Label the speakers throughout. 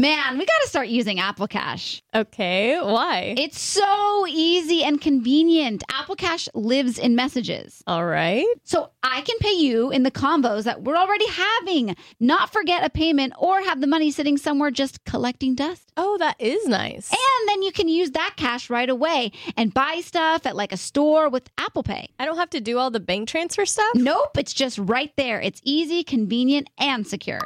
Speaker 1: Man, we got to start using Apple Cash.
Speaker 2: Okay, why?
Speaker 1: It's so easy and convenient. Apple Cash lives in messages.
Speaker 2: All right.
Speaker 1: So I can pay you in the combos that we're already having, not forget a payment or have the money sitting somewhere just collecting dust.
Speaker 2: Oh, that is nice.
Speaker 1: And then you can use that cash right away and buy stuff at like a store with Apple Pay.
Speaker 2: I don't have to do all the bank transfer stuff?
Speaker 1: Nope, it's just right there. It's easy, convenient, and secure.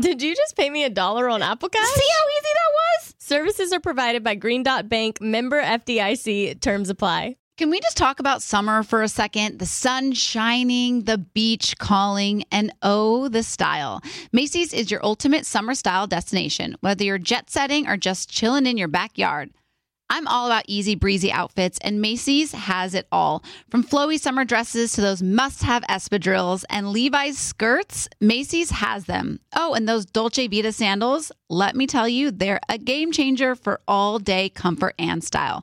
Speaker 2: Did you just pay me a dollar on Apple Cash?
Speaker 1: See how easy that was?
Speaker 2: Services are provided by Green Dot Bank, member FDIC, terms apply.
Speaker 3: Can we just talk about summer for a second? The sun shining, the beach calling, and oh, the style. Macy's is your ultimate summer style destination, whether you're jet setting or just chilling in your backyard. I'm all about easy breezy outfits, and Macy's has it all. From flowy summer dresses to those must have espadrilles and Levi's skirts, Macy's has them. Oh, and those Dolce Vita sandals, let me tell you, they're a game changer for all day comfort and style.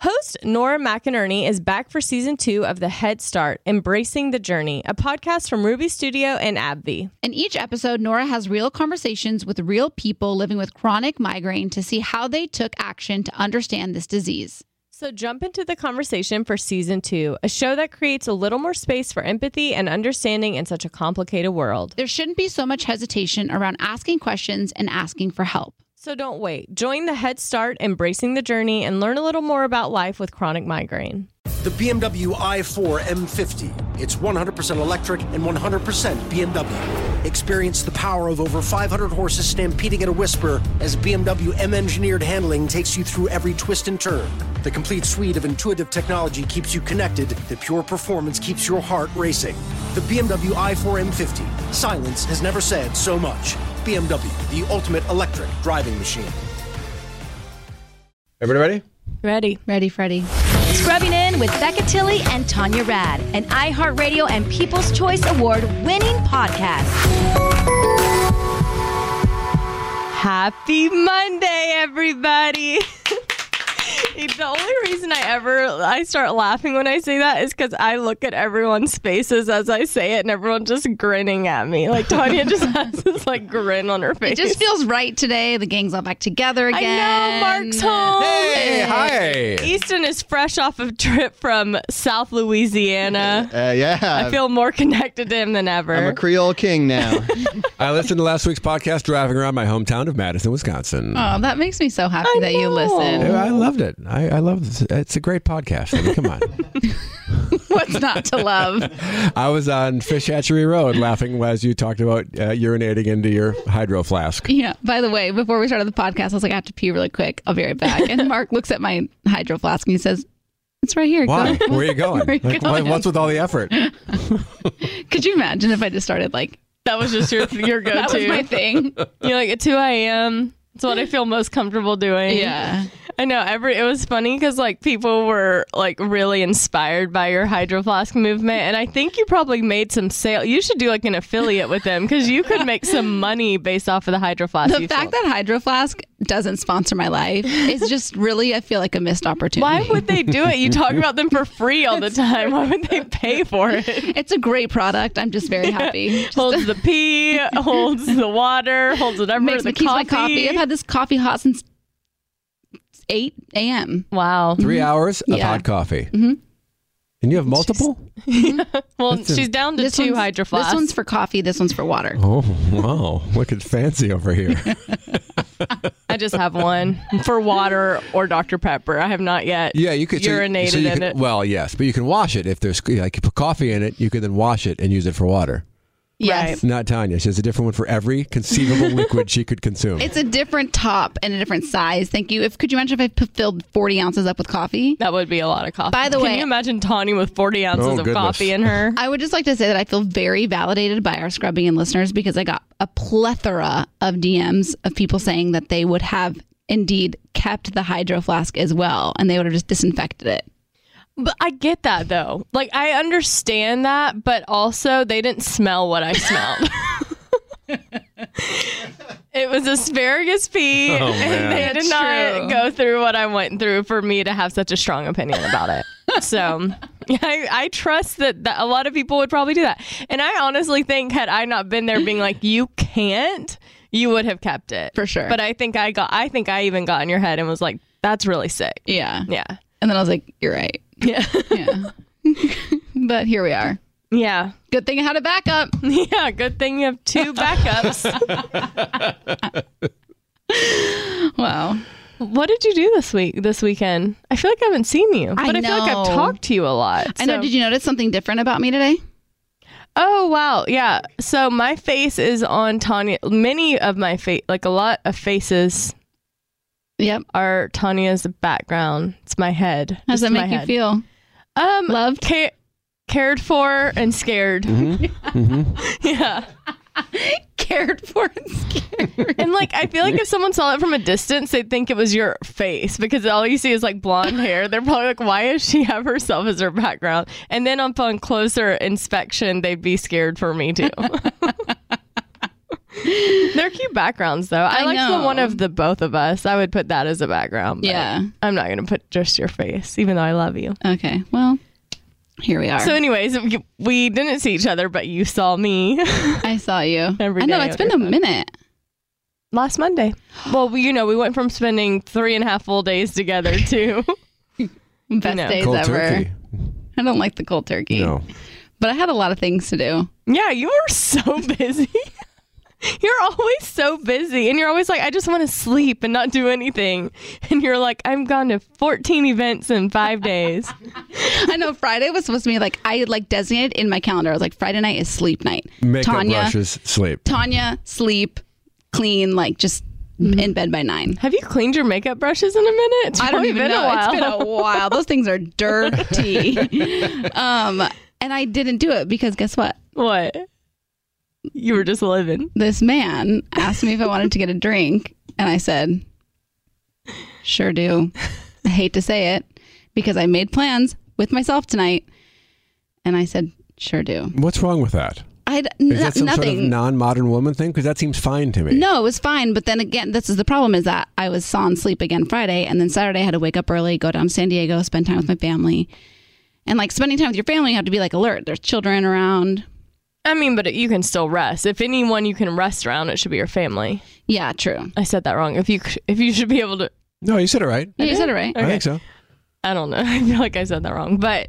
Speaker 2: Host Nora McInerney is back for season two of The Head Start Embracing the Journey, a podcast from Ruby Studio and AbbVie.
Speaker 1: In each episode, Nora has real conversations with real people living with chronic migraine to see how they took action to understand this disease.
Speaker 2: So jump into the conversation for season two, a show that creates a little more space for empathy and understanding in such a complicated world.
Speaker 1: There shouldn't be so much hesitation around asking questions and asking for help.
Speaker 2: So don't wait. Join the Head Start Embracing the Journey and learn a little more about life with chronic migraine.
Speaker 4: The BMW i4 M50. It's 100% electric and 100% BMW. Experience the power of over 500 horses stampeding at a whisper as BMW M engineered handling takes you through every twist and turn. The complete suite of intuitive technology keeps you connected, the pure performance keeps your heart racing. The BMW i4 M50. Silence has never said so much. BMW, the ultimate electric driving machine.
Speaker 5: Everybody ready?
Speaker 2: Ready.
Speaker 1: Ready, Freddie.
Speaker 6: Scrubbing in with Becca Tilly and Tanya Rad, an iHeartRadio and People's Choice Award winning podcast.
Speaker 2: Happy Monday, everybody. the only reason I ever I start laughing when I say that is because I look at everyone's faces as I say it, and everyone's just grinning at me. Like Tanya just has this like grin on her
Speaker 3: It
Speaker 2: face.
Speaker 3: just feels right today. The gang's all back together
Speaker 2: I
Speaker 3: again.
Speaker 2: know Mark's home.
Speaker 5: Hey, hi.
Speaker 2: Easton is fresh off a trip from South Louisiana.
Speaker 7: Uh, yeah.
Speaker 2: I feel more connected to him than ever.
Speaker 7: I'm a Creole king now.
Speaker 5: I listened to last week's podcast driving around my hometown of Madison, Wisconsin.
Speaker 3: Oh, that makes me so happy
Speaker 2: I
Speaker 3: that you
Speaker 2: know.
Speaker 5: Yeah,
Speaker 3: listen.
Speaker 5: I loved it. I, I love this. It's a great podcast. I mean, come on.
Speaker 3: What's not to love?
Speaker 5: I was on Fish Hatchery Road laughing as you talked about uh, urinating into your hydro flask.
Speaker 3: Yeah. By the way, before we started the podcast, I was like, I have to pee really quick. I'll be right back. And Mark looks at my hydro flask and he says, It's right here. Go-
Speaker 5: Why? Where are you going?
Speaker 3: Where are you
Speaker 5: Like,
Speaker 3: going?
Speaker 5: why- What's with all the effort?
Speaker 3: Could you imagine if I just started like,
Speaker 2: That was just your your go
Speaker 3: That was
Speaker 2: to.
Speaker 3: my thing?
Speaker 2: You're like at 2 a.m. It's what I feel most comfortable doing.
Speaker 3: Yeah.
Speaker 2: I know. Every it was funny because like people were like really inspired by your hydro flask movement, and I think you probably made some sale. You should do like an affiliate with them because you could make some money based off of the hydro flask.
Speaker 3: The
Speaker 2: you
Speaker 3: fact
Speaker 2: sold.
Speaker 3: that Hydro Flask doesn't sponsor my life is just really, I feel like a missed opportunity.
Speaker 2: why would they do it? You talk about them for free all the time. Why would they pay for it?
Speaker 3: It's a great product. I'm just very happy. Just
Speaker 2: Holds the pee, holds the water, holds whatever.
Speaker 3: makes
Speaker 2: the
Speaker 3: me keeps my coffee. I've had this coffee hot since 8 a.m.
Speaker 2: wow.
Speaker 5: Three hours of
Speaker 3: Mm-hmm. Yeah.
Speaker 5: hot coffee. Mm-hmm. And you have multiple?
Speaker 2: Well, she's down to two
Speaker 3: one's-
Speaker 2: hydro flasks.
Speaker 3: This one's for coffee. This one's for water.
Speaker 5: Oh, wow. Look at fancy over here.
Speaker 2: I just have one for water or Dr. Pepper. I have not yet.
Speaker 5: Yeah, you could so you-
Speaker 2: urinated
Speaker 5: so you
Speaker 2: in
Speaker 5: could-
Speaker 2: it.
Speaker 5: Well, yes, but you can wash it if there's like you put coffee in it. You can then wash it and use it for water.
Speaker 3: Yes.
Speaker 5: Not Tanya. She has a different one for every conceivable liquid she could consume.
Speaker 3: It's a different top and a different size. Thank you. If could you imagine if I p- filled forty ounces up with coffee?
Speaker 2: That would be a lot of coffee.
Speaker 3: By the
Speaker 2: Can
Speaker 3: way-
Speaker 2: you imagine Tawny with 40 ounces
Speaker 5: Oh,
Speaker 2: of
Speaker 5: goodness.
Speaker 2: coffee in her?
Speaker 3: I would just like to say that I feel very validated by our scrubbing and listeners because I got a plethora of DMs of people saying that they would have indeed kept the hydro flask as well, and they would have just disinfected it.
Speaker 2: But I get that though. Like I understand that, but also they didn't smell what I smelled.
Speaker 3: Oh,
Speaker 2: it was asparagus pee,
Speaker 8: Oh, man.
Speaker 2: and they did
Speaker 3: That's
Speaker 2: not
Speaker 3: true.
Speaker 2: go through what I went through for me to have such a strong opinion about it. So I, I trust that, that a lot of people would probably do that, and I honestly think had I not been there, being like you can't, you would have kept it
Speaker 3: For sure.
Speaker 2: But I think I got, I think I even got in your head and was like, "That's really sick."
Speaker 3: Yeah.
Speaker 2: Yeah,
Speaker 3: And then I was like, you're right.
Speaker 2: yeah,
Speaker 3: Yeah. but here we are.
Speaker 2: yeah.
Speaker 3: Good thing I had a backup.
Speaker 2: Yeah, good thing you have two backups.
Speaker 3: Wow.
Speaker 2: what did you do this week, this weekend? I feel like I haven't seen you, but I, feel like I've
Speaker 3: know.
Speaker 2: talked to you a lot.
Speaker 3: I know.
Speaker 2: so-
Speaker 3: Did you notice something different about me today?
Speaker 2: Oh wow, yeah. So my face is on Tanya. Many of my face, like a lot of faces,
Speaker 3: Yep.
Speaker 2: are Tanya's background. It's my head.
Speaker 3: How does
Speaker 2: Just
Speaker 3: that
Speaker 2: my
Speaker 3: make you
Speaker 2: head.
Speaker 3: feel?
Speaker 2: Um,
Speaker 3: Loved?
Speaker 2: ca- cared for, and scared.
Speaker 3: Mm-hmm.
Speaker 8: Mm-hmm.
Speaker 2: yeah.
Speaker 3: Cared for and scared.
Speaker 2: And like, I feel like if someone saw it from a distance, they'd think it was your face because all you see is like blonde hair. They're probably like, why does she have herself as her background? And then upon closer inspection, they'd be scared for me too. They're cute backgrounds though. I,
Speaker 3: I
Speaker 2: like the
Speaker 3: know.
Speaker 2: one of the both of us. I would put that as a background. but
Speaker 3: Yeah.
Speaker 2: I'm not going to put just your face, even though I love you.
Speaker 3: okay. Well, here we are.
Speaker 2: So, anyways, we- we didn't see each other, but you saw me
Speaker 3: I saw you.
Speaker 2: Every
Speaker 3: I know.
Speaker 2: day
Speaker 3: It's
Speaker 2: on
Speaker 3: been a
Speaker 2: your phone.
Speaker 3: minute.
Speaker 2: last Monday. Well, we- you know, we went from spending three and a half full days together to.
Speaker 3: Best
Speaker 2: know.
Speaker 3: days
Speaker 5: Cold
Speaker 3: ever.
Speaker 5: turkey.
Speaker 3: I don't like the cold turkey.
Speaker 5: No.
Speaker 3: But I had a lot of things to do.
Speaker 2: Yeah, you are so busy. you're always so busy, and you're always like, I just want to sleep and not do anything. And you're like, I'm gone to 14 events in five days.
Speaker 3: I know Friday was supposed to be like I had like designated in my calendar. I was like Friday night is sleep night.
Speaker 5: Makeup
Speaker 3: Tanya,
Speaker 5: brushes, sleep.
Speaker 3: Tanya, sleep, clean, like just in bed by nine.
Speaker 2: Mm-hmm. Have you cleaned your makeup brushes in a minute? It's
Speaker 3: I don't
Speaker 2: probably
Speaker 3: even
Speaker 2: been
Speaker 3: know.
Speaker 2: A while.
Speaker 3: It's been a while. Those things are dirty. um, and I didn't do it because guess what?
Speaker 2: what? You were just living.
Speaker 3: This man asked me if I wanted to get a drink, and I said, "Sure do." I hate to say it because I made plans with myself tonight, and I said, "Sure do."
Speaker 5: What's wrong with that?
Speaker 3: I
Speaker 5: Is that some
Speaker 3: nothing.
Speaker 5: sort of non-modern woman thing? Because that seems fine to me.
Speaker 3: No, it was fine. But then again, this is the problem is that I was sound sleep again Friday. And then Saturday, I had to wake up early, go down to San Diego, spend time with my family. And like spending time with your family, you have to be like alert. There's children around.
Speaker 2: I mean, but you can still rest. If anyone you can rest around, it should be your family.
Speaker 3: Yeah, true.
Speaker 2: I said that wrong. If you if you should be able to
Speaker 5: No, you said it right.
Speaker 3: Yeah, you said it right.
Speaker 5: I think so.
Speaker 2: I don't know. I feel like I said that wrong, but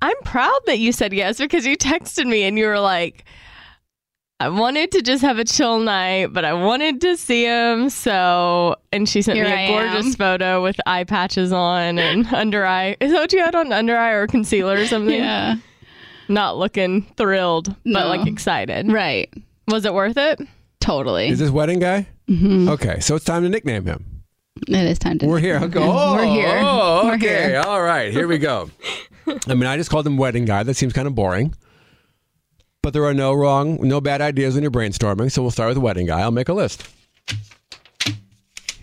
Speaker 2: I'm proud that you said yes because you texted me and you were like, I wanted to just have a chill night, but I wanted to see him. So, and she sent
Speaker 3: Here
Speaker 2: me
Speaker 3: I
Speaker 2: a gorgeous
Speaker 3: am.
Speaker 2: photo with eye patches on and under eye. Is that what you had on? Under eye or concealer or something?
Speaker 3: Yeah,
Speaker 2: Not looking thrilled, but
Speaker 3: No.
Speaker 2: like excited.
Speaker 3: right.
Speaker 2: Was it worth it?
Speaker 3: Totally.
Speaker 5: Is
Speaker 3: It
Speaker 5: this wedding guy? Mm-hmm. Okay, so it's time to nickname him.
Speaker 3: is time to.
Speaker 5: We're here. Okay. Oh,
Speaker 3: We're here.
Speaker 5: oh,
Speaker 3: We're
Speaker 5: okay.
Speaker 3: here.
Speaker 5: All right. Here we go. I mean, I just called him wedding guy. That seems kind of boring. But there are no wrong, no bad ideas when you're brainstorming. So we'll start with the wedding guy. I'll make a list.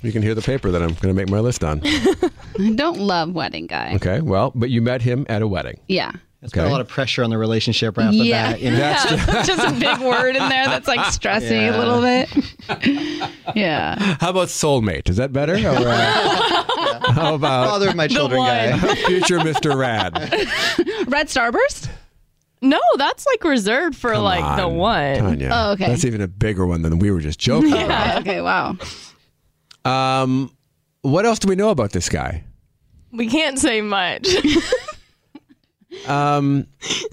Speaker 5: You can hear the paper that I'm going to make my list on.
Speaker 3: I don't love wedding guy.
Speaker 5: Okay. Well, but you met him at a wedding.
Speaker 3: Yeah.
Speaker 7: It's put a
Speaker 5: Okay.
Speaker 7: lot of pressure on the relationship right off the
Speaker 3: Yeah.
Speaker 7: bat. You know?
Speaker 5: That's
Speaker 3: Just a big word in there that's like stressing a
Speaker 7: Yeah.
Speaker 3: little bit. yeah.
Speaker 5: How about soulmate? Is that better? Or, uh, how about
Speaker 7: Father of my children guy.
Speaker 5: future Mr. Rad?
Speaker 3: Red Starburst?
Speaker 2: No, that's like reserved for like the
Speaker 5: on,
Speaker 2: one.
Speaker 5: Tanya,
Speaker 3: Oh, okay.
Speaker 5: That's even a bigger one than we were just joking about.
Speaker 3: Okay, wow.
Speaker 5: Um, what else do we know about this guy?
Speaker 2: We can't say much.
Speaker 5: Um,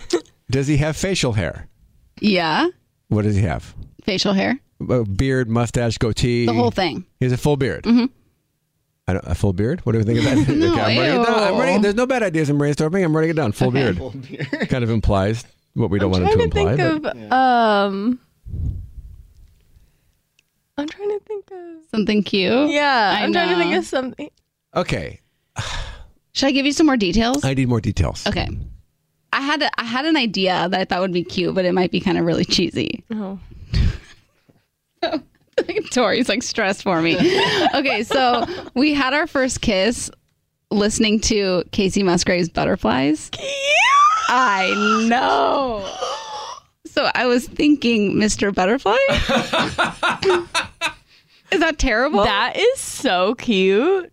Speaker 5: does he have facial hair?
Speaker 3: Yeah.
Speaker 5: What does he have?
Speaker 3: Facial hair,
Speaker 5: A beard, mustache, goatee.
Speaker 3: the whole thing. Mm.
Speaker 5: He has a full beard. Mm-hmm. I don't, a full beard? What do we think of that?
Speaker 3: No,
Speaker 5: I'm writing it down. I'm
Speaker 3: ew.
Speaker 5: writing- there's no bad ideas in brainstorming. I'm writing it down. Full beard. Kind of implies what we don't want it
Speaker 2: trying
Speaker 5: to
Speaker 2: to
Speaker 5: imply.
Speaker 2: think
Speaker 5: but-
Speaker 2: of um I'm trying to think of
Speaker 3: Something cute.
Speaker 2: yeah,
Speaker 3: I
Speaker 2: I'm trying to think
Speaker 3: know.
Speaker 2: of something.
Speaker 5: Okay,
Speaker 3: Should I give you some more details?
Speaker 5: I need more details.
Speaker 3: okay. I had a, I had an idea that I thought would be cute, but it might be kind of really cheesy.
Speaker 2: Oh.
Speaker 3: Tori's like stressed for me. Okay, so we had our first kiss listening to Casey Musgrave's Butterflies. I know. So I was thinking, Mr. Butterfly? is that terrible?
Speaker 2: that is so cute.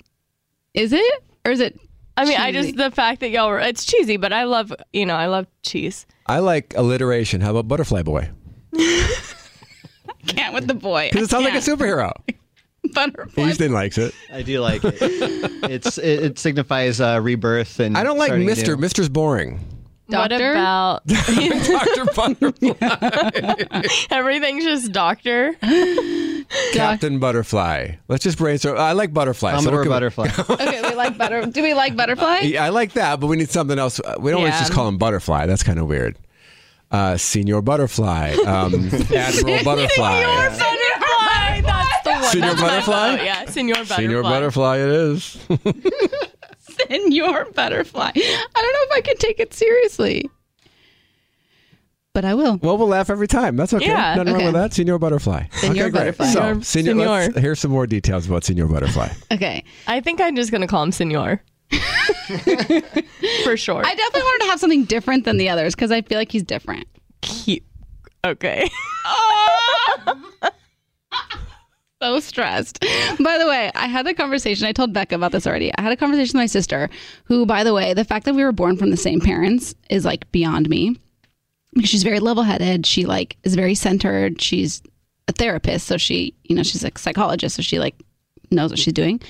Speaker 3: Is it? Or is it?
Speaker 2: I mean, I
Speaker 3: cheesy?
Speaker 2: just the fact that y'all were it's cheesy, but I love you know I love cheese.
Speaker 5: I like alliteration. How about Butterfly Boy?
Speaker 3: can't with the boy.
Speaker 5: Because it sounds like a superhero.
Speaker 3: Butterfly.
Speaker 5: Houston likes it.
Speaker 7: I do like it. It's it, it signifies uh, rebirth and
Speaker 5: I don't like
Speaker 7: starting
Speaker 5: Mister.
Speaker 7: new.
Speaker 5: Mister's boring.
Speaker 2: What
Speaker 3: Doctor?
Speaker 2: about
Speaker 5: Doctor Butterfly,
Speaker 2: everything's just doctor?
Speaker 5: Captain Butterfly. Let's just brainstorm. I like Butterfly. so
Speaker 7: Commodore
Speaker 5: we'll come-
Speaker 7: butterfly.
Speaker 3: Okay, we like butter. Do we like butterfly?
Speaker 5: Yeah, I like that, but we need something else. Uh, We don't always
Speaker 2: Yeah.
Speaker 5: just call him Butterfly. That's kind of weird. Uh, Senior Butterfly, um, Admiral Butterfly,
Speaker 2: Butterfly. That's the one.
Speaker 5: Senior
Speaker 2: That's my
Speaker 5: Butterfly?
Speaker 2: vote. Yeah, senior butterfly.
Speaker 5: Senior Butterfly. It is.
Speaker 3: in your butterfly. I don't know if I can take it seriously, but I will.
Speaker 5: Well, we'll laugh every time. That's okay.
Speaker 2: Yeah,
Speaker 5: Nothing wrong
Speaker 3: okay.
Speaker 5: with that. Senior Butterfly.
Speaker 3: Senior
Speaker 5: okay, great.
Speaker 3: Butterfly.
Speaker 5: So,
Speaker 2: Senior-
Speaker 5: senior, let's-
Speaker 2: Senior.
Speaker 5: here's some more details about Senior Butterfly.
Speaker 3: Okay.
Speaker 2: I think I'm just gonna call him senior. For sure.
Speaker 3: I definitely wanted to have something different than the others because I feel like he's different.
Speaker 2: cute. Okay.
Speaker 3: So stressed. By the way, I had a conversation. I told Becca about this already. I had a conversation with my sister, who, by the way, the fact that we were born from the same parents is like beyond me. Because she's very level headed. She like is very centered. She's a therapist, so she, you know, she's a psychologist, so she like knows what she's doing.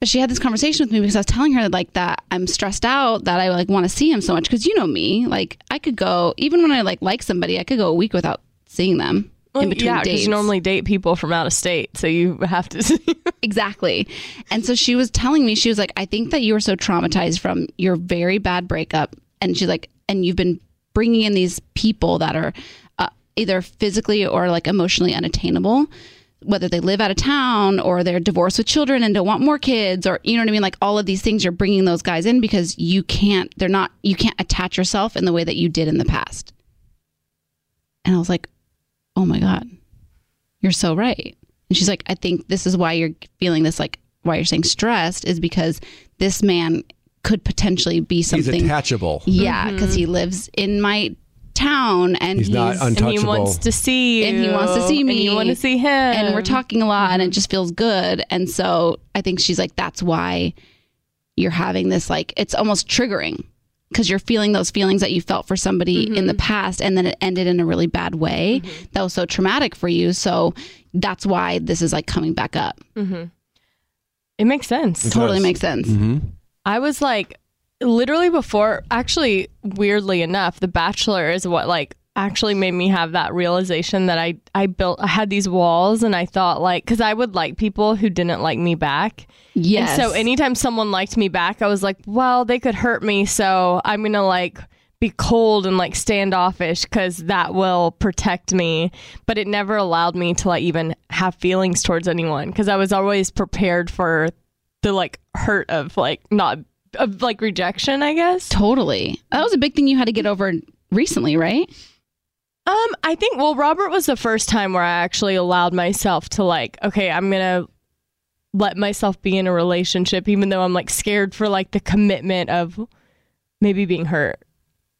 Speaker 3: But she had this conversation with me because I was telling her like that I'm stressed out that I like want to see him so much because you know me like I could go even when I like like somebody I could go a week without seeing them in between
Speaker 2: yeah,
Speaker 3: dates
Speaker 2: you normally date people from out of state, so you have to. See.
Speaker 3: Exactly. And so she was telling me, she was like, I think that you were so traumatized from your very bad breakup. And she's like, and you've been bringing in these people that are uh, either physically or like emotionally unattainable, whether they live out of town or they're divorced with children and don't want more kids or, you know what I mean? Like all of these things, you're bringing those guys in because you can't, they're not, you can't attach yourself in the way that you did in the past. And I was like, oh my God you're so right. And she's like, I think this is why you're feeling this, like, why you're saying stressed is because this man could potentially be
Speaker 5: He's
Speaker 3: something.
Speaker 5: attachable.
Speaker 3: yeah, because he lives in my town and
Speaker 5: He's
Speaker 3: he's,
Speaker 5: not
Speaker 2: Mm-hmm. and he
Speaker 5: Untouchable.
Speaker 2: wants to see you.
Speaker 3: And he wants to see
Speaker 2: And
Speaker 3: me.
Speaker 2: you want to see him.
Speaker 3: and we're talking a lot and it just feels good. And so I think she's like, that's why you're having this, like, it's almost triggering because you're feeling those feelings that you felt for somebody in
Speaker 2: Mm-hmm.
Speaker 3: the past and then it ended in a really bad way that was so traumatic for you. So that's why this is like coming back up.
Speaker 2: It makes sense.
Speaker 3: totally makes sense.
Speaker 5: Mm-hmm.
Speaker 2: I was like, literally before. Actually, weirdly enough, The Bachelor is what like actually made me have that realization that I I built. I had these walls, and I thought like, because I would like people who didn't like me back. And
Speaker 3: Yes.
Speaker 2: so anytime someone liked me back, I was like, well, they could hurt me, so I'm gonna like be cold and like standoffish because that will protect me. But it never allowed me to like even have feelings towards anyone because I was always prepared for the like hurt of like not of like rejection, I guess.
Speaker 3: totally. That was a big thing you had to get over recently, right?
Speaker 2: Um, I think well, Robert was the first time where I actually allowed myself to like, okay, I'm gonna let myself be in a relationship, even though I'm like scared for like the commitment of maybe being hurt.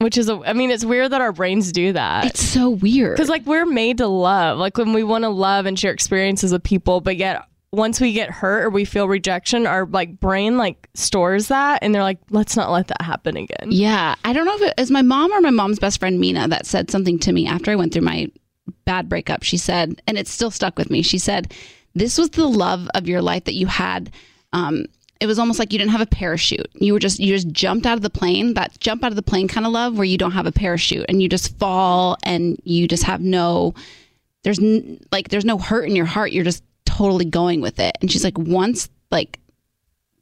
Speaker 2: Which is, a, I mean, it's weird that our brains do that
Speaker 3: It's so weird.
Speaker 2: because like we're made to love, like when we want to love and share experiences with people, but yet once we get hurt or we feel rejection, our like brain like stores that, and they're like, let's not let that happen again.
Speaker 3: Yeah, I don't know if it is my mom or my mom's best friend Mina that said something to me after I went through my bad breakup. She said, and it's still stuck with me. She said, "This was the love of your life that you had. Um, it was almost like you didn't have a parachute. You were just you just jumped out of the plane. That jump out of the plane kind of love where you don't have a parachute and you just fall and you just have no." there's n- like there's no hurt in your heart you're just totally going with it and she's like once like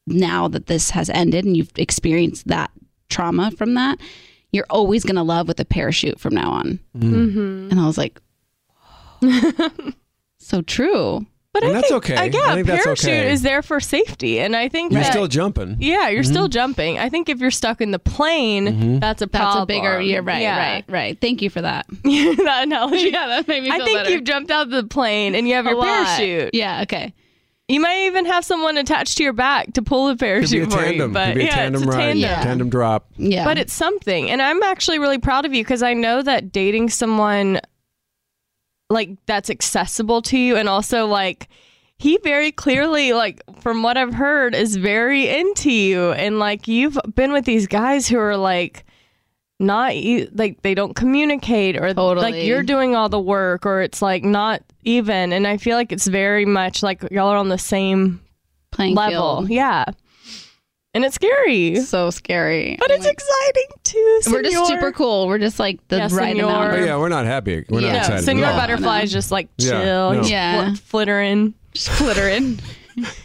Speaker 3: now that this has ended and you've experienced that trauma from that you're always going to love with a parachute from
Speaker 2: Mm-hmm.
Speaker 3: now on
Speaker 5: Mm-hmm.
Speaker 3: and i was like so true
Speaker 2: But But
Speaker 5: And
Speaker 2: I
Speaker 5: that's
Speaker 2: think,
Speaker 5: okay.
Speaker 2: uh, yeah,
Speaker 5: I think that's
Speaker 2: parachute
Speaker 5: okay.
Speaker 2: is there for safety, and I think
Speaker 5: You're
Speaker 2: that-
Speaker 5: still jumping. Mm-hmm.
Speaker 2: yeah, you're still jumping. I think if you're stuck in the plane, that's a
Speaker 3: That's
Speaker 2: problem.
Speaker 3: a bigger. Yeah, right, right, right. Thank you for that.
Speaker 2: right. that analogy.
Speaker 3: Yeah, that made me
Speaker 2: I
Speaker 3: feel
Speaker 2: think
Speaker 3: better.
Speaker 2: you've jumped out of the plane and you have
Speaker 3: A
Speaker 2: your
Speaker 3: lot.
Speaker 2: parachute.
Speaker 3: Yeah. Okay.
Speaker 2: You might even have someone attached to your back to pull the
Speaker 5: Could be a
Speaker 2: parachute for you.
Speaker 5: tandem.
Speaker 2: But
Speaker 5: Could be a
Speaker 2: yeah,
Speaker 5: tandem
Speaker 2: it's a
Speaker 5: ride.
Speaker 2: tandem.
Speaker 3: Yeah.
Speaker 5: Tandem drop.
Speaker 3: Yeah.
Speaker 2: But it's something. And I'm actually really proud of you because I know that dating someone like that's accessible to you and also like he very clearly like from what I've heard is very into you and like you've been with these guys who are like not e- like they don't communicate or like
Speaker 3: Totally.
Speaker 2: you're doing all the work or it's like not even and I feel like it's very much like y'all are on the same
Speaker 3: playing
Speaker 2: level.
Speaker 3: field.
Speaker 2: Yeah. And it's scary.
Speaker 3: So scary.
Speaker 2: But it's exciting too.
Speaker 3: We're just
Speaker 2: senor.
Speaker 3: super cool. We're just like the
Speaker 2: Yeah,
Speaker 3: right amount.
Speaker 5: Oh,
Speaker 2: senor.
Speaker 3: of-
Speaker 5: yeah, we're not happy. We're
Speaker 3: Yeah.
Speaker 5: not
Speaker 2: No,
Speaker 5: excited.
Speaker 2: Senor
Speaker 5: at all.
Speaker 2: Butterfly is just like
Speaker 5: Yeah,
Speaker 2: chill,
Speaker 5: no.
Speaker 2: just
Speaker 3: Yeah.
Speaker 2: fl- flittering.
Speaker 3: Just flittering.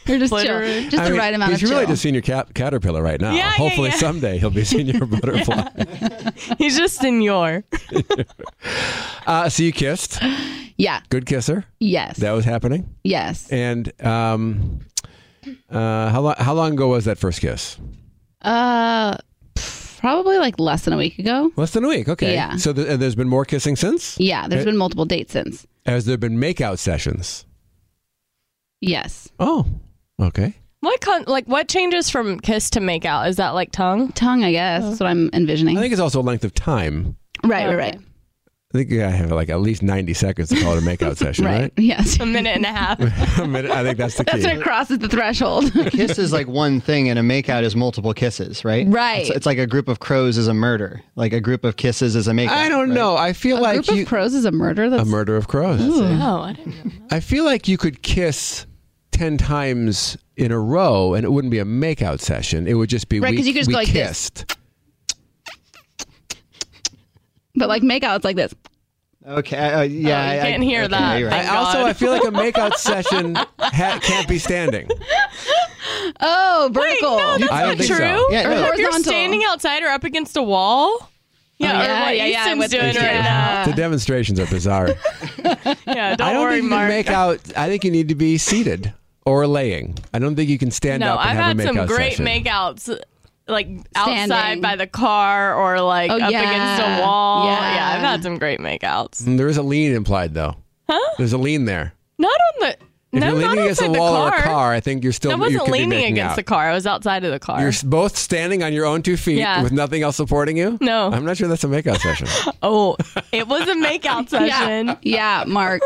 Speaker 3: You're just chill.
Speaker 2: Flittering.
Speaker 3: Just the
Speaker 5: I mean,
Speaker 3: right amount
Speaker 5: he's
Speaker 3: of chill.
Speaker 5: really just senior cat- caterpillar right now.
Speaker 2: Yeah, yeah,
Speaker 5: Hopefully
Speaker 2: yeah.
Speaker 5: someday he'll be senior butterfly.
Speaker 2: He's just senor.
Speaker 5: Uh, so you kissed.
Speaker 3: yeah.
Speaker 5: Good kisser.
Speaker 3: Yes.
Speaker 5: That was happening.
Speaker 3: yes.
Speaker 5: And um, uh, how long how long ago was that first kiss?
Speaker 3: Uh, probably like less than a week ago.
Speaker 5: Less than a week. Okay.
Speaker 3: Yeah.
Speaker 5: So th- and there's been more kissing since.
Speaker 3: Yeah. There's
Speaker 5: Uh,
Speaker 3: been multiple dates since.
Speaker 5: Has there been makeout sessions?
Speaker 3: Yes.
Speaker 5: Oh. Okay.
Speaker 2: What con- like what changes from kiss to make out? Is that like tongue? Oh.
Speaker 3: Tongue, I guess. That's what I'm envisioning.
Speaker 5: I think it's also length of time.
Speaker 3: right. Right. Right.
Speaker 5: I think I have like at least 90 seconds to call it a makeout session,
Speaker 3: Right.
Speaker 5: right?
Speaker 3: Yes.
Speaker 2: A minute and a half.
Speaker 5: A minute- I think that's the key.
Speaker 3: That's when it crosses the threshold.
Speaker 7: A kiss is like one thing, and a makeout is multiple kisses, right?
Speaker 3: Right.
Speaker 7: It's, it's like a group of crows is a murder. Like a group of kisses is a makeout.
Speaker 5: I don't
Speaker 7: right?
Speaker 5: know. I feel like
Speaker 3: Group
Speaker 5: you
Speaker 3: of crows is a murder. That's
Speaker 5: a murder of crows.
Speaker 2: oh, I didn't know.
Speaker 5: I feel like you could kiss 10 times in a row and it wouldn't be a makeout session. It would just be
Speaker 3: Right,
Speaker 5: we,
Speaker 3: 'cause you could just
Speaker 5: we
Speaker 3: go like this.
Speaker 5: kissed.
Speaker 3: But like makeouts like this.
Speaker 7: Okay. Uh, yeah.
Speaker 2: Oh, you
Speaker 7: I- I-
Speaker 2: can't hear
Speaker 7: okay,
Speaker 2: that.
Speaker 7: you're right.
Speaker 5: I also I feel like a makeout session ha- can't be standing.
Speaker 3: Oh, vertical.
Speaker 5: I don't
Speaker 2: Not
Speaker 5: think
Speaker 2: true.
Speaker 5: so.
Speaker 7: Yeah,
Speaker 2: Or
Speaker 7: no.
Speaker 2: if you're
Speaker 3: Horizontal.
Speaker 2: standing outside or up against a wall. Yeah,
Speaker 3: Oh,
Speaker 2: or
Speaker 3: yeah,
Speaker 2: what
Speaker 3: yeah, yeah,
Speaker 2: Easton's
Speaker 3: with the-
Speaker 2: doing right
Speaker 3: Yeah.
Speaker 5: The demonstrations are bizarre.
Speaker 2: now. Yeah, don't,
Speaker 5: I don't
Speaker 2: worry,
Speaker 5: think you
Speaker 2: Mark.
Speaker 5: can make out. I think you need to be seated or laying. I don't think you can stand
Speaker 2: no,
Speaker 5: up and
Speaker 2: I've
Speaker 5: have
Speaker 2: had
Speaker 5: a makeout
Speaker 2: some great
Speaker 5: session.
Speaker 2: makeouts like outside
Speaker 3: Standing.
Speaker 2: by the car or like
Speaker 3: Oh,
Speaker 2: up
Speaker 3: yeah.
Speaker 2: against a wall.
Speaker 3: Yeah.
Speaker 2: yeah, I've had some great makeouts.
Speaker 5: Mm, There is a lean implied though. Huh? There's a lean there.
Speaker 2: Not on the.
Speaker 5: If
Speaker 2: no,
Speaker 5: you're leaning
Speaker 2: not
Speaker 5: against a
Speaker 2: outside the
Speaker 5: wall
Speaker 2: car.
Speaker 5: or a car, I think you're still.
Speaker 2: I
Speaker 5: you
Speaker 2: wasn't
Speaker 5: could be
Speaker 2: leaning
Speaker 5: making
Speaker 2: against
Speaker 5: out.
Speaker 2: the car. I was outside of the car.
Speaker 5: You're s- both standing on your own two feet
Speaker 2: Yeah.
Speaker 5: with nothing else supporting you.
Speaker 2: No.
Speaker 5: I'm not sure that's a makeout session.
Speaker 2: oh, it was a makeout session.
Speaker 3: Yeah. yeah, Mark.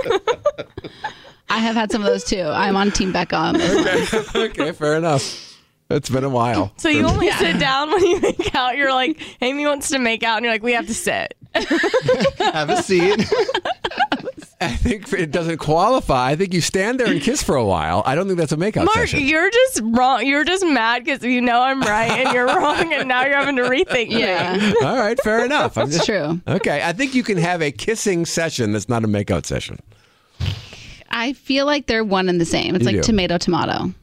Speaker 3: I have had some of those too. I'm on Team Beckham.
Speaker 5: okay, fair enough. It's been a while.
Speaker 2: So you only sit down when you make out. You're like, Amy wants to make out, and you're like, we have to sit.
Speaker 7: Have a seat.
Speaker 5: I think it doesn't qualify. I think you stand there and kiss for a while. I don't think that's a makeout
Speaker 2: Mark,
Speaker 5: session.
Speaker 2: you're just wrong. You're just mad because you know I'm right and you're wrong, and now you're having to rethink.
Speaker 3: Yeah.
Speaker 2: things.
Speaker 5: All right, fair enough. I'm
Speaker 3: It's
Speaker 5: just
Speaker 3: true.
Speaker 5: Okay, I think you can have a kissing session that's not a makeout session.
Speaker 3: I feel like they're one and the same. It's
Speaker 5: You
Speaker 3: like
Speaker 5: do.
Speaker 3: tomato, tomato,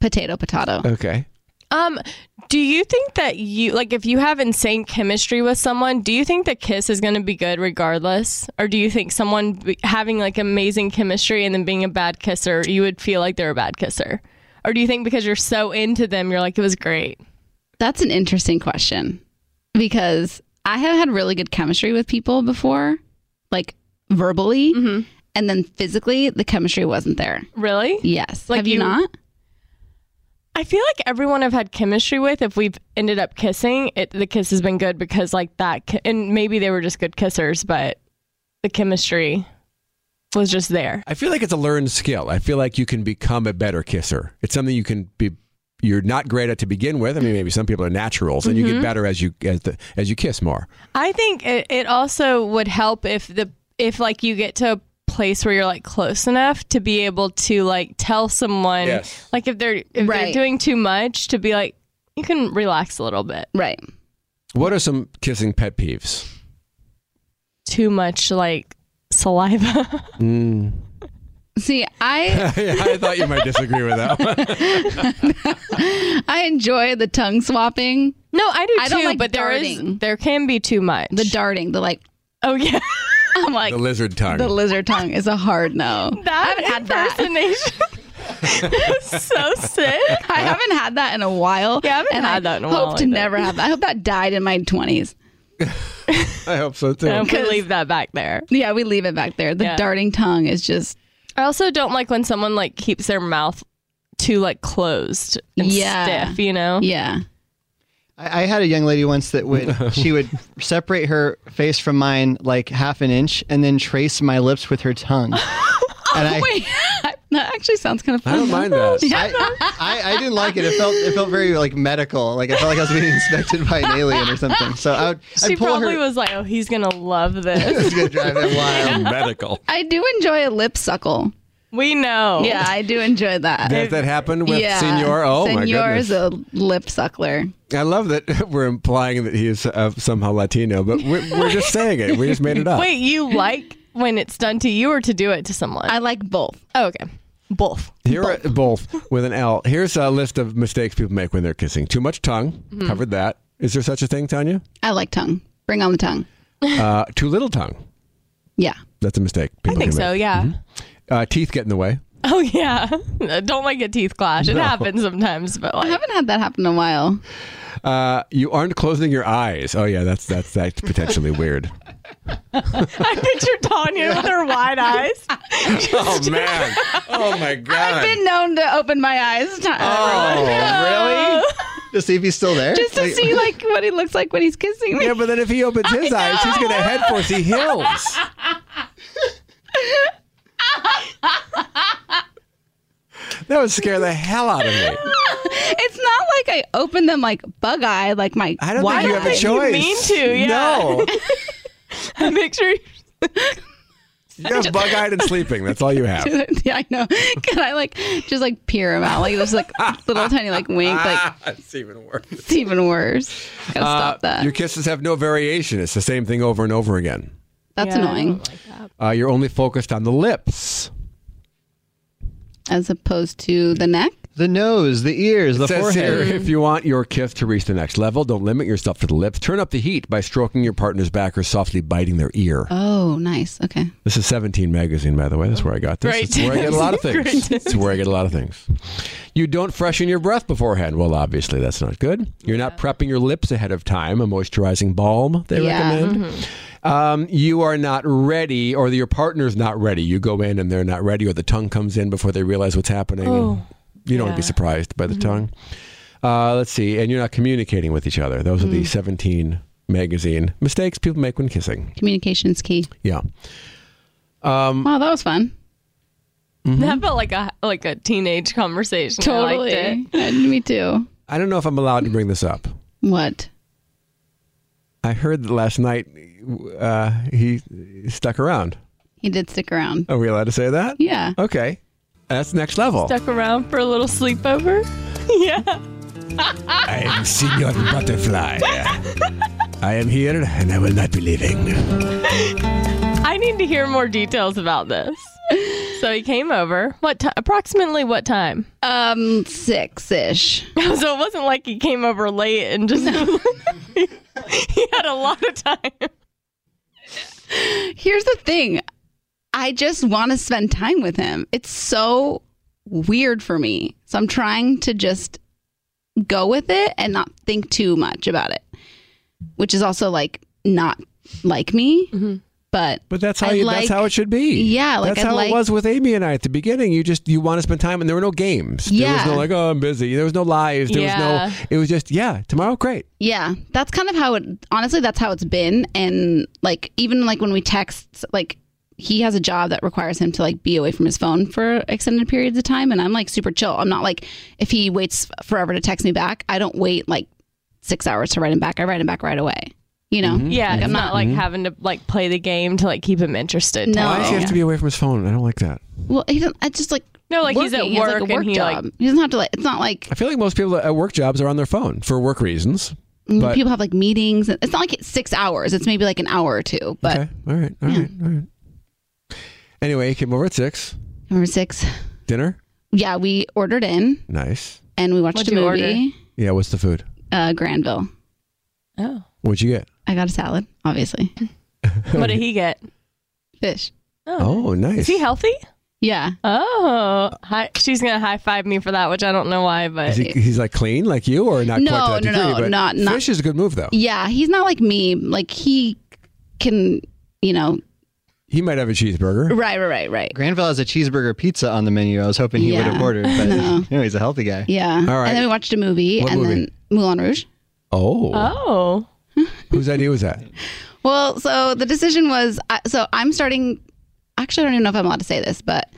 Speaker 3: potato, potato.
Speaker 5: Okay.
Speaker 2: Um, do you think that you like if you have insane chemistry with someone, do you think the kiss is going to be good regardless, or do you think someone b- having like amazing chemistry and then being a bad kisser, you would feel like they're a bad kisser, or do you think because you're so into them, you're like it was great?
Speaker 3: That's an interesting question because I have had really good chemistry with people before, like verbally,
Speaker 2: Mm-hmm.
Speaker 3: and then physically, the chemistry wasn't there.
Speaker 2: Really?
Speaker 3: Yes.
Speaker 2: Like
Speaker 3: have you,
Speaker 2: you-
Speaker 3: not?
Speaker 2: I feel like everyone I've had chemistry with, if we've ended up kissing, it, the kiss has been good because like that, ki- and maybe they were just good kissers, but the chemistry was just there.
Speaker 5: I feel like it's a learned skill. I feel like you can become a better kisser. It's something you can be. You're not great at to begin with. I mean, maybe some people are naturals, and
Speaker 2: Mm-hmm.
Speaker 5: you get better as you as the, as you kiss more.
Speaker 2: I think it, it also would help if the if like you get to a place where you're like close enough to be able to like tell someone
Speaker 5: Yes.
Speaker 2: like if they're if
Speaker 3: Right.
Speaker 2: they're doing too much to be like you can relax a little bit.
Speaker 3: Right.
Speaker 5: What are some kissing pet peeves?
Speaker 2: Too much like saliva. Mm.
Speaker 3: See, I
Speaker 5: I thought you might disagree with that. One.
Speaker 3: I enjoy the tongue swapping,
Speaker 2: no, I do
Speaker 3: I
Speaker 2: too,
Speaker 3: don't like
Speaker 2: but there is
Speaker 3: darting.
Speaker 2: there can be too much.
Speaker 3: the darting, the like
Speaker 2: oh yeah.
Speaker 3: I'm like,
Speaker 5: The lizard tongue.
Speaker 3: the lizard tongue is a hard no.
Speaker 2: That
Speaker 3: I haven't had that.
Speaker 2: impersonation is so sick.
Speaker 3: I haven't had that in a while.
Speaker 2: Yeah, I haven't
Speaker 3: and
Speaker 2: had that in a
Speaker 3: hope
Speaker 2: while
Speaker 3: to
Speaker 2: either.
Speaker 3: never have that. I hope that died in my 20s.
Speaker 5: I hope so too.
Speaker 2: I don't leave that back there.
Speaker 3: Yeah, we leave it back there. The
Speaker 2: Yeah.
Speaker 3: darting tongue is just
Speaker 2: I also don't like when someone like keeps their mouth too like closed and
Speaker 3: Yeah.
Speaker 2: stiff, you know?
Speaker 3: yeah.
Speaker 7: I, I had a young lady once that would she would separate her face from mine like half an inch and then trace my lips with her tongue. And I,
Speaker 3: Oh, Wait, that actually sounds kind of
Speaker 5: I
Speaker 3: fun.
Speaker 5: don't mind that.
Speaker 7: I, I, I didn't like it. It felt it felt very like medical. Like I felt like I was being inspected by an alien or something. So I would
Speaker 2: She
Speaker 7: I'd pull
Speaker 2: probably
Speaker 7: her.
Speaker 2: was like, "Oh, he's gonna love this."
Speaker 7: It's gonna drive him wild.
Speaker 5: Medical.
Speaker 3: I do enjoy a lip suckle.
Speaker 2: we know.
Speaker 3: Yeah, I do enjoy that.
Speaker 5: Does that happen with
Speaker 3: yeah,
Speaker 5: Senor? Oh my
Speaker 3: Senor
Speaker 5: goodness!
Speaker 3: is a lip suckler.
Speaker 5: I love that we're implying that he is uh, somehow Latino, but we're, we're just saying it. We just made it up.
Speaker 2: Wait, you like when it's done to you or to do it to someone?
Speaker 3: I like both.
Speaker 2: oh, okay, both.
Speaker 5: Here are both with an L. Here's a list of mistakes people make when they're kissing. Too much tongue.
Speaker 2: Mm-hmm.
Speaker 5: Covered that. Is there such a thing, Tanya?
Speaker 3: I like tongue. Bring on the tongue.
Speaker 5: Uh, too little tongue.
Speaker 3: Yeah.
Speaker 5: That's a mistake. People
Speaker 2: I think
Speaker 5: can
Speaker 2: so.
Speaker 5: make.
Speaker 2: Yeah.
Speaker 5: Uh, teeth get in the way.
Speaker 2: Oh yeah. don't like a teeth clash. It happens sometimes, but
Speaker 3: I
Speaker 2: like,
Speaker 3: haven't had that happen in a while.
Speaker 5: Uh, you aren't closing your eyes. Oh yeah, that's that's that's potentially weird.
Speaker 2: I picture Tanya with her wide eyes.
Speaker 5: oh man. Oh my god.
Speaker 3: I've been known to open my eyes to,
Speaker 5: oh
Speaker 7: To see if he's still there.
Speaker 3: just to
Speaker 7: Like,
Speaker 3: see like what he looks like when he's kissing me.
Speaker 5: really? Yeah, but then if he opens his eyes, he's gonna head for the hills. That would scare the hell out of me.
Speaker 3: It's not like I open them like bug eyed, like my
Speaker 5: I don't
Speaker 3: wide
Speaker 5: think you have a
Speaker 3: eyes.
Speaker 5: choice.
Speaker 2: mean to, yeah.
Speaker 5: No.
Speaker 2: I picture
Speaker 5: You have bug eyed and sleeping. That's all you have.
Speaker 3: yeah, I know. Can I like just like peer him out? Like there's like little tiny like wink. Like
Speaker 5: That's Ah, even worse. Uh,
Speaker 3: it's even worse. Gotta stop that.
Speaker 5: Your kisses have no variation. It's the same thing over and over again.
Speaker 3: That's
Speaker 2: Yeah, I
Speaker 3: annoying.
Speaker 5: Uh, you're only focused on the lips.
Speaker 3: As opposed to the neck.
Speaker 7: the nose, the ears, the
Speaker 5: It says
Speaker 7: forehead.
Speaker 5: here, if you want your kiss to reach the next level, don't limit yourself to the lips. Turn up the heat by stroking your partner's back or softly biting their ear.
Speaker 3: Oh, nice. Okay.
Speaker 5: This is 17 magazine, by the way. That's where I got this.
Speaker 2: Great
Speaker 5: It's where I get a lot of
Speaker 2: tips.
Speaker 5: things.
Speaker 2: Great tips.
Speaker 5: It's where I get a lot of things. You don't freshen your breath beforehand. Well, obviously that's not good. You're not prepping your lips ahead of time. A moisturizing balm they
Speaker 3: Yeah.
Speaker 5: recommend.
Speaker 2: Hmm. mm-hmm.
Speaker 5: Um, you are not ready, or your partner's not ready. You go in and they're not ready, or the tongue comes in before they realize what's happening.
Speaker 2: Oh,
Speaker 5: you don't
Speaker 2: yeah.
Speaker 5: want to be
Speaker 2: Mm-hmm.
Speaker 5: surprised by the tongue. Uh, let's see. And you're not communicating with each other. Those are
Speaker 2: Mm.
Speaker 5: the 17 magazine mistakes people make when kissing.
Speaker 3: Communication's key.
Speaker 5: Yeah. Um,
Speaker 3: Wow, Oh, that was fun.
Speaker 5: Mm-hmm.
Speaker 2: that felt like a like a teenage conversation. I liked it.
Speaker 3: And me too.
Speaker 5: I don't know if I'm allowed to bring this up.
Speaker 3: What?
Speaker 5: I heard that last night uh, he stuck around.
Speaker 3: He did stick around.
Speaker 5: Are we allowed to say that?
Speaker 3: Yeah.
Speaker 5: Okay. That's next level.
Speaker 2: Stuck around for a little sleepover. yeah.
Speaker 5: I am Senor Butterfly. I am here and I will not be leaving.
Speaker 2: I need to hear more details about this. So he came over. What ti approximately what time?
Speaker 3: Um, six ish.
Speaker 2: So it wasn't like he came over late and just he had a lot of time.
Speaker 3: Here's the thing I just want to spend time with him. It's so weird for me. So I'm trying to just go with it and not think too much about it, which is also like not like me, but
Speaker 5: Mm-hmm. But that's how
Speaker 3: I
Speaker 5: you,
Speaker 3: like-
Speaker 5: that's how it should be.
Speaker 3: Yeah, like,
Speaker 5: that's
Speaker 3: I
Speaker 5: how
Speaker 3: like-
Speaker 5: it was with Amy and I at the beginning. You just you want to spend time, and there were no games. There was
Speaker 3: Yeah.
Speaker 5: no like, oh, I'm busy. There was no lives. There
Speaker 2: Yeah.
Speaker 5: was no. It was just yeah, tomorrow, great.
Speaker 3: Yeah, that's kind of how it. Honestly, that's how it's been, and like even like when we text, like he has a job that requires him to like be away from his phone for extended periods of time, and I'm like super chill. I'm not like if he waits forever to text me back, I don't wait like six hours to write him back. I write him back right away. You know?
Speaker 5: Mm-hmm.
Speaker 2: Yeah,
Speaker 3: Like,
Speaker 2: it's
Speaker 3: I'm
Speaker 2: not
Speaker 3: not like
Speaker 2: like having to like play the game to like keep him interested.
Speaker 3: Mm-hmm. No.
Speaker 5: Why does he have to be away from his phone? I don't like that.
Speaker 3: well, he doesn't. I just like
Speaker 2: No, like, he's at
Speaker 3: working. He has,
Speaker 2: work
Speaker 3: like, a
Speaker 2: and
Speaker 3: work
Speaker 2: he, like-
Speaker 3: job. he doesn't have to like. It's not like
Speaker 5: I feel like most people at work jobs are on their phone for work reasons. But
Speaker 3: Mm, people have like meetings. It's not like it's six hours. It's maybe like an hour or two. But
Speaker 5: Okay. All right. All right.
Speaker 3: Hmm.
Speaker 5: All right. Anyway, he came over at six.
Speaker 3: number six,
Speaker 5: Dinner.
Speaker 3: yeah, we ordered in
Speaker 5: Nice.
Speaker 3: and we watched
Speaker 2: What'd
Speaker 3: a
Speaker 2: you
Speaker 3: movie.
Speaker 2: order?
Speaker 5: Yeah. What's the food?
Speaker 3: uh, Granville.
Speaker 2: Oh.
Speaker 5: What'd you get?
Speaker 3: I got a salad, obviously.
Speaker 2: What did he get?
Speaker 3: Fish.
Speaker 5: Oh, nice.
Speaker 2: Is he healthy?
Speaker 3: Yeah.
Speaker 2: Oh, hi. she's gonna high five me for that, which I don't know why, but
Speaker 5: Is he- he's like clean, like you, or
Speaker 3: Uh,
Speaker 5: not
Speaker 3: No,
Speaker 5: quite to that
Speaker 3: no, no,
Speaker 5: degree. but
Speaker 3: not- not-
Speaker 5: fish is a good move though.
Speaker 3: Yeah. He's not like me. Like he can, you know,
Speaker 5: He might have a cheeseburger.
Speaker 3: right, right, right, right.
Speaker 7: Granville has a cheeseburger pizza on the menu. I was hoping he would
Speaker 3: Yeah.
Speaker 7: have ordered, but no. he's a healthy guy.
Speaker 3: Yeah.
Speaker 5: All right.
Speaker 3: And then we watched a movie
Speaker 5: What
Speaker 3: and
Speaker 5: movie?
Speaker 3: then Moulin Rouge.
Speaker 5: Oh,
Speaker 2: oh,
Speaker 5: whose idea was that?
Speaker 3: Well, so the decision was I- so I'm starting. Actually, I don't even know if I'm allowed to say this, but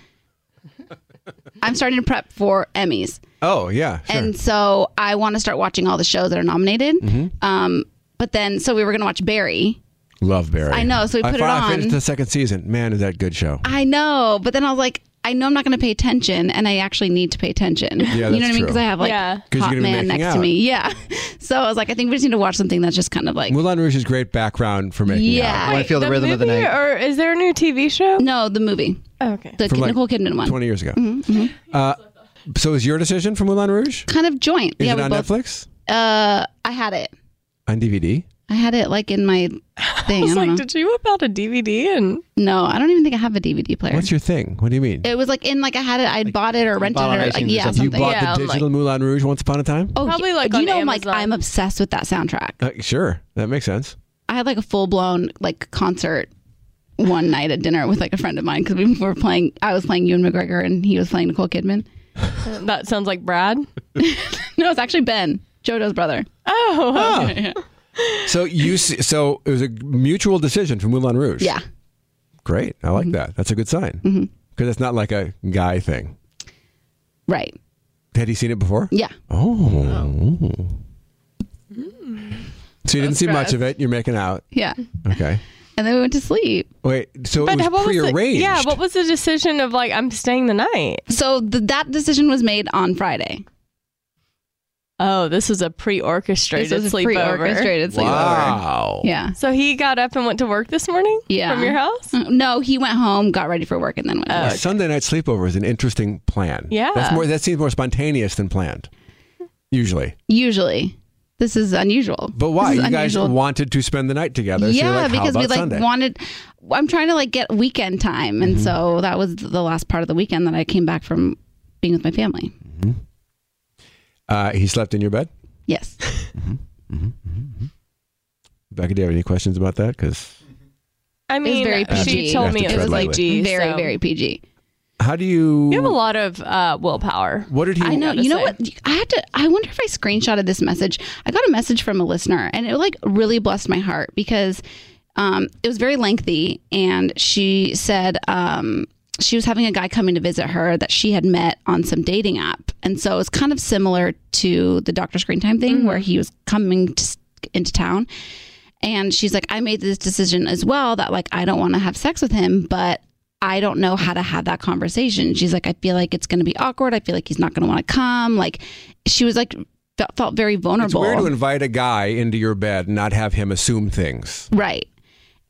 Speaker 3: I'm starting to prep for Emmys.
Speaker 5: Oh, yeah, sure. Mm-hmm.
Speaker 3: And so I want to start watching all the shows that are nominated. Um, but then, so we were going to watch Barry.
Speaker 5: Love Barry.
Speaker 3: I know, so we
Speaker 5: I
Speaker 3: put it
Speaker 5: fin- I
Speaker 3: on.
Speaker 5: finished the second season. Man, is that good show?
Speaker 3: I know, but then I was like, I know I'm not going to pay attention, and I actually need to pay attention. you know
Speaker 5: that's
Speaker 3: what I mean?
Speaker 5: true.
Speaker 3: Because I have like
Speaker 2: Yeah. 'Cause
Speaker 5: you're
Speaker 3: hot
Speaker 5: gonna be
Speaker 3: man
Speaker 5: making
Speaker 3: next
Speaker 5: out.
Speaker 3: to me. Yeah. So I was like, I think we just need to watch something that's just kind of like
Speaker 5: Moulin Rouge is great background for making
Speaker 3: Yeah.
Speaker 5: out.
Speaker 7: I want to feel the, rhythm
Speaker 2: movie,
Speaker 7: of the night.
Speaker 2: or is there a new TV show? Oh,
Speaker 3: no, the movie,
Speaker 2: Okay,
Speaker 3: the
Speaker 5: From, like,
Speaker 3: Nicole Kidman one, Mm-hmm.
Speaker 5: Twenty years ago. Uh, so is your decision for Moulin Rouge?
Speaker 3: kind of joint.
Speaker 5: Is
Speaker 3: yeah,
Speaker 5: it
Speaker 3: we
Speaker 5: on
Speaker 3: both.
Speaker 5: Netflix?
Speaker 3: Uh, I had it.
Speaker 5: On DVD?
Speaker 3: I had it like in my
Speaker 2: I
Speaker 3: thing. I,
Speaker 2: was
Speaker 3: don't
Speaker 2: like,
Speaker 3: know.
Speaker 2: did you whip out a DVD and
Speaker 3: no, I don't even think I have a DVD player.
Speaker 5: What's your thing? What do you mean?
Speaker 3: it was like in like I had it. I bought it or rented it
Speaker 7: bought
Speaker 3: or
Speaker 7: on
Speaker 3: like,
Speaker 7: iTunes or
Speaker 3: yeah
Speaker 7: something.
Speaker 3: something.
Speaker 5: you bought
Speaker 2: Yeah, I'm
Speaker 5: the digital Moulin Rouge once upon a time?
Speaker 3: Oh,
Speaker 2: Probably,
Speaker 3: yeah.
Speaker 2: like,
Speaker 3: Do you
Speaker 2: on
Speaker 3: know, I'm like
Speaker 2: Amazon.
Speaker 3: I'm obsessed with that soundtrack.
Speaker 5: Uh, sure, that makes sense.
Speaker 3: I had like a full blown like concert one night at dinner with like a friend of mine because we were playing. I was playing Ewan McGregor and he was playing Nicole Kidman.
Speaker 2: that sounds like Brad.
Speaker 3: No, it's actually Ben Jodo's brother.
Speaker 2: Oh,
Speaker 5: So you s- so it was a mutual decision for Moulin Rouge.
Speaker 3: Yeah, Mm-hmm.
Speaker 5: great. I like that. That's a good sign because it's not like a guy thing.
Speaker 3: right.
Speaker 5: Had he seen it before?
Speaker 3: Yeah,
Speaker 5: Oh. Mm. So you didn't see much
Speaker 2: gross.
Speaker 5: of it. You're making out.
Speaker 3: yeah.
Speaker 5: Okay.
Speaker 3: And then we went to sleep.
Speaker 5: Wait. So
Speaker 2: but
Speaker 5: it
Speaker 2: what
Speaker 5: was
Speaker 2: was the,
Speaker 5: prearranged.
Speaker 2: yeah? What was the decision of like I'm staying the night?
Speaker 3: So th- that decision was made on Friday.
Speaker 2: Oh, this was a pre-orchestrated
Speaker 3: This was a
Speaker 2: sleepover.
Speaker 3: pre-orchestrated sleepover.
Speaker 5: wow.
Speaker 3: Yeah.
Speaker 2: So he got up and went to work this morning.
Speaker 3: Yeah.
Speaker 2: from your house. Oh,
Speaker 3: Uh, No, he went home, got ready for work, and then went. to
Speaker 5: A
Speaker 3: work.
Speaker 5: Sunday night sleepover is an interesting plan.
Speaker 2: Yeah.
Speaker 5: That's more. That seems more spontaneous than planned. Usually,
Speaker 3: Usually, this is unusual.
Speaker 5: but why?
Speaker 3: This
Speaker 5: You
Speaker 3: is
Speaker 5: guys
Speaker 3: unusual.
Speaker 5: wanted to spend the night together. so
Speaker 3: yeah,
Speaker 5: you're like, how
Speaker 3: because we
Speaker 5: about
Speaker 3: like
Speaker 5: Sunday? Mm-hmm.
Speaker 3: wanted. I'm trying to like get weekend time, and so that was the last part of the weekend that I came back from being with my family.
Speaker 5: Uh, he slept in your bed. Mm-hmm.
Speaker 3: Yes,
Speaker 5: Becca, Mm-hmm. do you have any questions about that? Because
Speaker 2: I
Speaker 3: was
Speaker 2: mean,
Speaker 3: very
Speaker 2: she
Speaker 3: PG.
Speaker 2: told me
Speaker 5: You have
Speaker 2: it
Speaker 5: to
Speaker 2: was
Speaker 5: tread
Speaker 2: like G.
Speaker 3: very
Speaker 2: so-
Speaker 3: very PG.
Speaker 5: how do you?
Speaker 2: You have a lot of uh, willpower.
Speaker 5: What did he?
Speaker 3: I know.
Speaker 2: gotta
Speaker 3: You know
Speaker 2: say.
Speaker 3: what? I had to. I wonder if I screenshotted this message. I got a message from a listener, and it like really blessed my heart because um, it was very lengthy, and she said um, she was having a guy coming to visit her that she had met on some dating app, and so it's kind of similar to the Doctor Screen Time thing where he was coming to, s- into town. And she's like, I made this decision as well that like I don't want to have sex with him, but I don't know how to have that conversation. She's like, I feel like it's going to be awkward. I feel like he's not going to want to come. Like she was like fe- felt very
Speaker 5: It's
Speaker 3: vulnerable.
Speaker 5: weird to invite a guy into your bed and not have him assume things.
Speaker 3: Right.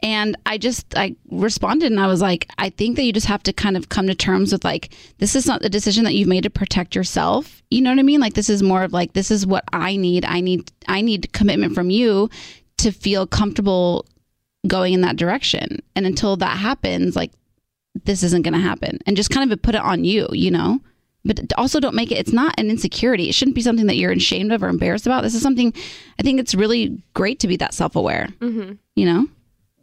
Speaker 3: And I just I responded and I was like, I think that you just have to kind of come to terms with like this is not the decision that you've made to protect yourself. You know what I mean? Like this is more of like this is what I need. I need I need commitment from you to feel comfortable going in that direction. And until that happens, like this isn't going to happen. And just kind of put it on you, you know? But also don't make it, it's not an insecurity. It shouldn't be something that you're ashamed of or embarrassed about. This is something I think it's really great to be that self aware,
Speaker 2: Mm-hmm.
Speaker 3: you know?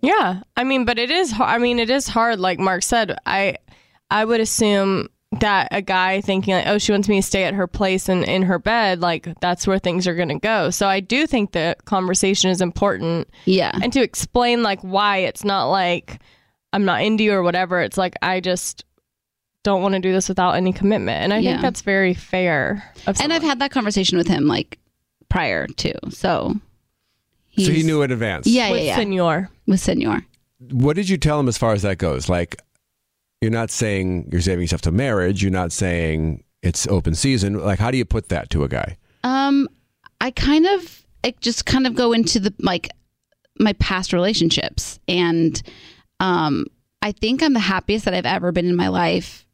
Speaker 2: Yeah, I mean, but it is. Hard. I mean, it is hard. Like Mark said, I, I would assume that a guy thinking like, oh, she wants me to stay at her place and in her bed, like that's where things are gonna go. So I do think the conversation is important,
Speaker 3: Yeah.
Speaker 2: and to explain like why it's not like I'm not into you or whatever. It's like I just don't want to do this without any commitment, and I
Speaker 3: Yeah.
Speaker 2: think that's very fair. Of
Speaker 3: and I've had that conversation with him like prior to. So,
Speaker 5: so he
Speaker 3: he's-
Speaker 5: knew in advance.
Speaker 3: Yeah,
Speaker 2: with
Speaker 3: yeah, yeah.
Speaker 2: Senor.
Speaker 3: with Senor.
Speaker 5: What did you tell him as far as that goes? Like, you're not saying you're saving yourself to marriage. You're not saying it's open season. Like, how do you put that to a guy?
Speaker 3: Um, I kind of I just kind of go into the like my past relationships, and um, I think I'm the happiest that I've ever been in my life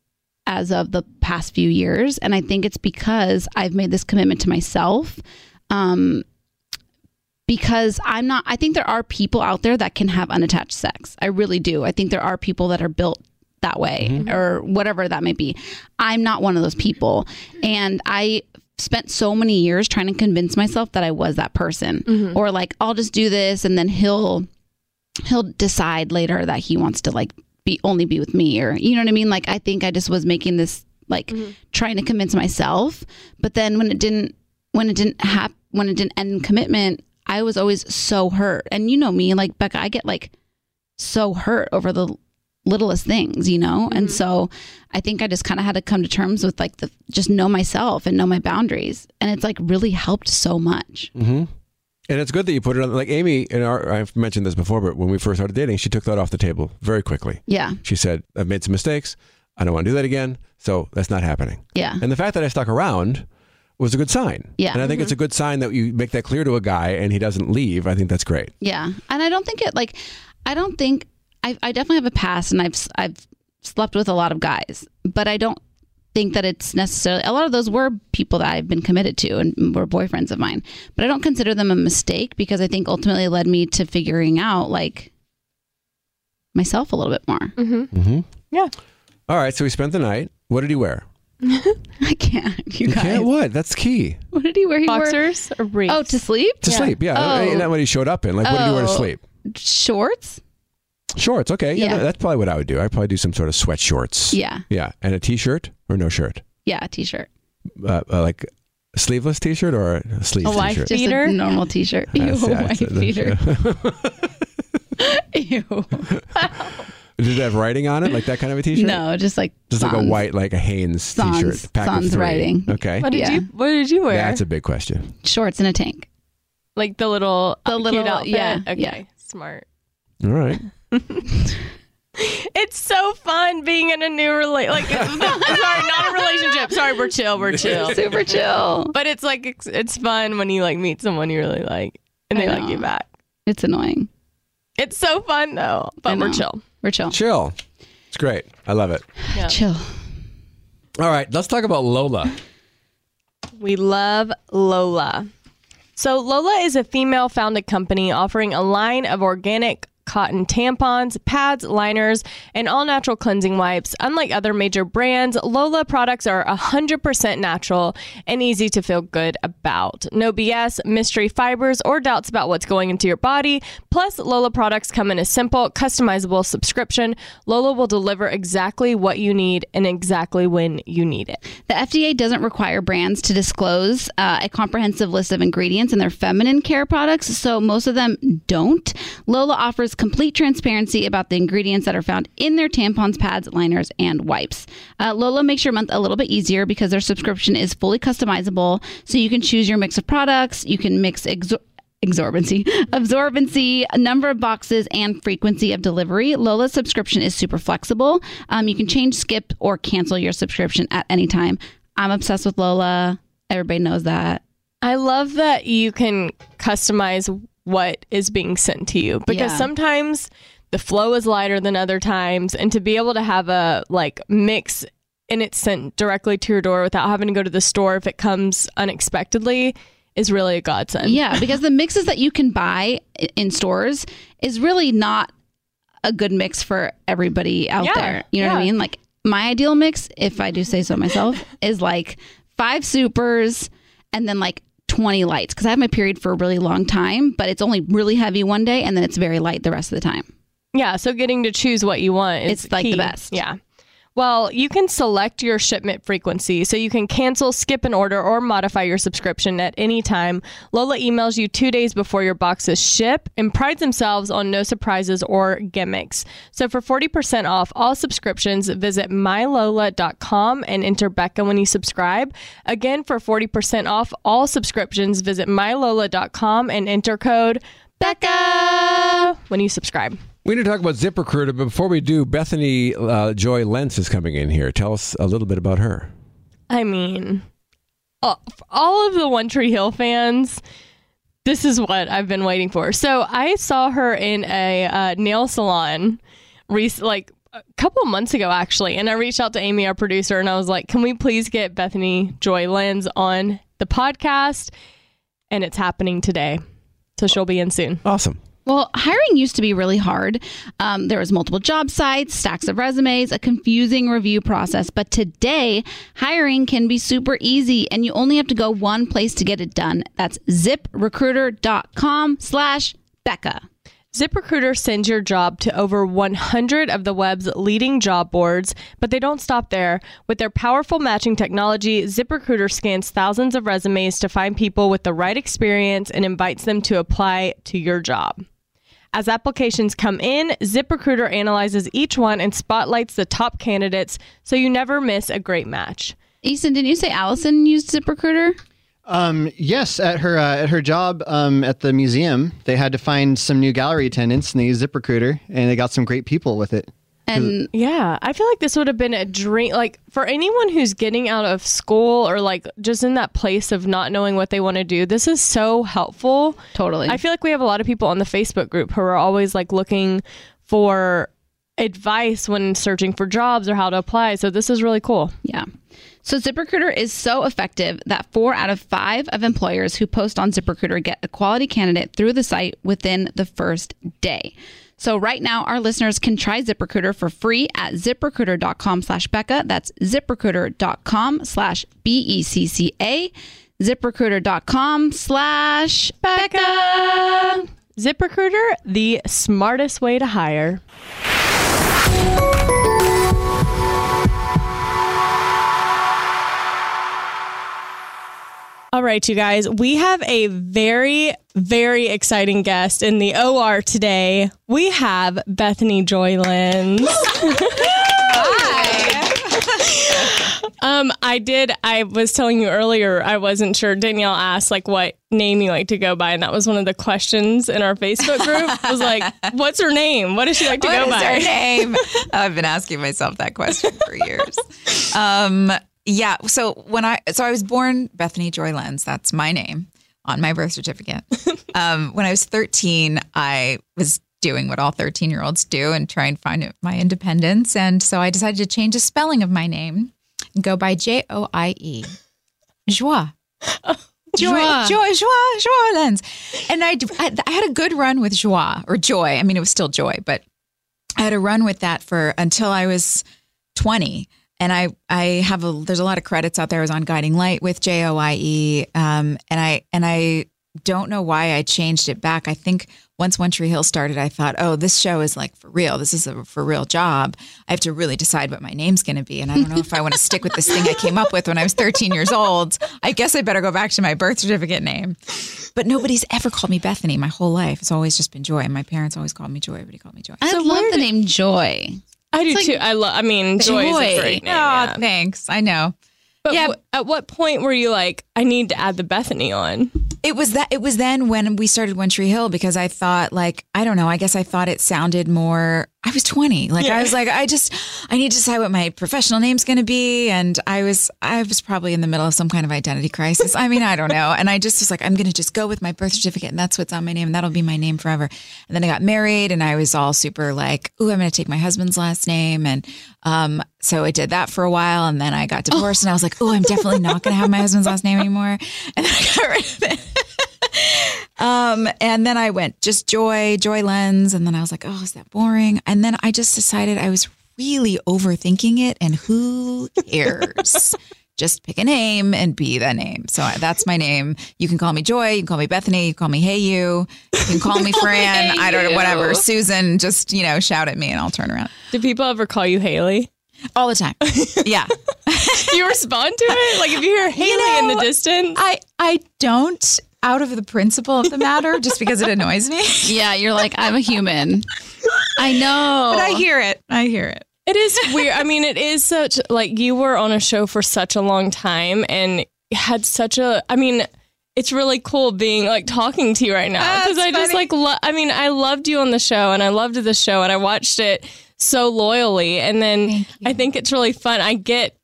Speaker 3: as of the past few years, and I think it's because I've made this commitment to myself. Um, because I'm not, I think there are people out there that can have unattached sex. I really do. I think there are people that are built that way or whatever that may be. I'm not one of those people. And I spent so many years trying to convince myself that I was that person or like, I'll just do this and then he'll he'll decide later that he wants to like be only be with me or you know what I mean? Like I think I just was making this like trying to convince myself, but then when it didn't when it didn't happen when it didn't end in commitment, I was always so hurt. And you know me, like Becca, I get like so hurt over the littlest things, you know? And so I think I just kind of had to come to terms with like the just know myself and know my boundaries. And it's like really helped so much.
Speaker 5: Mm. And it's good that you put it on. Like Amy, and our, I've mentioned this before, but when we first started dating, she took that off the table very quickly.
Speaker 3: Yeah.
Speaker 5: She said, I've made some mistakes. I don't want to do that again. So that's not happening.
Speaker 3: Yeah.
Speaker 5: And the fact that I stuck around was a good sign.
Speaker 3: Yeah. Mm-hmm.
Speaker 5: And I think it's a good sign that you make that clear to a guy and he doesn't leave. I think that's great.
Speaker 3: Yeah, and I don't think it like I don't think I I definitely have a past, and I've I've slept with a lot of guys, but I don't think that it's necessarily a lot of those were people that I've been committed to and were boyfriends of mine, but I don't consider them a mistake because I think ultimately it led me to figuring out like myself a little bit more.
Speaker 2: Yeah.
Speaker 5: Mm-hmm. All right. So we spent the night. What did he wear?
Speaker 3: I can't, you, guys.
Speaker 5: can't what? That's key.
Speaker 3: What did he wear? He wore
Speaker 2: Boxers or briefs?
Speaker 3: oh to sleep
Speaker 5: To sleep. Yeah.
Speaker 3: Oh.
Speaker 5: Not what he showed up in. Like, what did he wear to
Speaker 3: Oh.
Speaker 5: sleep?
Speaker 3: shorts.
Speaker 5: Shorts. Okay. Yeah.
Speaker 3: Yeah.
Speaker 5: no, that's probably what I would do. I'd probably do some sort of sweat shorts.
Speaker 3: Yeah,
Speaker 5: Yeah. And a t shirt or no shirt?
Speaker 3: yeah, a t-shirt,
Speaker 5: uh, uh, like a sleeveless t-shirt or a sleeve
Speaker 2: A wife
Speaker 5: t-shirt?
Speaker 3: just
Speaker 2: Beater?
Speaker 3: a normal t-shirt. Ew,
Speaker 5: That's- yeah,
Speaker 3: white
Speaker 5: it's- that's-
Speaker 3: beater. Ew.
Speaker 5: Did it have writing on it, like that kind of a t-shirt?
Speaker 3: No, just like um,
Speaker 5: just like a
Speaker 3: sans.
Speaker 5: white, like a Hanes
Speaker 3: Sans.
Speaker 5: t-shirt. Pack of
Speaker 3: Sans
Speaker 5: three.
Speaker 3: writing.
Speaker 5: Okay,
Speaker 2: What did
Speaker 3: Yeah.
Speaker 2: you What did you wear?
Speaker 5: that's a big question.
Speaker 3: shorts and a tank.
Speaker 2: like the little
Speaker 3: The
Speaker 2: uh, cute
Speaker 3: little-
Speaker 2: outfit?
Speaker 3: yeah,
Speaker 2: Okay.
Speaker 3: yeah.
Speaker 2: Smart.
Speaker 5: All right,
Speaker 2: It's so fun being in a new relationship. Like, it's, sorry, not a relationship. Sorry, we're chill. We're chill.
Speaker 3: Super chill.
Speaker 2: But it's like it's, it's fun when you like meet someone you really like and they
Speaker 3: I
Speaker 2: like you
Speaker 3: know.
Speaker 2: back.
Speaker 3: It's annoying.
Speaker 2: It's so fun though.
Speaker 3: I
Speaker 2: But we're
Speaker 3: know.
Speaker 2: chill.
Speaker 3: We're chill.
Speaker 5: chill. It's great. I love it.
Speaker 2: Yeah.
Speaker 3: Chill.
Speaker 5: All right, let's talk about Lola.
Speaker 2: We love Lola. So, Lola is a female founded company offering a line of organic cotton tampons, pads, liners, and all natural cleansing wipes. Unlike other major brands, Lola products are 100% natural and easy to feel good about. No BS, mystery fibers, or doubts about what's going into your body. Plus, Lola products come in a simple, customizable subscription. Lola will deliver exactly what you need and exactly when you need it.
Speaker 3: The FDA doesn't require brands to disclose uh, a comprehensive list of ingredients in their feminine care products, so most of them don't. Lola offers complete transparency about the ingredients that are found in their tampons, pads, liners, and wipes. Uh, Lola makes your month a little bit easier because their subscription is fully customizable, so you can choose your mix of products, you can mix. Exor- Absorbency, absorbency, number of boxes, and frequency of delivery. Lola's subscription is super flexible. Um, you can change, skip, or cancel your subscription at any time. I'm obsessed with Lola. Everybody knows that.
Speaker 2: I love that you can customize what is being sent to you because
Speaker 3: Yeah.
Speaker 2: sometimes the flow is lighter than other times and to be able to have a like mix and it's sent directly to your door without having to go to the store if it comes unexpectedly is really a godsend.
Speaker 3: Yeah, because the mixes that you can buy i- in stores is really not a good mix for everybody out
Speaker 2: Yeah,
Speaker 3: there. You know what I
Speaker 2: yeah.
Speaker 3: mean? Like my ideal mix, if I do say so myself, is like five supers and then like 20 lights because I have my period for a really long time, but it's only really heavy one day and then it's very light the rest of the time.
Speaker 2: Yeah, so getting to choose what you want is
Speaker 3: It's like the
Speaker 2: key.
Speaker 3: best.
Speaker 2: Yeah. Well, you can select your shipment frequency so you can cancel, skip an order, or modify your subscription at any time. Lola emails you two days before your boxes ship and prides themselves on no surprises or gimmicks. So for 40% off all subscriptions, visit mylola.com and enter Becca when you subscribe. Again, for 40% off all subscriptions, visit mylola.com and enter code Becca when you subscribe.
Speaker 5: We need to talk about ZipRecruiter, but before we do, Bethany uh, Joy Lentz is coming in here. Tell us a little bit about her.
Speaker 2: I mean, all, for all of the One Tree Hill fans, this is what I've been waiting for. So I saw her in a uh, nail salon, rec- like a couple months ago, actually, and I reached out to Amy, our producer, and I was like, "Can we please get Bethany Joy Lenz on the podcast?" And it's happening today. so she'll be in soon.
Speaker 5: Awesome.
Speaker 3: Well, hiring used to be really hard. Um, there was multiple job sites, stacks of resumes, a confusing review process. But today, hiring can be super easy, and you only have to go one place to get it done. That's ZipRecruiter.com slash Becca.
Speaker 2: ZipRecruiter sends your job to over 100 of the web's leading job boards, but they don't stop there. With their powerful matching technology, ZipRecruiter scans thousands of resumes to find people with the right experience and invites them to apply to your job. As applications come in, ZipRecruiter analyzes each one and spotlights the top candidates so you never miss a great match.
Speaker 3: Easton, didn't you say Allison used ZipRecruiter?
Speaker 7: Um, yes, at her uh, at her job um, at the museum, they had to find some new gallery attendants, and they used ZipRecruiter, and they got some great people with it.
Speaker 3: And
Speaker 2: Yeah, I feel like this would have been a dream. Like for anyone who's getting out of school or like just in that place of not knowing what they want to do, this is so helpful.
Speaker 3: Totally.
Speaker 2: I feel like we have a lot of people on the Facebook group who are always like looking for advice when searching for jobs or how to apply. So this is really cool.
Speaker 3: Yeah. So ZipRecruiter is so effective that four out of five of employers who post on ZipRecruiter get a quality candidate through the site within the first day. So right now, our listeners can try ZipRecruiter for free at ziprecruiter.com slash Becca. That's ziprecruiter.com slash B E C C A. ZipRecruiter.com slash Becca.
Speaker 2: ZipRecruiter, the smartest way to hire. All right, you guys, we have a very, very exciting guest in the OR today. We have Bethany Joylands. Um, I did. I was telling you earlier. I wasn't sure. Danielle asked like what name you like to go by, and that was one of the questions in our Facebook group. was like, "What's her name? What does she like to go
Speaker 8: What is
Speaker 2: by?"
Speaker 8: her name? I've been asking myself that question for years. um, yeah. So when I so I was born Bethany Joy Lenz. That's my name on my birth certificate. um, when I was 13, I was doing what all 13 year olds do and try and find my independence, and so I decided to change the spelling of my name and go by J O I E, Joie. Joy,
Speaker 3: Joie.
Speaker 8: joy, joy, joy lens. And I, d- I- I had a good run with joie or joy. I mean, it was still joy, but I had a run with that for until I was 20. And I, I have a, there's a lot of credits out there. I was on Guiding Light with J O I E. Um, and I, and I don't know why I changed it back. I think once One Tree Hill started, I thought, oh, this show is like for real. This is a for real job. I have to really decide what my name's going to be. And I don't know if I want to stick with this thing I came up with when I was 13 years old. I guess I better go back to my birth certificate name. But nobody's ever called me Bethany my whole life. It's always just been Joy. And my parents always called me Joy. Everybody called me Joy.
Speaker 3: I love the name Joy.
Speaker 2: I do too. I love. I mean, Joy, is a great
Speaker 8: Oh,
Speaker 2: name. yeah.
Speaker 8: thanks. I know.
Speaker 2: But
Speaker 8: yeah.
Speaker 2: wh- at what point were you like, I need to add the Bethany on?
Speaker 8: It was that it was then when we started One Tree Hill because I thought like I don't know I guess I thought it sounded more I was 20 like I was like I just I need to decide what my professional name's going to be and I was I was probably in the middle of some kind of identity crisis I mean I don't know and I just was like I'm going to just go with my birth certificate and that's what's on my name and that'll be my name forever and then I got married and I was all super like ooh I'm going to take my husband's last name and um so I did that for a while and then I got divorced and I was like oh I'm definitely not going to have my husband's last name anymore and then I got rid of it um, and then I went just joy, joy lens. And then I was like, oh, is that boring? And then I just decided I was really overthinking it. And who cares? just pick a name and be that name. So I, that's my name. You can call me Joy. You can call me Bethany. You can call me Hey You. You can call me Fran. I don't know, whatever. Susan, just, you know, shout at me and I'll turn around
Speaker 2: Do people ever call you Haley?
Speaker 8: all the time. Yeah.
Speaker 2: Do you respond to it? Like if you hear Haley in the
Speaker 8: know,
Speaker 2: distance,
Speaker 8: I, I don't out of the principle of the matter, just because it annoys me.
Speaker 3: Yeah, you're like, I'm a human. I know.
Speaker 8: But I hear it. I hear it.
Speaker 2: It is weird. I mean, it is such like you were on a show for such a long time and had such a. I mean, it's really cool being like talking to you right now
Speaker 8: Ah,
Speaker 2: because I just like. Lo- I mean, I loved you on the show and I loved the show and I watched it so loyally. And then I think it's really fun. I get.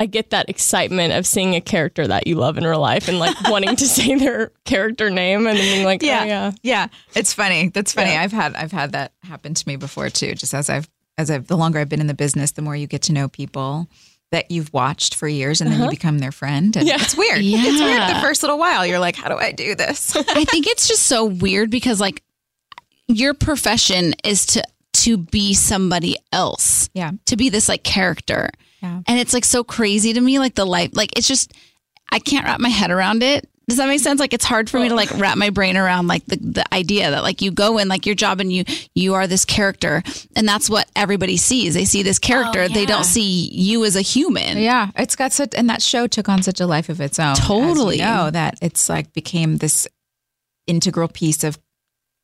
Speaker 2: I get that excitement of seeing a character that you love in real life and like wanting to say their character name and then being like,
Speaker 8: yeah,
Speaker 2: yeah. oh yeah.
Speaker 8: yeah. It's funny. That's funny. I've had I've had that happen to me before too. Just as I've as I've the longer I've been in the business, the more you get to know people, that you've watched for years and
Speaker 2: Uh-huh.
Speaker 8: then you become their friend. And It's weird. It's weird the first little while. You're like, how do I do this?
Speaker 3: I think it's just so weird because like your profession is to to be somebody else.
Speaker 8: Yeah.
Speaker 3: To be this like character.
Speaker 8: Yeah.
Speaker 3: And it's like so crazy to me like the life like it's just I can't wrap my head around it. Does that make sense? Like it's hard for me to like wrap my brain around like the, the idea that like you go in like your job and you you are this character and that's what everybody sees. They see this character.
Speaker 8: Oh,
Speaker 3: They don't see you as a human.
Speaker 8: Yeah, it's got such, and that show took on such a life of its own.
Speaker 3: Totally.
Speaker 8: no, that it's like became this integral piece of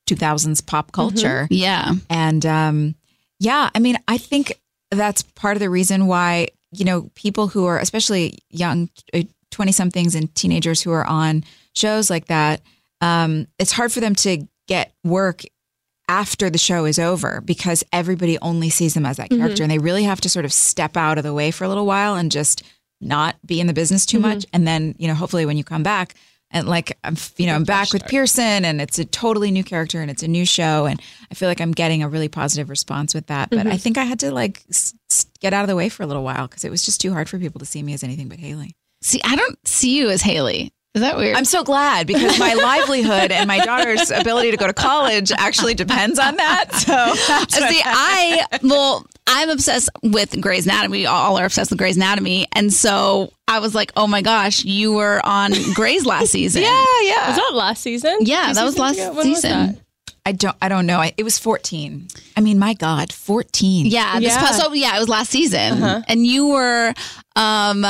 Speaker 8: 2000s pop culture,
Speaker 3: Mm-hmm. Yeah.
Speaker 8: and um, yeah, I mean, I think that's part of the reason why you know people who are especially young, twenty somethings and teenagers who are on shows like that, um, it's hard for them to get work after the show is over because everybody only sees them as that
Speaker 3: Mm-hmm.
Speaker 8: character and they really have to sort of step out of the way for a little while and just not be in the business
Speaker 3: Mm-hmm.
Speaker 8: too much and then you know hopefully when you come back and like I'm f- you know I'm back with Pearson and it's a totally new character and it's a new show and I feel like I'm getting a really positive response with that
Speaker 3: Mm-hmm.
Speaker 8: but I think I had to like s- s- get out of the way for a little while because it was just too hard for people to see me as anything but Haley
Speaker 3: See, I don't see you as Haley. Is that weird?
Speaker 8: I'm so glad because my livelihood and my daughter's ability to go to college actually depends on that so
Speaker 3: See, I well, I'm obsessed with Grey's Anatomy. We all are obsessed with Grey's Anatomy, and so I was like, "Oh my gosh, you were on Grey's last season." yeah,
Speaker 2: Was that last season?
Speaker 3: yeah,
Speaker 2: Two
Speaker 3: that was
Speaker 2: seasons
Speaker 3: last
Speaker 2: ago? When was
Speaker 3: season.
Speaker 2: that?
Speaker 8: I don't. I don't know. I, it was fourteen. I mean, my God, fourteen.
Speaker 3: Yeah, this
Speaker 2: Yeah.
Speaker 3: past- so yeah, it was last season,
Speaker 8: Uh-huh.
Speaker 3: and you were, um,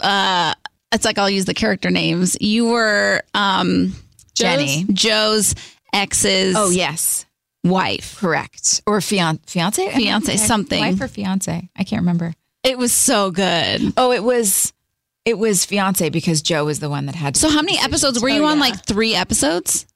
Speaker 3: uh, it's like I'll use the character names. You were, um,
Speaker 8: Jenny.
Speaker 3: Joe's ex's
Speaker 8: Oh yes,
Speaker 3: wife,
Speaker 8: correct. Or fian- fiance.
Speaker 3: Fiance, something.
Speaker 8: Wife or fiance? I can't remember.
Speaker 3: It was so good.
Speaker 8: Oh, it was. It was fiance because Joe was the one that had. Oh,
Speaker 3: So how many episodes were you on? Like three episodes.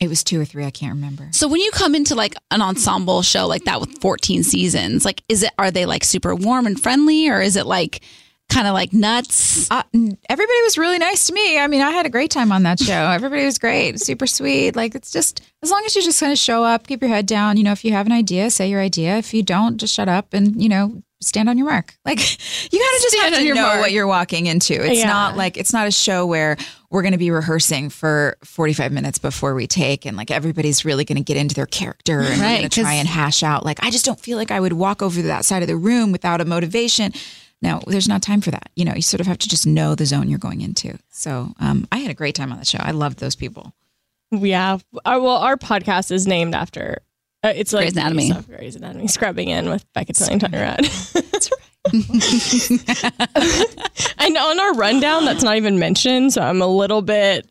Speaker 8: It was two or three. I can't remember.
Speaker 3: So when you come into like an ensemble show like that with 14 seasons, like is it are they like super warm and friendly or is it like kind of like nuts?
Speaker 8: Uh, n- everybody was really nice to me. I mean, I had a great time on that show. Everybody was great, super sweet. Like it's just as long as you just kind of show up, keep your head down. You know, if you have an idea, say your idea. If you don't, just shut up and you know stand on your mark. Like you gotta just have
Speaker 3: Stand on
Speaker 8: to
Speaker 3: your
Speaker 8: know
Speaker 3: mark.
Speaker 8: what you're walking into. It's
Speaker 2: Yeah.
Speaker 8: not like it's not a show where we're gonna be rehearsing for 45 minutes before we take, and like everybody's really gonna get into their character and we're
Speaker 3: Right,
Speaker 8: gonna
Speaker 3: 'cause-
Speaker 8: try and hash out. Like I just don't feel like I would walk over to that side of the room without a motivation. No, there's not time for that. You know, you sort of have to just know the zone you're going into. So um, I had a great time on the show. I loved those people.
Speaker 2: Yeah. Our, well, our podcast is named after. Uh, it's like
Speaker 3: Grey's Anatomy.
Speaker 2: stuff, Grey's Anatomy. Scrubbing in with Becca Tilly and Tony Rad. and on our rundown, that's not even mentioned, so I'm a little bit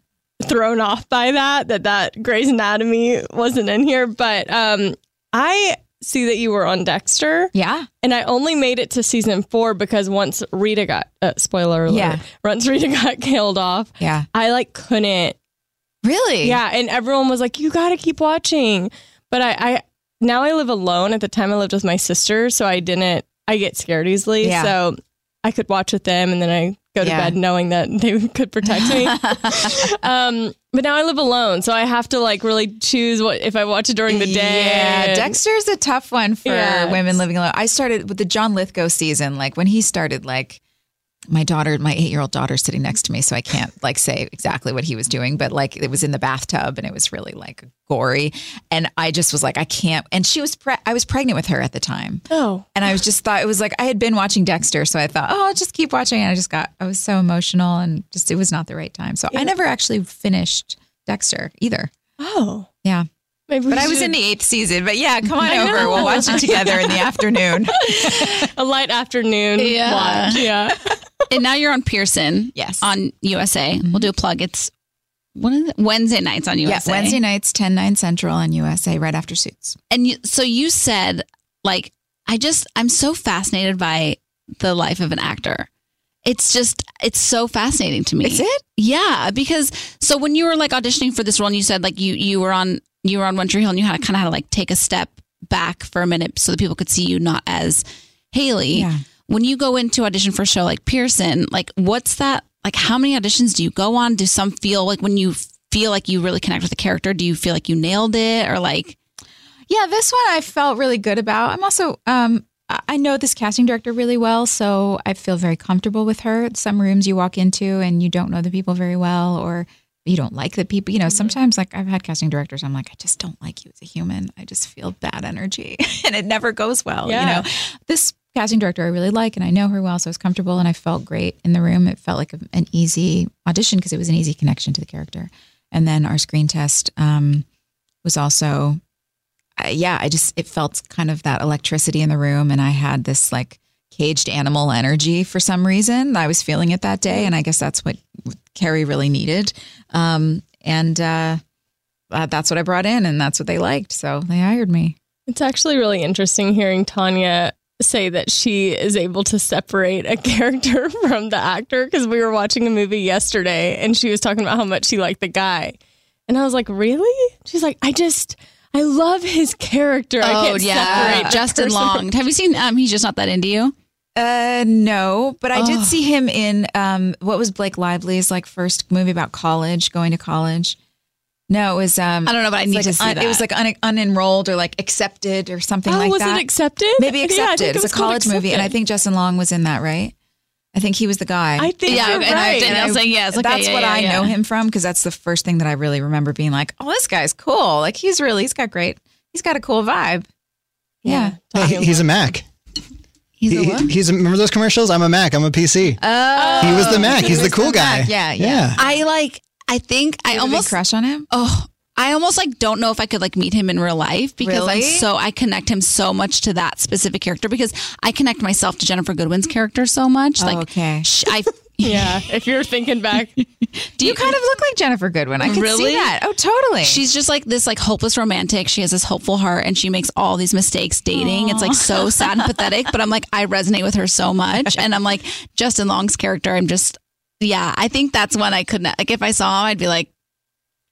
Speaker 2: thrown off by that. That that Grey's Anatomy wasn't in here, but um, I see that you were on Dexter.
Speaker 8: Yeah.
Speaker 2: And I only made it to season four because once Rita got uh, spoiler alert,
Speaker 8: Yeah.
Speaker 2: once Rita got killed off,
Speaker 8: Yeah.
Speaker 2: I like couldn't
Speaker 8: Really?
Speaker 2: yeah, and everyone was like, "You got to keep watching." But I, I now I live alone. At the time, I lived with my sister, so I didn't. I get scared easily,
Speaker 8: Yeah.
Speaker 2: so I could watch with them, and then I go to
Speaker 8: Yeah.
Speaker 2: bed knowing that they could protect me. um, but now I live alone, so I have to like really choose what if I watch it during the day.
Speaker 8: Yeah,
Speaker 2: and-
Speaker 8: Dexter's a tough one for
Speaker 2: Yeah.
Speaker 8: women living alone. I started with the John Lithgow season, like when he started, like my daughter, my eight year old daughter sitting next to me, so I can't like say exactly what he was doing, but like it was in the bathtub and it was really like gory. And I just was like, I can't. And she was, pre- I was pregnant with her at the time.
Speaker 2: Oh,
Speaker 8: And I was just thought it was like I had been watching Dexter, so I thought, oh, I'll just keep watching. And I just got, I was so emotional, and just it was not the right time. So I never actually finished Dexter either.
Speaker 2: oh,
Speaker 8: Yeah,
Speaker 2: maybe.
Speaker 8: but I was in the eighth season. But yeah, come on over, we'll watch it together in the afternoon.
Speaker 2: a light afternoon
Speaker 3: Yeah.
Speaker 2: watch. Yeah,
Speaker 3: and now you're on Pearson.
Speaker 8: Yes.
Speaker 3: On USA.
Speaker 2: Mm-hmm.
Speaker 3: We'll do a plug. It's what is it? Wednesday nights on
Speaker 8: Yeah,
Speaker 3: USA.
Speaker 8: Wednesday nights, 10, 9 central on USA, right after Suits.
Speaker 3: And you, so you said like I just I'm so fascinated by the life of an actor. It's just it's so fascinating to me.
Speaker 8: Is it?
Speaker 3: Yeah, because so when you were like auditioning for this role, and you said like you you were on you were on One Tree Hill, and you had kind of had to like take a step back for a minute so that people could see you not as Haley.
Speaker 8: Yeah.
Speaker 3: When you go into audition for a show like Pearson, like what's that like? How many auditions do you go on? Do some feel like when you feel like you really connect with the character? Do you feel like you nailed it or like
Speaker 8: Yeah, this one I felt really good about. I'm also um I- I know this casting director really well, so I feel very comfortable with her. Some rooms you walk into and you don't know the people very well, or you don't like the people. You know, sometimes like I've had casting directors, I'm like, I just don't like you as a human. I just feel bad energy, and it never goes well.
Speaker 2: Yeah.
Speaker 8: You know, this casting director I really like, and I know her well, so I was comfortable, and I felt great in the room. It felt like a, an easy audition because it was an easy connection to the character. And then our screen test um, was also I, yeah, I just it felt kind of that electricity in the room, and I had this like caged animal energy for some reason. I was feeling it that day, and I guess that's what Carrie really needed. Um, and uh, uh, that's what I brought in, and that's what they liked, so they hired me.
Speaker 2: It's actually really interesting hearing Tanya say that she is able to separate a character from the actor because we were watching a movie yesterday and she was talking about how much she liked the guy. And I was like, Really? She's like, I just, I love his character. I
Speaker 3: Oh
Speaker 2: can't separate
Speaker 3: yeah,
Speaker 2: that
Speaker 3: Justin
Speaker 2: person."
Speaker 3: Long. Have you seen? Um, he's just not that into you.
Speaker 8: Uh, no, but I
Speaker 3: Oh.
Speaker 8: did see him in um, what was Blake Lively's like first movie about college, going to college. No, it was um,
Speaker 3: I don't know, but I
Speaker 8: it's
Speaker 3: need
Speaker 8: like
Speaker 3: to see
Speaker 8: un-
Speaker 3: that.
Speaker 8: It was like un- unenrolled or like accepted or something
Speaker 2: Oh,
Speaker 8: like
Speaker 2: was
Speaker 8: that.
Speaker 2: it accepted?
Speaker 8: Maybe
Speaker 2: Yeah, I think
Speaker 8: accepted.
Speaker 2: it
Speaker 8: it's
Speaker 2: was
Speaker 8: a
Speaker 2: called
Speaker 8: college movie, and I
Speaker 2: Accepted.
Speaker 8: think Justin Long was in that, right? I think he was the guy.
Speaker 2: I think
Speaker 3: Yeah,
Speaker 2: you're
Speaker 3: and I-
Speaker 2: right.
Speaker 3: and I was like, yes, okay,
Speaker 8: that's
Speaker 3: yeah,
Speaker 8: what
Speaker 3: yeah,
Speaker 8: I
Speaker 3: yeah.
Speaker 8: know him from because that's the first thing that I really remember being like, "Oh, this guy's cool. Like he's really, he's got great, he's got a cool vibe." Yeah.
Speaker 7: He- he's a Mac.
Speaker 3: He's
Speaker 7: He-
Speaker 3: a what?
Speaker 7: he's a, remember those commercials? I'm a Mac. I'm a PC.
Speaker 8: Oh,
Speaker 7: he was the Mac. He's the cool guy.
Speaker 8: Mac. Yeah, yeah.
Speaker 3: I like. I think I
Speaker 8: I almost
Speaker 3: almost.
Speaker 8: crush on him.
Speaker 3: Oh, I almost like don't know if I could like meet him in real life because I'm
Speaker 8: Really?
Speaker 3: so I connect him so much to that specific character because I connect myself to Jennifer Goodwin's character so much. Like,
Speaker 8: okay.
Speaker 3: sh- I
Speaker 2: yeah, if you're thinking back,
Speaker 8: Do you kind of look like Jennifer Goodwin? I can
Speaker 3: Really?
Speaker 8: see that. Oh, totally.
Speaker 3: She's just like this like hopeless romantic. She has this hopeful heart and she makes all these mistakes dating. It's like so sad and pathetic, but I'm like I resonate with her so much and I'm like Justin Long's character, I'm just yeah, I think that's when I couldn't like if I saw him I'd be like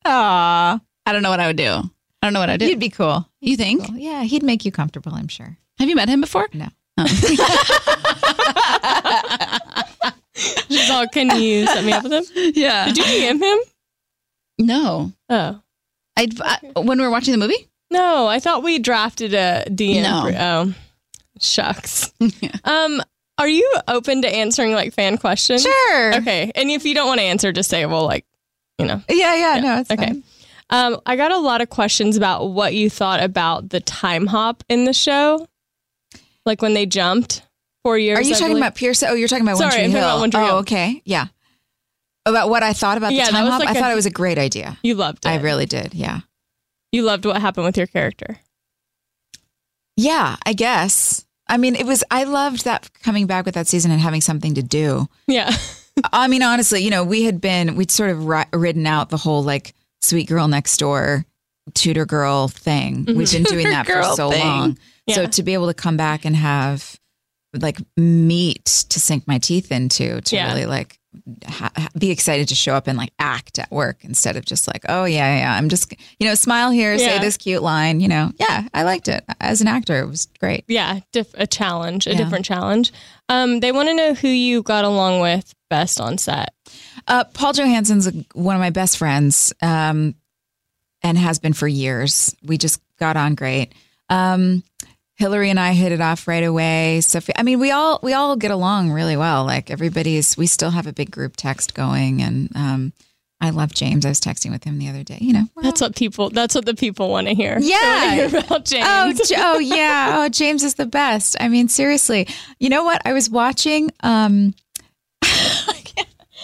Speaker 8: Aw,
Speaker 3: I don't know what I would do. I don't know what I would do.
Speaker 8: you'd be cool.
Speaker 3: You think?
Speaker 8: Cool. Yeah, he'd make you comfortable. I'm sure.
Speaker 3: Have you met him before? Oh.
Speaker 8: No.
Speaker 2: she's all, Can you set me up with him?
Speaker 3: Yeah.
Speaker 2: Did you DM him?
Speaker 3: No.
Speaker 2: Oh.
Speaker 3: I, I when we were watching the movie?
Speaker 2: No, oh, I thought we drafted a DM.
Speaker 3: No.
Speaker 2: for- Oh, shucks. um, are you open to answering like fan questions?
Speaker 8: Sure.
Speaker 2: Okay, and if you don't want to answer, just say, "Well, like, you know."
Speaker 8: Yeah, yeah, No, it's
Speaker 2: Okay.
Speaker 8: fine.
Speaker 2: Um, I got a lot of questions about what you thought about the time hop in the show, like when they jumped four years.
Speaker 8: Are you
Speaker 2: I
Speaker 8: talking
Speaker 2: believe.
Speaker 8: about Pierce? Oh, you're talking about
Speaker 2: Sorry,
Speaker 8: One Tree
Speaker 2: I'm
Speaker 8: Hill.
Speaker 2: talking about One Tree
Speaker 8: oh,
Speaker 2: Hill.
Speaker 8: okay, yeah. About what I thought about
Speaker 2: Yeah,
Speaker 8: the
Speaker 2: that
Speaker 8: time
Speaker 2: was
Speaker 8: hop,
Speaker 2: like
Speaker 8: I
Speaker 2: a-
Speaker 8: thought it was a great idea.
Speaker 2: You loved it.
Speaker 8: I really did. Yeah,
Speaker 2: you loved what happened with your character.
Speaker 8: yeah. I guess. I mean, it was. I loved that coming back with that season and having something to do.
Speaker 2: Yeah.
Speaker 8: I mean, honestly, you know, we had been, we'd sort of ri- ridden out the whole like sweet girl next door, tutor girl thing. We've been doing that for
Speaker 3: girl
Speaker 8: so
Speaker 3: thing.
Speaker 8: long. So
Speaker 2: Mm-hmm. Yeah.
Speaker 8: to be able to come back and have like meat to sink my teeth into, to
Speaker 2: Yeah.
Speaker 8: really like ha- ha- be excited to show up and like act at work instead of just like, oh, yeah, yeah, I'm just, you know, smile here, say
Speaker 2: Yeah.
Speaker 8: this cute line, you know. Yeah, I liked it. As an actor, it was great.
Speaker 2: yeah, diff- a challenge, a
Speaker 8: Yeah.
Speaker 2: different challenge. Um, they want to know who you got along with best on set.
Speaker 8: Uh, Paul Johansson's a- one of my best friends, um, and has been for years. We just got on great. Um, Hillary and I hit it off right away. Sophie, I mean, we all we all get along really well. Like everybody's, we still have a big group text going, and um, I love James. I was texting with him the other day. You know, we're
Speaker 2: That's what people. That's what the people want to hear. They wanna
Speaker 8: Yeah.
Speaker 2: hear about James.
Speaker 8: Oh, J- oh yeah. Oh, James is the best. I mean, seriously. You know what? I was watching. Um,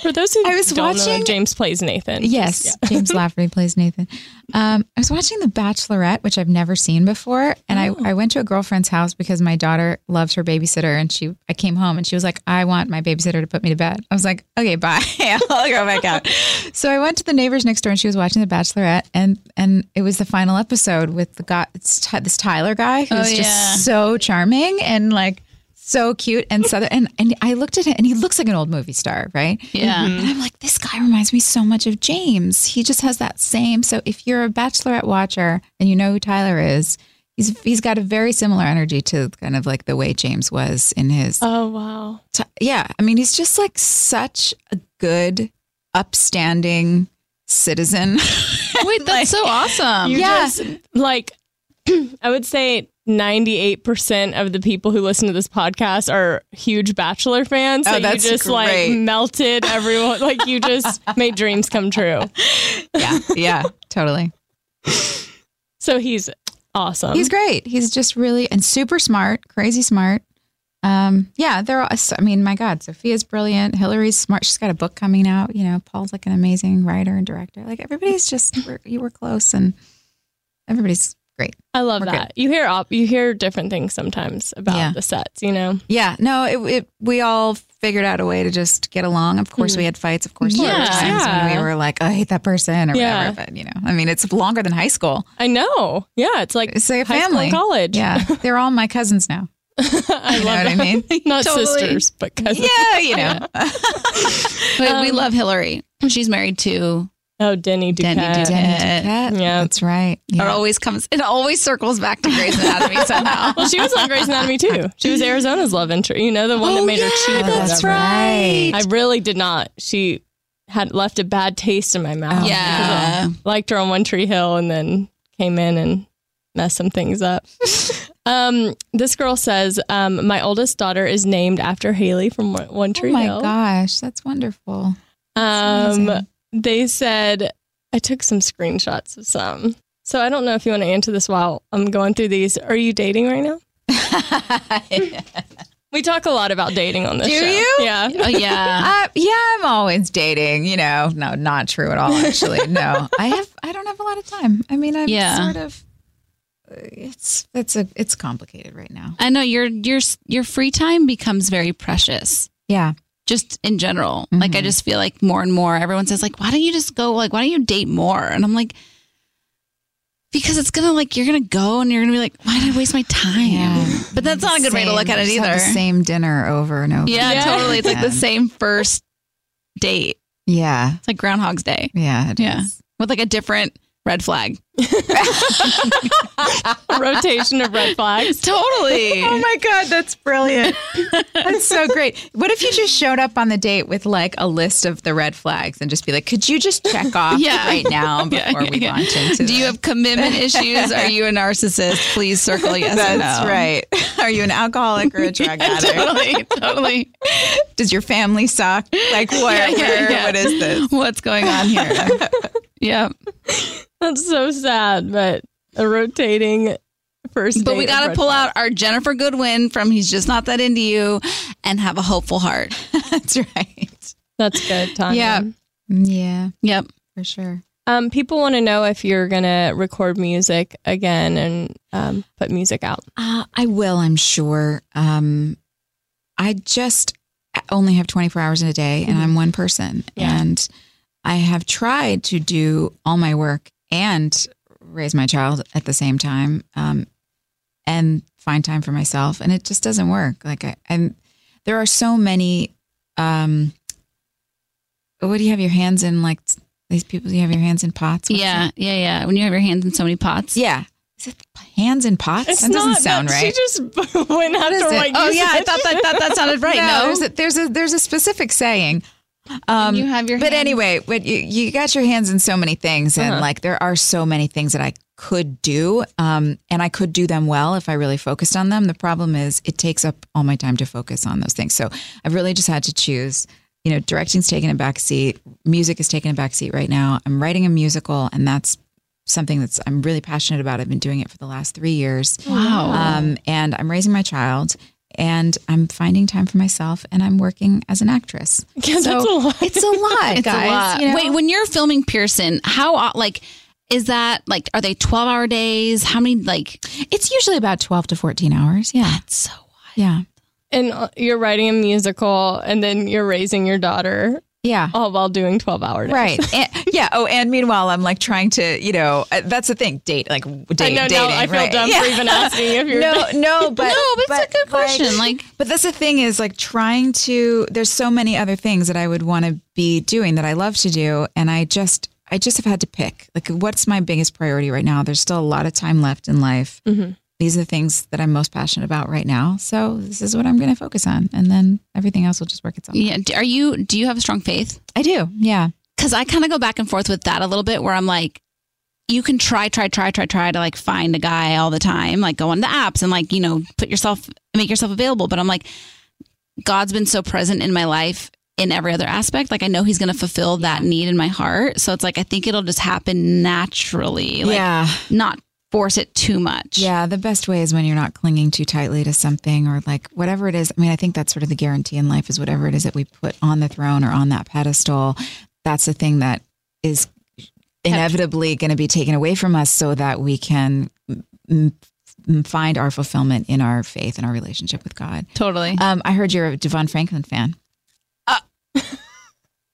Speaker 2: For those who
Speaker 8: I was
Speaker 2: don't know,
Speaker 8: watching-
Speaker 2: James plays Nathan.
Speaker 8: Yes, James Lafferty plays Nathan. Um, I was watching The Bachelorette, which I've never seen before, and
Speaker 3: Oh.
Speaker 8: I, I went to a girlfriend's house because my daughter loves her babysitter, and she I came home and she was like, "I want my babysitter to put me to bed." I was like, "Okay, bye, I'll go back out." so I went to the neighbors next door, and she was watching The Bachelorette, and and it was the final episode with the guy, it's Ty- this Tyler guy who's
Speaker 3: Oh, yeah.
Speaker 8: just so charming and like. So cute and southern, and, and I looked at him, and he looks like an old movie star, right?
Speaker 3: Yeah.
Speaker 8: And I'm like, this guy reminds me so much of James. He just has that same. So if you're a Bachelorette watcher and you know who Tyler is, he's he's got a very similar energy to kind of like the way James was in his.
Speaker 2: Oh wow.
Speaker 8: Ty- yeah, I mean, he's just like such a good, upstanding citizen.
Speaker 3: Wait, that's so awesome.
Speaker 2: You
Speaker 8: Yeah.
Speaker 2: just like I would say 98% of the people who listen to this podcast are huge Bachelor fans. So
Speaker 8: Oh,
Speaker 2: you
Speaker 8: that's
Speaker 2: just
Speaker 8: great.
Speaker 2: like melted everyone. like you just made dreams come true.
Speaker 8: Yeah, yeah, totally.
Speaker 2: So he's awesome.
Speaker 8: He's great. He's just really and super smart, crazy smart. Um, yeah, they're. All, I mean, my God, Sophia's brilliant. Hillary's smart. She's got a book coming out. You know, Paul's like an amazing writer and director. Like everybody's just we're, you were close, and everybody's great.
Speaker 2: I love
Speaker 8: We're
Speaker 2: that. You hear op- you hear different things sometimes about
Speaker 8: Yeah.
Speaker 2: the sets, you know.
Speaker 8: Yeah, no, it, it we all figured out a way to just get along. Of course, we had fights. Of course, there were
Speaker 2: Mm-hmm. Yeah.
Speaker 8: times when
Speaker 2: Yeah.
Speaker 8: we were like, I hate that person or
Speaker 2: Yeah.
Speaker 8: whatever. But you know, I mean, it's longer than high school.
Speaker 2: I know. Yeah, it's like
Speaker 8: It's like a
Speaker 2: high school
Speaker 8: family,
Speaker 2: and college.
Speaker 8: Yeah, they're all my cousins now.
Speaker 2: I
Speaker 8: You know
Speaker 2: love
Speaker 8: what I
Speaker 2: that.
Speaker 8: mean?
Speaker 2: Not
Speaker 8: Totally.
Speaker 2: sisters, but cousins.
Speaker 8: Yeah, you know.
Speaker 3: Wait, we love Hillary. She's married to
Speaker 2: Oh, Denny Duquette.
Speaker 3: Um, Denny Duquette.
Speaker 8: Denny Duquette.
Speaker 2: Yeah.
Speaker 8: That's right. Yeah.
Speaker 3: It always comes. It always circles back to Grey's Anatomy somehow.
Speaker 2: Well, she was on Grey's Anatomy too. She was Arizona's love interest. You know, the one that made her cheat. or whatever.
Speaker 8: Oh, right.
Speaker 2: I really did not. She had left a bad taste in my
Speaker 8: Oh,
Speaker 2: mouth.
Speaker 3: Yeah.
Speaker 2: Because I liked her on One Tree Hill and then came in and messed some things up. um, this girl says, um, My oldest daughter is named after Haley from One- One
Speaker 8: Oh
Speaker 2: Tree
Speaker 8: my
Speaker 2: Hill.
Speaker 8: gosh, that's wonderful. That's
Speaker 2: Um,
Speaker 8: amazing.
Speaker 2: they said, I took some screenshots of some. So I don't know if you want to answer this while I'm going through these. Are you dating right now? we talk a lot about dating on this
Speaker 8: Do
Speaker 2: show.
Speaker 8: you?
Speaker 2: Yeah.
Speaker 3: Oh yeah.
Speaker 8: Uh, yeah, I'm always dating. You know, no, not true at all. Actually, no, I have. I don't have a lot of time. I mean, I'm
Speaker 3: Yeah.
Speaker 8: sort of. uh, It's it's a it's complicated right now.
Speaker 3: I know your your your free time becomes very precious.
Speaker 8: Yeah,
Speaker 3: Just in general, like I
Speaker 8: Mm-hmm.
Speaker 3: just feel like more and more everyone says like, why don't you just go? Like, why don't you date more? And I'm like, because it's gonna like you're gonna go and you're gonna be like, why did I waste my time?
Speaker 8: Yeah.
Speaker 3: But that's not a good way to
Speaker 8: Same.
Speaker 3: look at it
Speaker 8: Just have
Speaker 3: either.
Speaker 8: The same dinner over and over.
Speaker 3: Yeah,
Speaker 2: Yeah.
Speaker 3: totally. It's like the
Speaker 8: Yeah.
Speaker 3: same first date.
Speaker 8: yeah,
Speaker 3: It's like Groundhog's Day.
Speaker 8: yeah. it
Speaker 3: Yeah.
Speaker 8: is.
Speaker 3: With like a different red flag.
Speaker 2: rotation of red flags.
Speaker 3: Totally.
Speaker 8: Oh my God, that's brilliant. That's so great. What if you just showed up on the date with like a list of the red flags and just be like, could you just check off
Speaker 3: Yeah.
Speaker 8: right now before
Speaker 3: Yeah,
Speaker 8: we
Speaker 3: yeah, yeah.
Speaker 8: launch into
Speaker 3: Do you
Speaker 8: the-
Speaker 3: have commitment issues? Are you a narcissist? Please circle yes or
Speaker 8: That's
Speaker 3: no.
Speaker 8: right. Are you an alcoholic or a drug addict?
Speaker 3: Totally, totally.
Speaker 8: Does your family suck? Like, what,
Speaker 3: Yeah, yeah,
Speaker 8: where-
Speaker 3: yeah.
Speaker 8: what is this?
Speaker 3: What's going on here? yeah,
Speaker 2: That's so sad, but a rotating first
Speaker 3: but we
Speaker 2: date of
Speaker 3: got to
Speaker 2: red
Speaker 3: pull
Speaker 2: flags.
Speaker 3: out our Jennifer Goodwin from "He's Just Not That Into You" and have a hopeful heart.
Speaker 8: That's right.
Speaker 2: That's good, Tanya.
Speaker 3: Yeah.
Speaker 8: Yeah,
Speaker 3: Yep.
Speaker 8: for sure.
Speaker 2: Um, people want to know if you're gonna record music again and um, put music out.
Speaker 8: Uh, I will, I'm sure. Um, I just only have 24 hours in a day and
Speaker 3: Mm-hmm.
Speaker 8: I'm one person.
Speaker 2: Yeah.
Speaker 8: And I have tried to do all my work and raise my child at the same time um, and find time for myself. And it just doesn't work. Like, I, and there are so many. Um, what do you have your hands in? Like these people, you have your hands in pots? What is
Speaker 3: Yeah,
Speaker 8: it?
Speaker 3: yeah, yeah. When you have your hands in so many pots.
Speaker 8: Yeah. Is it hands in pots? that doesn't sound
Speaker 2: that-
Speaker 8: right.
Speaker 2: She just went
Speaker 8: is
Speaker 2: after
Speaker 8: it?
Speaker 2: what you
Speaker 3: Oh yeah, I
Speaker 2: said.
Speaker 3: thought that that, that sounded right. No.
Speaker 8: there's a, there's a there's a specific saying. Um,
Speaker 3: you have your
Speaker 8: but
Speaker 3: hands-
Speaker 8: anyway, but you, you got your hands in so many things, and
Speaker 2: Uh-huh.
Speaker 8: like there are so many things that I could do, um, and I could do them well if I really focused on them. The problem is it takes up all my time to focus on those things, so I've really just had to choose. You know, directing's taken a back seat, music is taking a back seat right now. I'm writing a musical, and that's something that's I'm really passionate about. I've been doing it for the last three years.
Speaker 3: Wow.
Speaker 8: Um, and I'm raising my child, and I'm finding time for myself, and I'm working as an actress.
Speaker 2: Yeah, that's a lot.
Speaker 8: It's a lot,
Speaker 3: It's
Speaker 8: guys.
Speaker 3: a lot.
Speaker 8: you know?
Speaker 3: Wait, when you're filming Pearson, how o- like is that like are they 12 hour days? How many like
Speaker 8: it's usually about twelve to fourteen hours. Yeah,
Speaker 3: so
Speaker 8: yeah,
Speaker 2: and uh, you're writing a musical, and then you're raising your daughter,
Speaker 8: yeah.
Speaker 2: all while doing twelve hour days.
Speaker 8: Right. And, yeah. Oh, and meanwhile, I'm like trying to, you know, uh, that's the thing. Date, like w- date,
Speaker 2: I know
Speaker 8: dating.
Speaker 2: now. I feel
Speaker 8: right?
Speaker 2: dumb
Speaker 8: Yeah.
Speaker 2: for even asking if you're.
Speaker 8: no, no, but
Speaker 3: No, but it's a good question, like-
Speaker 8: but that's the thing is like trying to. There's so many other things that I would want to be doing that I love to do, and I just, I just have had to pick. Like, what's my biggest priority right now? There's still a lot of time left in life.
Speaker 2: Mm-hmm.
Speaker 8: These are the things that I'm most passionate about right now. So this is what I'm going to focus on, and then everything else will just work itself. out.
Speaker 3: yeah, do- are you do you have a strong faith?
Speaker 8: I do. Yeah.
Speaker 3: Cuz I kind of go back and forth with that a little bit where I'm like you can try, try, try, try, try to like find a guy all the time, like go on the apps and like, you know, put yourself, make yourself available. But I'm like, God's been so present in my life in every other aspect. Like, I know He's going to fulfill that need in my heart. So it's like, I think it'll just happen naturally. Like,
Speaker 8: yeah.
Speaker 3: Not force it too much.
Speaker 8: Yeah, the best way is when you're not clinging too tightly to something or like whatever it is. I mean, I think that's sort of the guarantee in life is whatever it is that we put on the throne or on that pedestal. That's the thing that is inevitably going to be taken away from us so that we can m- m- find our fulfillment in our faith and our relationship with God.
Speaker 3: Totally.
Speaker 8: Um, I heard you're a Devon Franklin fan.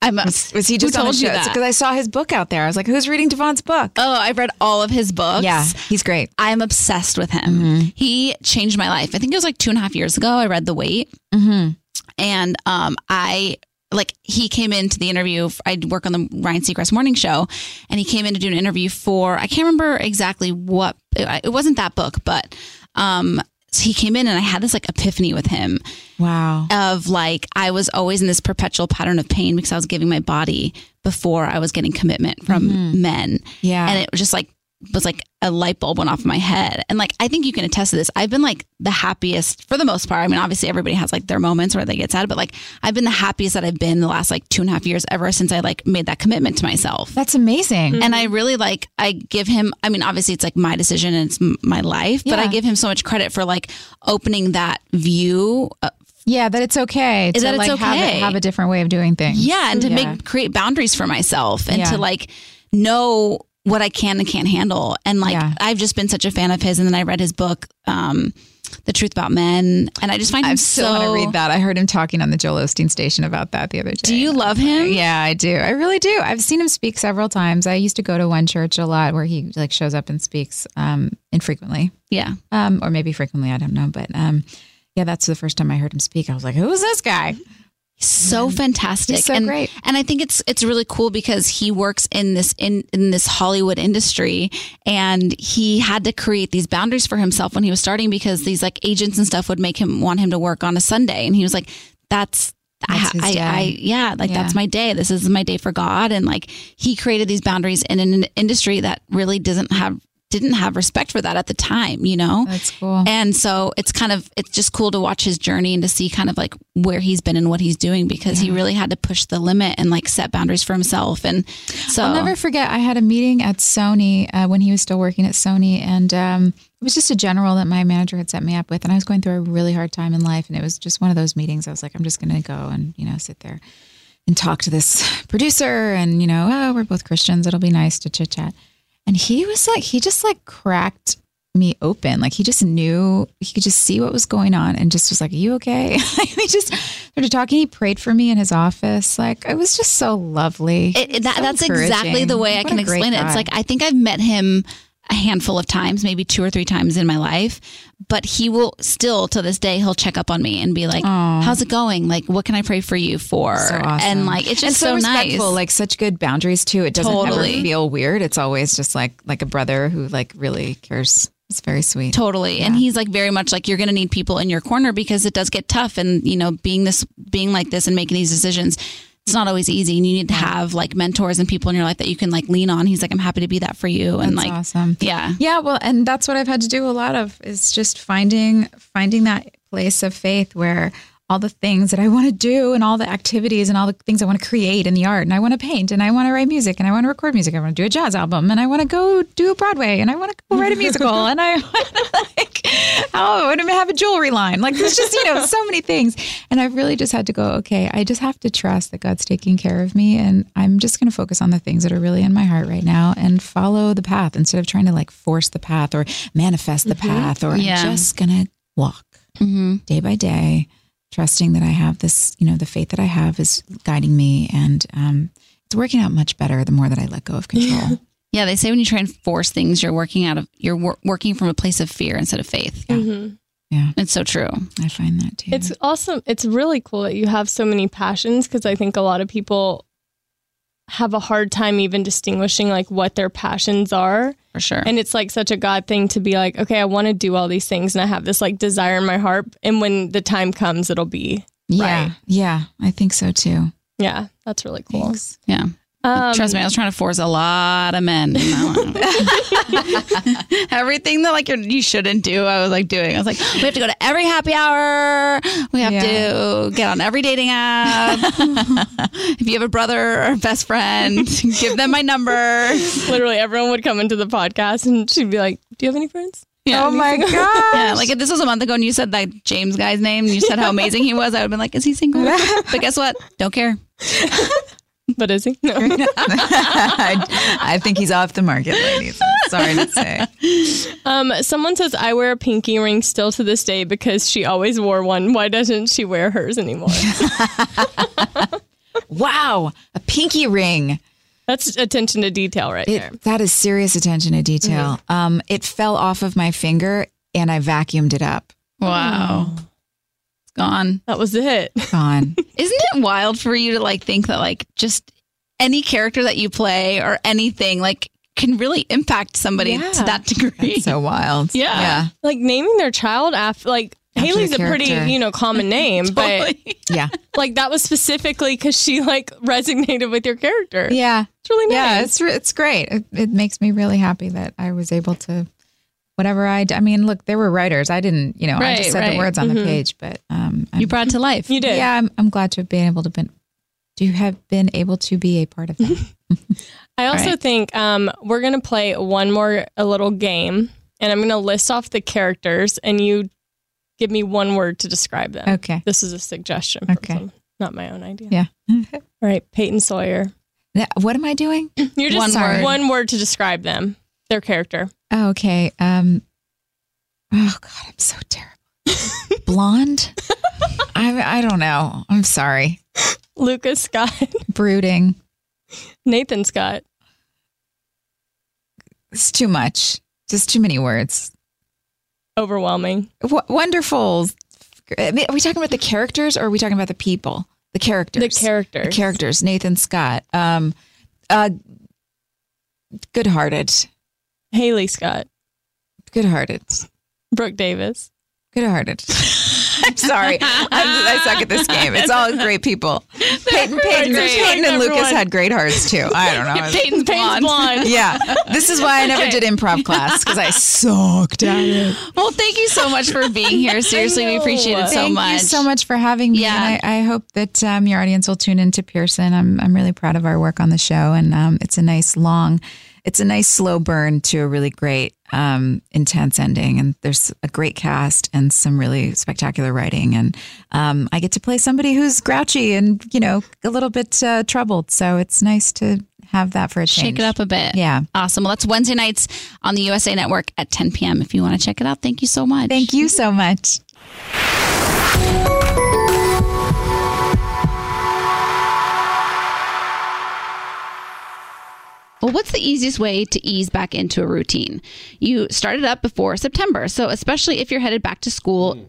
Speaker 3: I'm a,
Speaker 8: Was, was he just
Speaker 3: Uh, Who
Speaker 8: on
Speaker 3: told
Speaker 8: the
Speaker 3: you
Speaker 8: show?
Speaker 3: that?
Speaker 8: Because I saw his book out there. I was like, who's reading Devon's book?
Speaker 3: oh, I've read all of his books.
Speaker 8: yeah, he's great.
Speaker 3: I'm obsessed with him. He changed my life. I think it was like two and a half years ago. I read The Weight,
Speaker 8: Mm-hmm.
Speaker 3: and um, I like he came into the interview. I work on the Ryan Seacrest Morning Show, and he came in to do an interview for I can't remember exactly what it, it wasn't that book, but um, so he came in and I had this like epiphany with him
Speaker 8: Wow.
Speaker 3: of like I was always in this perpetual pattern of pain because I was giving my body before I was getting commitment from men.
Speaker 8: Mm. Yeah.
Speaker 3: And it was just like was like a light bulb went off in my head. And like I think you can attest to this. I've been like the happiest for the most part. I mean, obviously everybody has like their moments where they get sad, but like I've been the happiest that I've been the last like two and a half years ever since I like made that commitment to myself
Speaker 8: That's amazing.
Speaker 3: and I really like I give him I mean obviously it's like my decision and it's m- my life but I
Speaker 8: Yeah.
Speaker 3: give him so much credit for like opening that view uh,
Speaker 8: Yeah, that it's okay to
Speaker 3: that it's
Speaker 8: like Have,
Speaker 3: okay.
Speaker 8: it, have a different way of doing things.
Speaker 3: yeah and to
Speaker 8: Yeah.
Speaker 3: make create boundaries for myself and
Speaker 8: Yeah.
Speaker 3: to like know what I can and can't handle and like
Speaker 8: Yeah.
Speaker 3: I've just been such a fan of his and then I read his book um The Truth About Men and I just find
Speaker 8: I
Speaker 3: him
Speaker 8: still
Speaker 3: so
Speaker 8: want to read that. I heard him talking on the Joel Osteen station about that the other day.
Speaker 3: Do you love him?
Speaker 8: Yeah, I do. I really do. I've seen him speak several times. I used to go to one church a lot where he like shows up and speaks um, infrequently,
Speaker 3: Yeah.
Speaker 8: um, or maybe frequently. I don't know, but um, yeah, that's the first time I heard him speak. I was like, "Who is this guy?"
Speaker 3: so
Speaker 8: Mm-hmm.
Speaker 3: fantastic
Speaker 8: He's so
Speaker 3: and
Speaker 8: great.
Speaker 3: and I think it's it's really cool because he works in this in in this Hollywood industry and he had to create these boundaries for himself when he was starting because these like agents and stuff would make him want him to work on a Sunday and he was like that's I,
Speaker 8: That's his
Speaker 3: I,
Speaker 8: day.
Speaker 3: I, yeah, like
Speaker 8: Yeah.
Speaker 3: that's my day. This is my day for God, and like he created these boundaries in an industry that really doesn't have didn't have respect for that at the time, you know.
Speaker 8: That's cool.
Speaker 3: And so it's kind of it's just cool to watch his journey and to see kind of like where he's been and what he's doing because he really had to push the limit and like set boundaries for himself. And so
Speaker 8: I'll never forget. I had a meeting at Sony uh, when he was still working at Sony, and um, it was just a general that my manager had set me up with. And I was going through a really hard time in life, and it was just one of those meetings. I was like, I'm just going to go and you know sit there and talk to this producer, and you know, oh, we're both Christians. It'll be nice to chit chat. And he was like, he just like cracked me open. Like he just knew he could just see what was going on and just was like, Are you okay? he just started talking. He prayed for me in his office. Like it was just so lovely.
Speaker 3: it, it- that,
Speaker 8: So
Speaker 3: that's exactly
Speaker 8: encouraging.
Speaker 3: the way I
Speaker 8: What
Speaker 3: can
Speaker 8: a great
Speaker 3: explain it. It's
Speaker 8: guy.
Speaker 3: like I think I've met him a handful of times, maybe two or three times in my life, but he will still to this day he'll check up on me and be like, "How's it going? Like, what can I pray for you for?"
Speaker 8: So awesome.
Speaker 3: And like it's just
Speaker 8: and so,
Speaker 3: nice.
Speaker 8: respectful, like such good boundaries too. It doesn't
Speaker 3: Totally.
Speaker 8: ever feel weird. It's always just like like a brother who like really cares. It's very sweet.
Speaker 3: Totally. And he's like very much like you're going to need people in your corner because it does get tough and you know being this being like this and making these decisions it's not always easy and you need to have like mentors and people in your life that you can like lean on. He's like I'm happy to be that for you and
Speaker 8: That's
Speaker 3: like
Speaker 8: awesome.
Speaker 3: yeah.
Speaker 8: Yeah, well, and that's what I've had to do a lot of is just finding finding that place of faith where all the things that I want to do and all the activities and all the things I want to create in the art and I want to paint and I want to write music and I want to record music. I want to do a jazz album and I want to go do Broadway and I want to go write a musical and I want to like oh, I want to have a jewelry line. Like there's just, you know, so many things. And I've really just had to go, okay, I just have to trust that God's taking care of me and I'm just going to focus on the things that are really in my heart right now and follow the path instead of trying to like force the path or manifest the path or
Speaker 3: Mm-hmm. Yeah.
Speaker 8: I'm just going to walk
Speaker 3: Mm-hmm.
Speaker 8: day by day, trusting that I have this, you know, the faith that I have is guiding me and um it's working out much better the more that I let go of control.
Speaker 3: Yeah, they say when you try and force things you're working out of you're wor- working from a place of fear instead of faith.
Speaker 8: yeah,
Speaker 3: It's so true.
Speaker 8: I find that too.
Speaker 2: It's awesome. It's really cool that you have so many passions because I think a lot of people have a hard time even distinguishing like what their passions are.
Speaker 3: For sure.
Speaker 2: And it's like such a God thing to be like, okay, I want to do all these things and I have this like desire in my heart. And when the time comes, it'll be.
Speaker 8: yeah,
Speaker 2: right.
Speaker 8: yeah, I think so too.
Speaker 2: Yeah, that's really cool.
Speaker 8: Thanks.
Speaker 3: yeah. Trust me, I was trying to force a lot of men. in that one. Everything that like you're, you shouldn't do, I was like doing. I was like, we have to go to every happy hour. We have to get on every dating app. if you have a brother or best friend, give them my number.
Speaker 2: Literally, everyone would come into the podcast and she'd be like, "Do you have any friends?"
Speaker 3: Yeah.
Speaker 8: Oh my god!
Speaker 3: Yeah, like if this was a month ago and you said that James guy's name and you said how amazing he was, I would have been like, is he single? but guess what? Don't care.
Speaker 2: But is he? No.
Speaker 8: I, I think he's off the market, ladies. Sorry to say.
Speaker 2: Um, someone says I wear a pinky ring still to this day because she always wore one. Why doesn't she wear hers anymore?
Speaker 8: Wow, a pinky ring.
Speaker 2: That's attention to detail right there. Mm-hmm.
Speaker 8: It, that is serious attention to detail. Um, it fell off of my finger and I vacuumed it up. Hmm.
Speaker 3: Wow. It's gone.
Speaker 2: That was the hit.
Speaker 8: Gone.
Speaker 3: Isn't it wild for you to like think that like just any character that you play or anything like can really impact somebody to
Speaker 2: Yeah.
Speaker 3: that degree?
Speaker 8: That's so wild.
Speaker 2: Yeah.
Speaker 8: Yeah.
Speaker 2: Like naming their child after like
Speaker 8: After
Speaker 2: Haley's a
Speaker 8: the
Speaker 2: pretty,
Speaker 8: character.
Speaker 2: you know, common name, but
Speaker 8: Yeah.
Speaker 2: like that was specifically cuz she like resonated with your character.
Speaker 8: Yeah.
Speaker 2: It's really
Speaker 8: Yeah,
Speaker 2: nice.
Speaker 8: it's re- it's great. It, it makes me really happy that I was able to, whatever I. d- I mean, look, there were writers. I didn't, you know, I
Speaker 3: Right,
Speaker 8: just said
Speaker 3: right.
Speaker 8: the words on the page, but um, I'm,
Speaker 3: You brought it to life.
Speaker 2: Mm-hmm. you did.
Speaker 8: yeah, I'm, I'm glad to have been able to been, to have been able to be a part of that.
Speaker 2: I also think um, we're going to play one more a little game and I'm going to list off the characters and you give me one word to describe them.
Speaker 8: Okay.
Speaker 2: This is a suggestion. From
Speaker 8: Okay.
Speaker 2: someone, not my own idea.
Speaker 8: Yeah.
Speaker 2: All right, Peyton Sawyer.
Speaker 8: Now, what am I doing?
Speaker 2: You're just
Speaker 8: One word.
Speaker 2: one word to describe them, their character.
Speaker 8: Oh, okay. Um. Oh God, I'm so terrible. Blonde. I I don't know. I'm sorry.
Speaker 2: Lucas Scott,
Speaker 8: Brooding.
Speaker 2: Nathan Scott.
Speaker 8: It's too much. Just too many words.
Speaker 2: Overwhelming.
Speaker 8: W- wonderful. I mean, Are we talking about the characters or are we talking about the people? The characters.
Speaker 2: The characters.
Speaker 8: The characters. Nathan Scott. Um, uh, good-hearted.
Speaker 2: Haley Scott,
Speaker 8: Good-hearted.
Speaker 2: Brooke Davis,
Speaker 8: Good-hearted. I'm sorry. I'm, I suck at this game. It's all great people. Peyton, Peyton,
Speaker 2: great.
Speaker 8: Peyton and
Speaker 2: Everyone.
Speaker 8: Lucas had great hearts too. I don't know.
Speaker 3: Peyton's blonde.
Speaker 2: Payne's Blonde.
Speaker 8: Yeah, this is why I never did improv class because I sucked at it.
Speaker 3: Well, thank you so much for being here. Seriously, we appreciate it so
Speaker 8: Thank
Speaker 3: much.
Speaker 8: you so much for having me.
Speaker 3: Yeah.
Speaker 8: And I, I hope that um, your audience will tune into Pearson. I'm, I'm really proud of our work on the show, and um, it's a nice long, it's a nice slow burn to a really great, um, intense ending. And there's a great cast and some really spectacular writing. And um, I get to play somebody who's grouchy and you know a little bit uh, troubled. So it's nice to have that for a change.
Speaker 3: Shake it up a bit.
Speaker 8: Yeah.
Speaker 3: Awesome. Well, that's Wednesday nights on the USA Network at 10 p.m. If you want to check it out, thank you so much.
Speaker 8: Thank you so much.
Speaker 3: Well, what's the easiest way to ease back into a routine? You started up before September. So, especially if you're headed back to school,
Speaker 5: Hmm.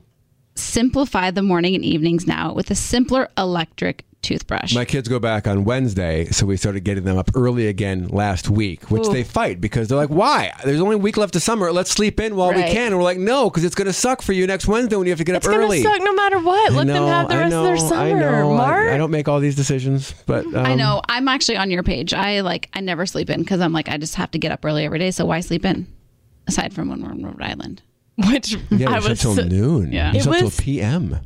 Speaker 3: simplify the morning and evenings now with a simpler electric toothbrush.
Speaker 5: My kids go back on Wednesday, so we started getting them up early again last week, which they fight because they're like, "Why? There's only a week left of summer. Let's sleep in while we
Speaker 3: Right.
Speaker 5: can." And we're like, "No, because it's going to suck for you next Wednesday when you have to get
Speaker 2: It's
Speaker 5: up
Speaker 2: going
Speaker 5: early."
Speaker 2: to suck no matter what.
Speaker 5: I
Speaker 2: Let them
Speaker 5: know,
Speaker 2: have the
Speaker 5: I
Speaker 2: rest of their
Speaker 5: know,
Speaker 2: summer.
Speaker 5: I know. I-
Speaker 2: Mark.
Speaker 5: I, don't make all these decisions, but um,
Speaker 3: I know. I'm actually on your page. I like, I never sleep in because I'm like, I just have to get up early every day. So, why sleep in? Aside from when we're in Rhode Island.
Speaker 2: Which
Speaker 5: Yeah,
Speaker 2: I
Speaker 5: it's up
Speaker 2: was.
Speaker 5: till noon.
Speaker 3: Yeah.
Speaker 5: it's
Speaker 2: It
Speaker 5: up till
Speaker 2: was-
Speaker 5: p.m.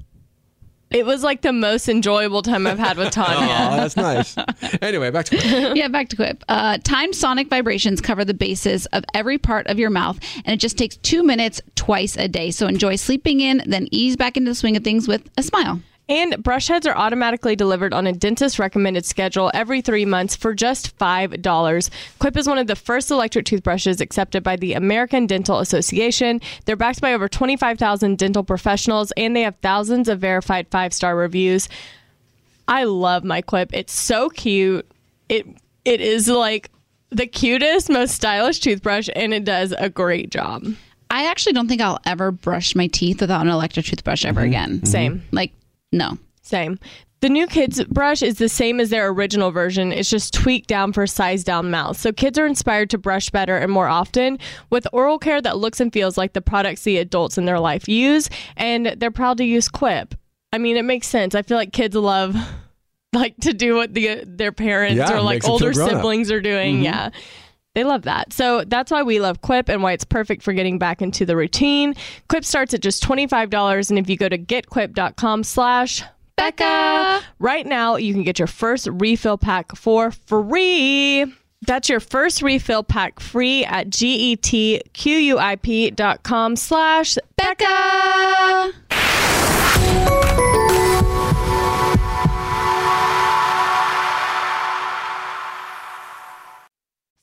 Speaker 2: It was like the most enjoyable time I've had with Tanya.
Speaker 5: Oh, that's nice. Anyway, back to
Speaker 3: yeah, back to Quip. Uh, timed sonic vibrations cover the bases of every part of your mouth, and it just takes two minutes twice a day. So enjoy sleeping in, then ease back into the swing of things with a smile.
Speaker 2: and brush heads are automatically delivered on a dentist recommended schedule every three months for just $5. Quip is one of the first electric toothbrushes accepted by the American Dental Association. They're backed by over 25,000 dental professionals and they have thousands of verified five star reviews. I love my Quip. It's so cute. It It is like the cutest, most stylish toothbrush, and it does a great job.
Speaker 3: I actually don't think I'll ever brush my teeth without an electric toothbrush ever again.
Speaker 2: Same.
Speaker 3: Mm-hmm. Like, no.
Speaker 2: Same. The new kids brush is the same as their original version. It's just tweaked down for size down mouth. So kids are inspired to brush better and more often with oral care that looks and feels like the products the adults in their life use and they're proud to use Quip. I mean, it makes sense. I feel like kids love like to do what the their parents
Speaker 9: Yeah,
Speaker 2: or
Speaker 9: makes
Speaker 2: like
Speaker 9: them feel
Speaker 2: older
Speaker 9: grown up. Mm-hmm.
Speaker 2: siblings are doing. Yeah. They love that. So that's why we love Quip and why it's perfect for getting back into the routine. Quip starts at just $25 and if you go to getquip.com slash Becca, right now you can get your first refill pack for free. That's your first refill pack free at E getquip.com slash Becca.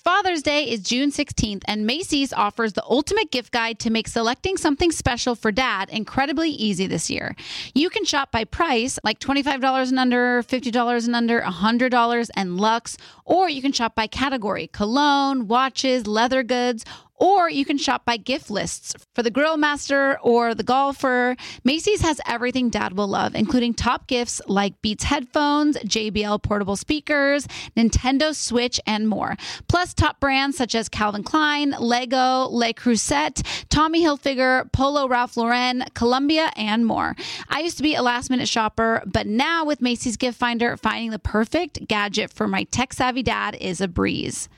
Speaker 3: Father's Day is June 16th, and Macy's offers the ultimate gift guide to make selecting something special for dad incredibly easy this year. You can shop by price, like $25 and under, $50 and under, $100 and luxe, or you can shop by category cologne, watches, leather goods. Or you can shop by gift lists for the grill master or the golfer. Macy's has everything dad will love, including top gifts like Beats headphones, JBL portable speakers, Nintendo Switch, and more. Plus, top brands such as Calvin Klein, Lego, Le Creuset, Tommy Hilfiger, Polo Ralph Lauren, Columbia, and more. I used to be a last minute shopper, but now with Macy's Gift Finder, finding the perfect gadget for my tech savvy dad is a breeze.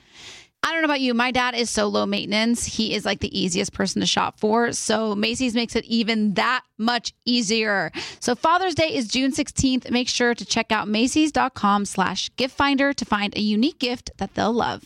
Speaker 3: I don't know about you. My dad is so low maintenance. He is like the easiest person to shop for. So Macy's makes it even that much easier. So Father's Day is June 16th. Make sure to check out Macy's.com slash gift finder to find a unique gift that they'll love.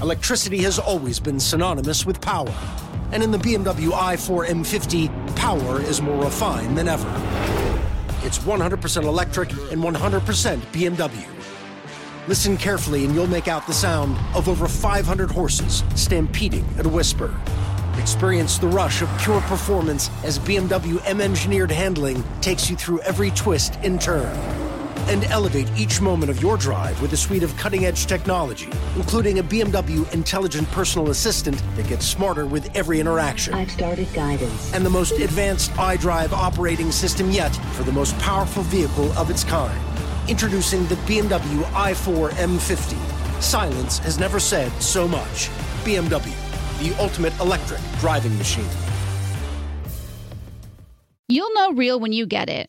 Speaker 4: Electricity has always been synonymous with power. And in the BMW i4 M50, power is more refined than ever. It's 100% electric and 100% BMW. Listen carefully, and you'll make out the sound of over 500 horses stampeding at a whisper. Experience the rush of pure performance as BMW M engineered handling takes you through every twist and turn and elevate each moment of your drive with a suite of cutting edge technology, including a BMW intelligent personal assistant that gets smarter with every interaction. I've started guidance. And the most advanced iDrive operating system yet for the most powerful vehicle of its kind. Introducing the BMW i4 M50. Silence has never said so much. BMW, the ultimate electric driving machine.
Speaker 3: You'll know real when you get it.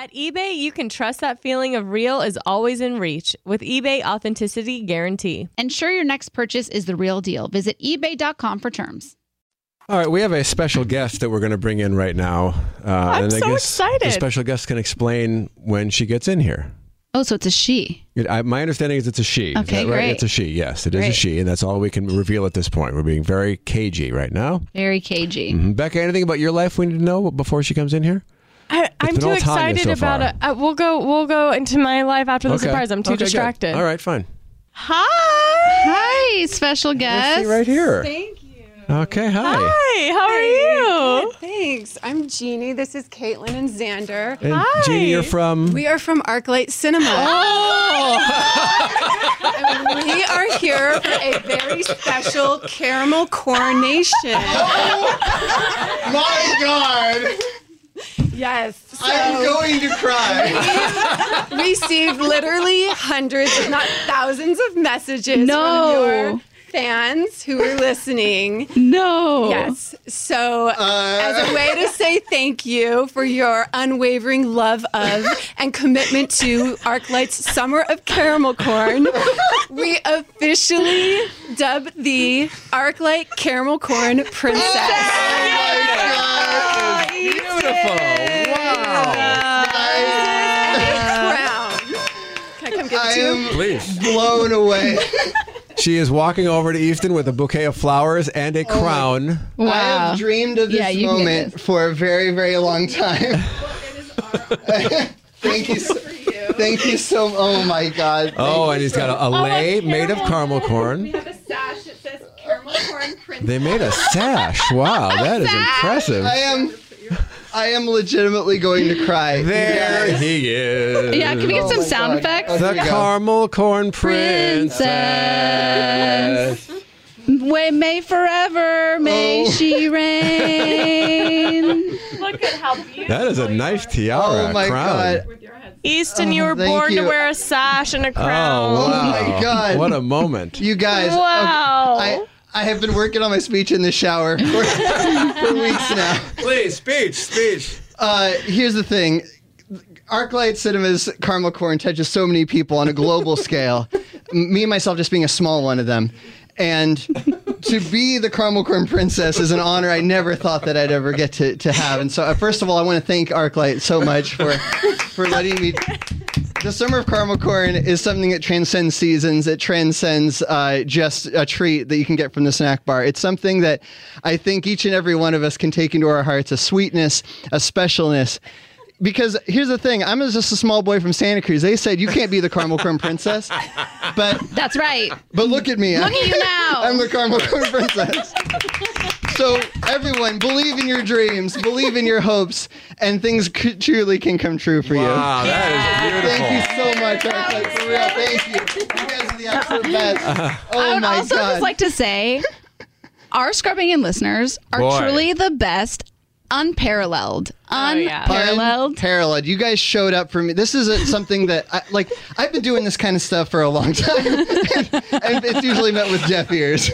Speaker 2: At eBay, you can trust that feeling of real is always in reach with eBay Authenticity Guarantee.
Speaker 3: Ensure your next purchase is the real deal. Visit eBay.com for terms.
Speaker 5: All right, we have a special guest that we're going to bring in right now. Uh, I'm and I
Speaker 2: so
Speaker 5: guess The
Speaker 2: excited.
Speaker 5: special guest can explain when she gets in here.
Speaker 3: Oh, so it's a she.
Speaker 5: It, I, my understanding is it's a she. is
Speaker 3: Okay,
Speaker 5: that right?
Speaker 3: great.
Speaker 5: It's a she. Yes, it is a
Speaker 3: Great.
Speaker 5: she, and that's all we can reveal at this point. We're being very cagey right now.
Speaker 3: Very cagey.
Speaker 5: Mhm. Becca, anything about your life we need to know before she comes in here?
Speaker 2: I, I'm
Speaker 5: been
Speaker 2: too
Speaker 5: all Tanya
Speaker 2: excited
Speaker 5: so
Speaker 2: about
Speaker 5: far.
Speaker 2: it. Uh, we'll go. We'll go into my life after the
Speaker 5: Okay.
Speaker 2: surprise. I'm too
Speaker 5: Okay, good.
Speaker 2: distracted.
Speaker 5: All right, fine.
Speaker 2: Hi.
Speaker 3: Hi, special
Speaker 5: See
Speaker 3: guest.
Speaker 5: right here. Thank you. Okay, hi.
Speaker 2: Hi. How are you?
Speaker 10: Thanks. I'm Jeannie. This is Caitlin and Xander.
Speaker 5: And Jeannie, you're from.
Speaker 10: We are from ArcLight Cinema.
Speaker 3: Oh!
Speaker 10: And we are here for a very special caramel coronation.
Speaker 7: Oh My God,
Speaker 10: Yes.
Speaker 7: I'm
Speaker 10: So
Speaker 7: going to cry.
Speaker 10: we received literally hundreds, if not thousands, of messages
Speaker 3: No.
Speaker 10: from your fans who were listening.
Speaker 3: No.
Speaker 10: Yes. So,
Speaker 7: Uh,
Speaker 10: as a way to say thank you for your unwavering love of and commitment to ArcLight's Summer of Caramel Corn, we officially dub the ArcLight Caramel Corn Princess.
Speaker 7: Oh my God,
Speaker 5: Beautiful. Wow.
Speaker 10: Crown. Can I come get
Speaker 7: I
Speaker 10: it too?
Speaker 7: am
Speaker 5: Please.
Speaker 7: blown away.
Speaker 5: She is walking over to Easton with a bouquet of flowers and
Speaker 7: Oh,
Speaker 5: a crown.
Speaker 7: I have dreamed of this
Speaker 3: Yeah, you can get
Speaker 7: moment for a very, very long time. Thank you. So, thank you so. Oh my God.
Speaker 5: Oh, and he's got a, a lei made of caramel corn.
Speaker 10: have a sash that says Caramel Corn Princess.
Speaker 5: They made a sash. Wow, that is impressive.
Speaker 7: I am. I am legitimately going to cry.
Speaker 5: There he is.
Speaker 3: Yeah, can we get
Speaker 7: Oh
Speaker 3: some
Speaker 7: my
Speaker 3: sound
Speaker 7: God.
Speaker 3: effects?
Speaker 7: Okay.
Speaker 5: The
Speaker 7: Here we go.
Speaker 5: caramel corn princess.
Speaker 3: Way may forever may
Speaker 7: Oh.
Speaker 3: she reign.
Speaker 2: Look at how beautiful.
Speaker 5: That is a nice tiara
Speaker 7: Oh my
Speaker 5: crown.
Speaker 7: God.
Speaker 2: Easton, you were
Speaker 7: Oh, thank
Speaker 2: born
Speaker 7: you.
Speaker 2: to wear a sash and a crown.
Speaker 5: Oh,
Speaker 7: Oh
Speaker 5: wow.
Speaker 7: my God.
Speaker 5: What a moment.
Speaker 7: You guys.
Speaker 2: Wow.
Speaker 7: I, I have been working on my speech in the shower for, for weeks now.
Speaker 5: Please, speech, speech.
Speaker 7: Uh, here's the thing. ArcLight Cinema's caramel corn touches so many people on a global scale. M- Me and myself just being a small one of them. And to be the caramel corn princess is an honor I never thought that I'd ever get to, to have. And so, uh, first of all, I want to thank ArcLight so much for for letting me. The summer of caramel corn is something that transcends seasons. It transcends uh, just a treat that you can get from the snack bar. It's something that I think each and every one of us can take into our hearts—a sweetness, a specialness because here's the thing i'm just a small boy from santa cruz they said you can't be the caramel corn princess but
Speaker 3: That's right.
Speaker 7: but look at me
Speaker 3: Look at you now.
Speaker 7: i'm the caramel corn princess so everyone believe in your dreams believe in your hopes and things c- truly can come true for
Speaker 5: Wow, that is
Speaker 7: you
Speaker 5: beautiful.
Speaker 7: thank you so much Arclight, for real thank you you guys are the absolute best oh
Speaker 3: I would
Speaker 7: my
Speaker 3: also
Speaker 7: god
Speaker 3: just like to say our scrubbing in listeners are
Speaker 5: Boy.
Speaker 3: truly the best, unparalleled.
Speaker 2: yeah.
Speaker 3: Unparalleled.
Speaker 7: Paralleled. You guys showed up for me. This isn't something that I, like I've been doing this kind of stuff for a long time, and it's usually met with deaf ears.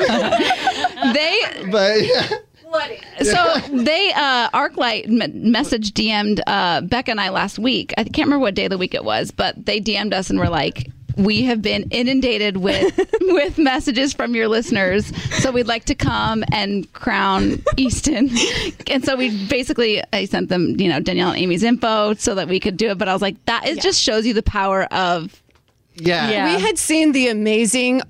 Speaker 3: they
Speaker 7: but
Speaker 3: so they uh arclight m- message dm'd uh becca and i last week i can't remember what day of the week it was but they dm'd us and were like we have been inundated with with messages from your listeners so we'd like to come and crown easton and so we basically i sent them you know danielle and amy's info so that we could do it but i was like that is just shows you the power of
Speaker 7: yeah,
Speaker 2: Yeah.
Speaker 10: We had seen the amazing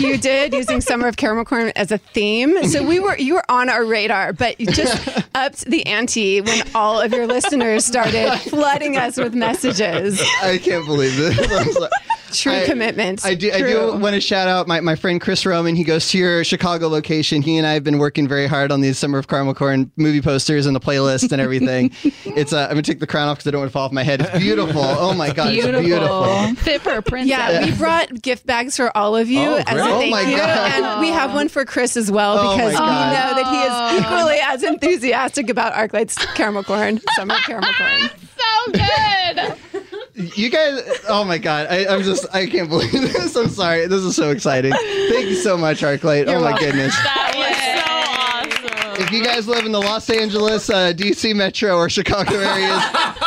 Speaker 10: you did using Summer of Caramel Corn as a theme. So we were you were on our radar, but you just upped the ante when all of your listeners started flooding us with messages.
Speaker 7: I can't believe this. I'm sorry.
Speaker 10: True
Speaker 7: I-
Speaker 10: commitments.
Speaker 7: I do. I do
Speaker 10: True.
Speaker 7: want to shout out my, my friend Chris Roman. He goes to your Chicago location. He and I have been working very hard on these Summer of Caramel Corn movie posters and the playlist and everything. it's. Uh, I'm gonna take the crown off because I don't want to fall off my head. It's beautiful. Oh my god, it's beautiful.
Speaker 3: Fit for a princess.
Speaker 10: Yeah, we brought gift bags for all of you
Speaker 5: Oh,
Speaker 10: as a
Speaker 5: great.
Speaker 10: thank
Speaker 5: Oh
Speaker 7: my
Speaker 10: you,
Speaker 7: God.
Speaker 10: and we have one for Chris as well
Speaker 7: Oh,
Speaker 10: because we
Speaker 7: my God. Oh.
Speaker 10: know that he is equally as enthusiastic about ArcLight's caramel corn, summer caramel corn.
Speaker 7: You guys. Oh my god, I, I'm just. I can't believe this. I'm sorry. This is so exciting. Thank you so much, Arclight. Oh my goodness.
Speaker 2: That was so awesome.
Speaker 7: If you guys live in the Los Angeles, uh, DC metro, or Chicago areas,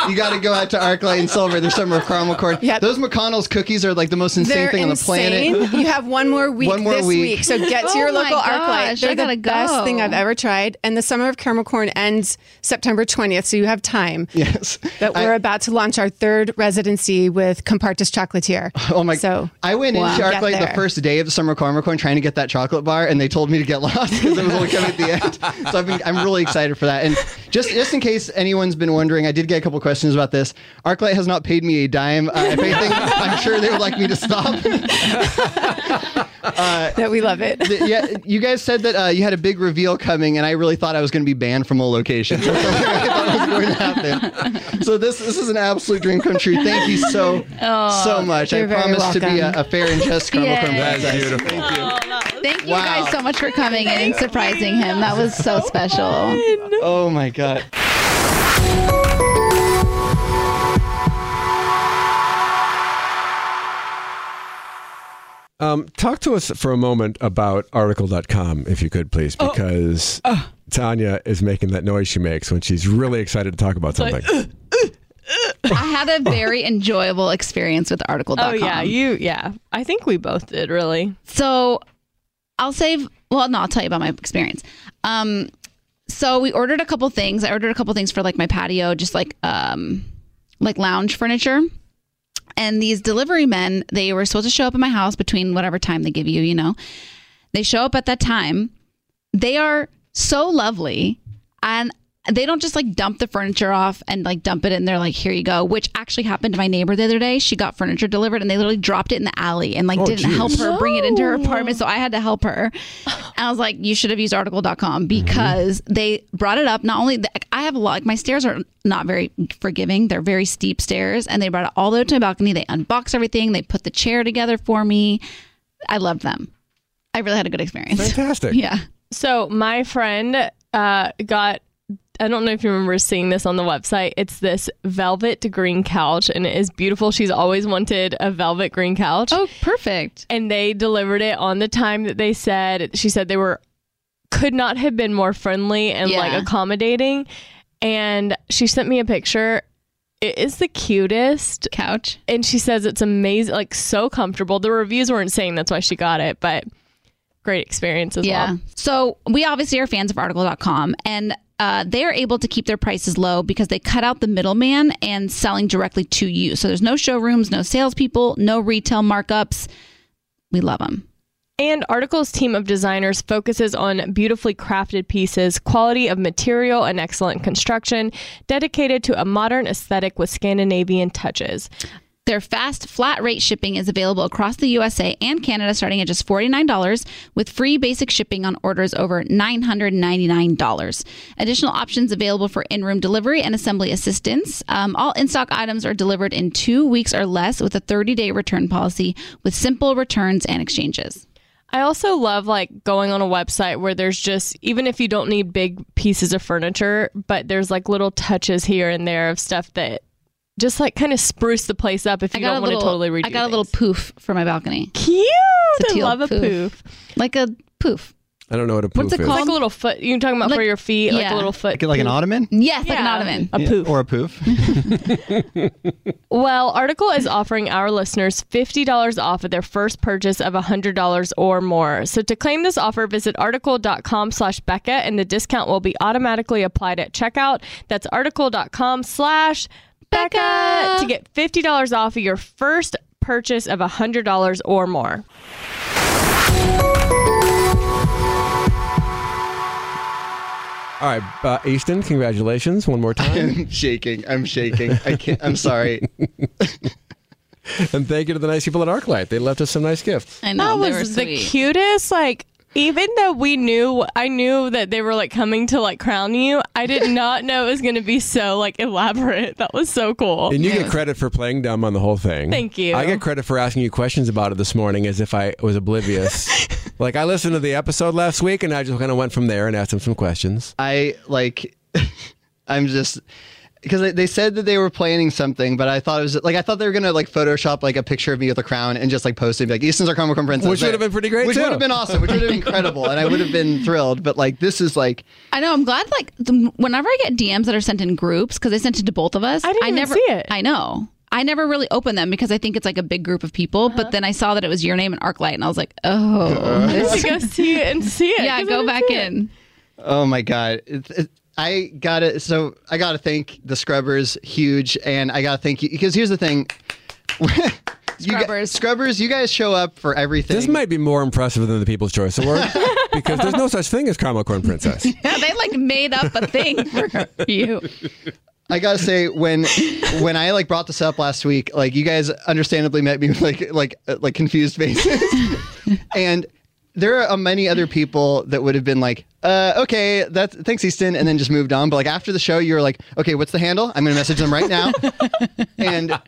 Speaker 7: you got to go out to ArcLight and celebrate the summer of caramel corn.
Speaker 10: Yep.
Speaker 7: Those McConnell's cookies are like the most insane
Speaker 10: They're
Speaker 7: thing
Speaker 10: insane.
Speaker 7: on the planet.
Speaker 10: You have one more week
Speaker 7: One more
Speaker 10: this
Speaker 7: week.
Speaker 10: week. so get to your
Speaker 3: Oh my
Speaker 10: local ArcLight.
Speaker 3: gosh,
Speaker 10: They're
Speaker 3: I gotta
Speaker 10: the best
Speaker 3: go.
Speaker 10: thing I've ever tried. And the summer of caramel corn ends September 20th, so you have time.
Speaker 7: Yes.
Speaker 10: But
Speaker 7: I-
Speaker 10: we're about to launch our third residency with Compartus Chocolatier.
Speaker 7: Oh my!
Speaker 10: So
Speaker 7: I went into
Speaker 10: Get
Speaker 7: ArcLight the
Speaker 10: there.
Speaker 7: first day of the summer of caramel corn trying to get that chocolate bar, and they told me to get lost because it was only coming at the end. So I've been, I'm really excited for that. And just just in case anyone's been wondering, I did get a couple questions about this. ArcLight has not paid me a dime. Uh, if anything, I'm sure they would like me to stop.
Speaker 10: that we love it.
Speaker 7: uh, Th- yeah, you guys said that uh, you had a big reveal coming, and I really thought I was going to be banned from all locations. That's something I thought was going to happen. So this this is an absolute dream come true. Thank you so
Speaker 2: Oh,
Speaker 7: so much. I
Speaker 10: you're very
Speaker 7: promise to be a,
Speaker 10: welcome.
Speaker 7: a fair and just caramel
Speaker 3: Yay.
Speaker 7: corn
Speaker 5: That is
Speaker 7: princess.
Speaker 5: beautiful.
Speaker 3: Thank you
Speaker 7: Oh, Wow.
Speaker 3: guys so much for coming in and surprising him. That was so special.
Speaker 7: Oh my god.
Speaker 5: Um, talk to us for a moment about article.com, if you could, please,
Speaker 3: Oh.
Speaker 5: because
Speaker 3: Uh.
Speaker 5: Tanya is making that noise she makes when she's really excited to talk about something.
Speaker 3: I had a very enjoyable experience with article.com.
Speaker 2: Oh yeah, you yeah. I think we both did really.
Speaker 3: So I'll save. Well, no, I'll tell you about my experience. Um, so we ordered a couple things. I ordered a couple things for like my patio, just like um, like lounge furniture. And these delivery men, they were supposed to show up at my house between whatever time they give you. You know, they show up at that time. They are so lovely, and they don't just like dump the furniture off and like dump it in there like here you go which actually happened to my neighbor the other day she got furniture delivered and they literally dropped it in the alley and like
Speaker 5: Oh,
Speaker 3: didn't
Speaker 5: geez.
Speaker 3: help her bring it into her apartment so i had to help her and i was like you should have used article.com because they brought it up not only like, i have a lot like my stairs are not very forgiving they're very steep stairs and they brought it all the way to my balcony they unboxed everything they put the chair together for me i loved them i really had a good experience
Speaker 5: Fantastic.
Speaker 3: yeah
Speaker 2: So my friend uh, got. I don't know if you remember seeing this on the website. It's this velvet green couch, and it is beautiful. She's always wanted a velvet green couch.
Speaker 3: oh perfect
Speaker 2: and they delivered it on the time that they said she said they were could not have been more friendly and
Speaker 3: Yeah.
Speaker 2: like accommodating and she sent me a picture it is the cutest
Speaker 3: couch
Speaker 2: and she says it's amazing like so comfortable the reviews weren't saying that's why she got it but great experience as well
Speaker 3: So we obviously are fans of article.com and uh, they are able to keep their prices low because they cut out the middleman and selling directly to you. So there's no showrooms, no salespeople, no retail markups. We love them.
Speaker 2: And Article's team of designers focuses on beautifully crafted pieces, quality of material, and excellent construction, dedicated to a modern aesthetic with Scandinavian touches.
Speaker 3: Their fast flat rate shipping is available across the USA and Canada starting at just $49 with free basic shipping on orders over $999. Additional options available for in room delivery and assembly assistance. Um, all in stock items are delivered in two weeks or less with a 30 day return policy with simple returns and exchanges.
Speaker 2: I also love like going on a website where there's just even if you don't need big pieces of furniture, but there's like little touches here and there of stuff that just like kind of spruce the place up if you don't want to totally redo.
Speaker 3: I got a little
Speaker 2: things.
Speaker 3: poof for my balcony,
Speaker 2: cute.
Speaker 3: It's a
Speaker 2: I
Speaker 3: teal
Speaker 2: love a
Speaker 3: poof.
Speaker 2: poof.
Speaker 3: like a poof.
Speaker 5: I don't know what a poof
Speaker 3: What's it
Speaker 5: is.
Speaker 3: called?
Speaker 2: Like a little foot. You're talking about
Speaker 3: Like-
Speaker 2: for your feet, like
Speaker 3: yeah.
Speaker 2: a little foot.
Speaker 7: Like, like an
Speaker 2: poof.
Speaker 7: ottoman.
Speaker 3: Yes, like an
Speaker 2: Yeah.
Speaker 3: ottoman.
Speaker 2: A poof.
Speaker 7: Or a poof.
Speaker 2: Well, Article is offering our listeners $50 off at their first purchase of $100 or more. So to claim this offer, visit article.com slash Becca and the discount will be automatically applied at checkout. That's article.com slash Becca to get $50 off of your first purchase of $100 or more.
Speaker 5: All right, uh, Easton, congratulations one more time.
Speaker 7: I'm shaking. I'm shaking. I can't. I'm sorry.
Speaker 5: and thank you to the nice people at ArcLight. They left us some nice gifts.
Speaker 3: I
Speaker 2: That
Speaker 3: know they were
Speaker 2: was the
Speaker 3: sweet.
Speaker 2: cutest. Like, even though we knew, I knew that they were like coming to like crown you. I did not know it was going to be so like elaborate. That was so cool.
Speaker 5: And you get credit for playing dumb on the whole thing.
Speaker 2: Oh, Thank you.
Speaker 5: I get credit for asking you questions about it this morning as if I was oblivious. like I listened to the episode last week and I just kind of went from there and asked him some questions.
Speaker 7: I like, I'm just because they, they said that they were planning something, but I thought it was like I thought they were gonna like Photoshop like a picture of me with a crown and just like post it and be like Easton's our Carmel Crown Princess,
Speaker 5: Which would've been pretty great,
Speaker 7: which
Speaker 5: too.
Speaker 7: would have been awesome, which would have been incredible, and I would have been thrilled. But like this is like
Speaker 3: I know. I'm glad. Like the, whenever I get DMs that are sent in groups because they sent it to both of us,
Speaker 2: I didn't even
Speaker 3: never
Speaker 2: see it.
Speaker 3: I know. I never really open them because I think it's like a big group of people.
Speaker 2: Uh-huh.
Speaker 3: But then I saw that it was your name and ArcLight, and I was like, oh,
Speaker 2: I
Speaker 3: this-
Speaker 2: should go see it and see it.
Speaker 3: yeah,
Speaker 2: 'cause I
Speaker 3: go
Speaker 2: didn't
Speaker 3: back
Speaker 2: see it.
Speaker 3: in.
Speaker 7: Oh my god! It, it, I gotta so I gotta thank the Scrubbers, huge, and I gotta thank you because here's the thing. You guys-
Speaker 3: Scrubbers.
Speaker 7: Scrubbers, you guys show up for everything.
Speaker 5: This might be more impressive than the People's Choice Award because there's no such thing as caramel corn princess.
Speaker 3: they like made up a thing for you.
Speaker 7: I gotta say, when when I like brought this up last week, like you guys understandably met me with like like uh, like confused faces, and there are uh, many other people that would have been like, uh, okay, that's thanks Easton, and then just moved on. But like after the show, you were like, okay, what's the handle? I'm gonna message them right now, and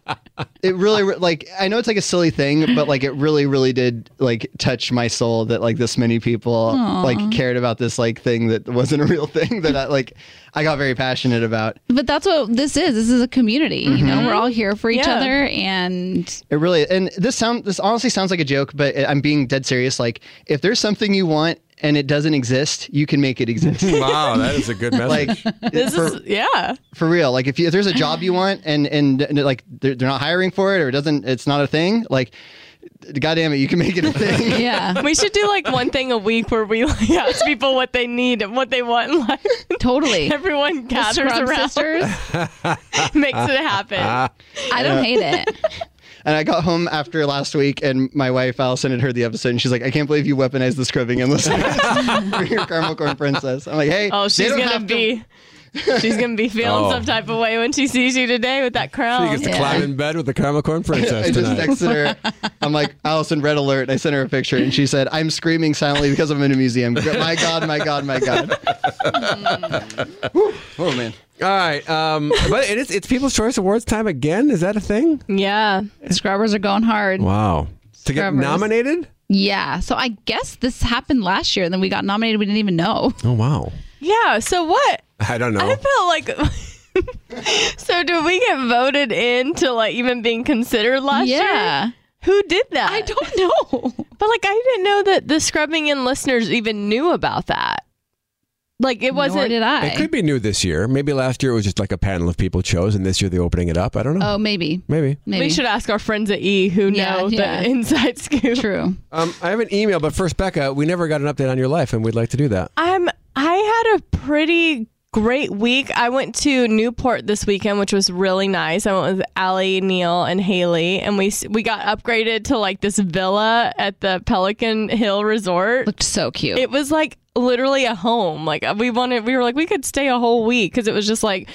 Speaker 7: it really like I know it's like a silly thing, but like it really really did like touch my soul that like this many people like cared about this like thing that wasn't a real thing that I like I got very passionate about.
Speaker 3: But that's what this is. This is a community. You know, we're all here for each
Speaker 2: Yeah.
Speaker 3: other, and
Speaker 7: It really and this sound this honestly sounds like a joke, but I'm being dead serious. Like if there's something you want and it doesn't exist, you can make it exist.
Speaker 5: wow, that is a good message.
Speaker 7: like
Speaker 2: This
Speaker 7: for,
Speaker 2: is yeah.
Speaker 7: for real. Like if, you, if there's a job you want and and, and, like they're, they're not hiring for it or it doesn't it's not a thing, like goddamn it, you can make it a thing.
Speaker 3: yeah,
Speaker 2: We should do like one thing a week where we like ask people what they need and what they want in life.
Speaker 3: totally.
Speaker 2: Everyone
Speaker 3: The
Speaker 2: gathers
Speaker 3: Scrub
Speaker 2: around,
Speaker 3: sisters.
Speaker 2: makes it happen.
Speaker 3: I don't hate it.
Speaker 7: And I got home after last week and my wife Allison had heard the episode and she's like, I can't believe you weaponized the scrubbing and listening for your caramel corn princess. I'm like, hey,
Speaker 2: Oh,
Speaker 7: they
Speaker 2: she's
Speaker 7: don't
Speaker 2: gonna
Speaker 7: have to-
Speaker 2: be. She's gonna be feeling
Speaker 5: Oh.
Speaker 2: some type of way when she sees you today with that
Speaker 5: She
Speaker 2: crown.
Speaker 5: gets to climb in bed with the caramel corn princess
Speaker 7: Oh, I just
Speaker 5: tonight.
Speaker 7: texted her. I'm like, Allison, red alert. I sent her a picture and she said, I'm screaming silently because I'm in a museum. My God, my God, my God.
Speaker 2: Mm.
Speaker 7: Whew. oh, man.
Speaker 5: All right, um, but it is, it's People's Choice Awards time again. Is that a thing?
Speaker 2: Yeah.
Speaker 3: Scrubbers are going hard.
Speaker 5: Wow, to get
Speaker 3: Scrubbers.
Speaker 5: nominated?
Speaker 3: Yeah. So I guess this happened last year, and then we got nominated. We didn't even know.
Speaker 5: Oh wow,
Speaker 2: Yeah. So what?
Speaker 5: I don't know.
Speaker 2: I felt like. so do we get voted in to like even being considered last year?
Speaker 3: yeah.
Speaker 2: Who did that?
Speaker 3: I don't know.
Speaker 2: But like, I didn't know that the scrubbing in listeners even knew about that. Like, it
Speaker 3: Nor
Speaker 2: wasn't.
Speaker 3: did I.
Speaker 5: It could be new this year. Maybe last year it was just like a panel of people chose, and this year they're opening it up. I don't know.
Speaker 3: oh, maybe.
Speaker 5: Maybe.
Speaker 3: Maybe.
Speaker 2: We should ask our friends at E who
Speaker 3: Yeah,
Speaker 2: know
Speaker 3: yeah.
Speaker 2: the inside scoop.
Speaker 3: True.
Speaker 5: Um, I have an email, but first, Becca, we never got an update on your life, and we'd like to do that.
Speaker 2: I'm. I had a pretty great week. I went to Newport this weekend, which was really nice. I went with Allie, Neil, and Haley, and we s- we got upgraded to like this villa at the Pelican Hill Resort.
Speaker 3: Looked so cute.
Speaker 2: It was like literally a home. Like we wanted, we were like, we could stay a whole week because it was just like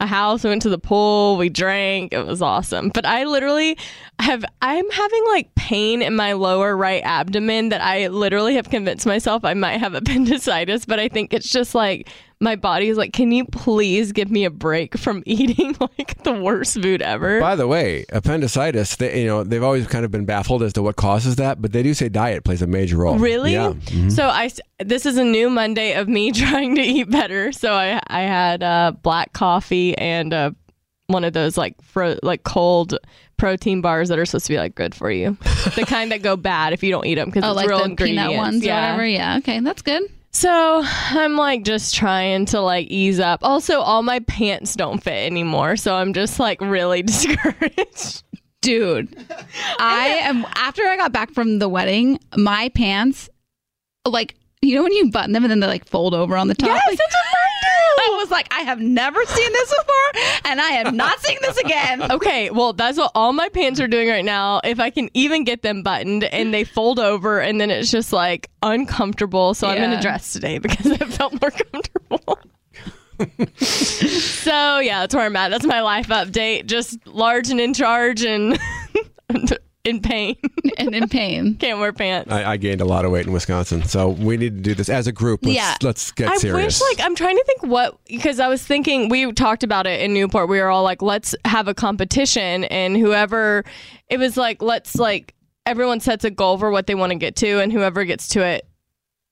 Speaker 2: a house. We went to the pool, we drank. It was awesome. But I literally have, I'm having like pain in my lower right abdomen that I literally have convinced myself I might have appendicitis. But I think it's just like my body is like, can you please give me a break from eating like the worst food ever?
Speaker 5: By the way, appendicitis, they, you know, they've always kind of been baffled as to what causes that, but they do say diet plays a major role.
Speaker 2: Really?
Speaker 5: Yeah. Mm-hmm.
Speaker 2: So I s- this is a new Monday of me trying to eat better. So I I had uh, black coffee and uh, one of those like fro- like cold protein bars that are supposed to be like good for you, the kind that go bad if you don't eat them because
Speaker 3: oh,
Speaker 2: it's
Speaker 3: like
Speaker 2: real
Speaker 3: the peanut
Speaker 2: ingredients.
Speaker 3: ones
Speaker 2: yeah.
Speaker 3: or whatever. Yeah. Okay. That's good.
Speaker 2: So I'm like just trying to like ease up. Also, all my pants don't fit anymore, so I'm just like really discouraged.
Speaker 3: Dude, I am. After I got back from the wedding, my pants, like, you know, when you button them and then they like fold over on the top? Like, I was like, I have never seen this before, and I am not seeing this again.
Speaker 2: Okay, well, that's what all my pants are doing right now. If I can even get them buttoned and they fold over, and then it's just like uncomfortable. So I'm in
Speaker 3: Yeah.
Speaker 2: a dress today because I felt more comfortable. so, yeah, that's where I'm at. That's my life update. Just large and in charge, and I'm in pain.
Speaker 3: and in pain.
Speaker 2: Can't wear pants.
Speaker 5: I, I gained a lot of weight in Wisconsin, so we need to do this as a group. Let's,
Speaker 3: Yeah.
Speaker 5: let's get
Speaker 2: I
Speaker 5: serious.
Speaker 2: wish, like, I'm trying to think what, because I was thinking, we talked about it in Newport. We were all like, let's have a competition, and whoever, it was like, let's, like, everyone sets a goal for what they want to get to, and whoever gets to it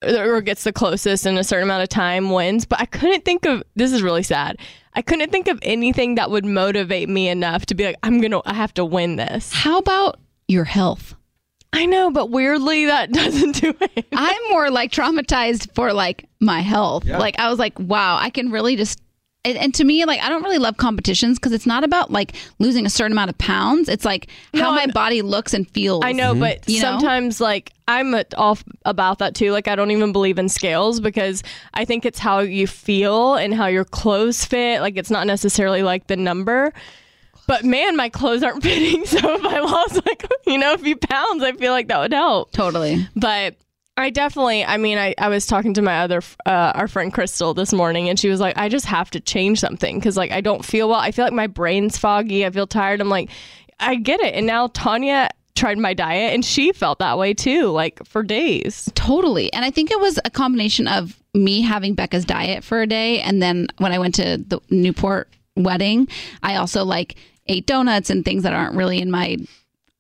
Speaker 2: or gets the closest in a certain amount of time wins. But I couldn't think of, this is really sad. I couldn't think of anything that would motivate me enough to be like, I'm going to, I have to win this.
Speaker 3: How about your health?
Speaker 2: I know, but weirdly, that doesn't do it.
Speaker 3: I'm more like traumatized for like my health. Like I was like, wow, I can really just. And, and to me, like I don't really love competitions because it's not about like losing a certain amount of pounds. It's like how my body looks and feels.
Speaker 2: I know, but
Speaker 3: You know?
Speaker 2: sometimes like I'm a- off about that too. Like I don't even believe in scales because I think it's how you feel and how your clothes fit. Like it's not necessarily like the number. But man, my clothes aren't fitting. So if I lost like you know a few pounds, I feel like that would help.
Speaker 3: totally.
Speaker 2: But I definitely, I mean, I, I was talking to my other, f- uh, our friend Crystal this morning, and she was like, I just have to change something because, like, I don't feel well. I feel like my brain's foggy. I feel tired. I'm like, I get it. And now Tanya tried my diet, and she felt that way too, like for days.
Speaker 3: Totally. And I think it was a combination of me having Becca's diet for a day. And then when I went to the Newport wedding, I also like ate donuts and things that aren't really in my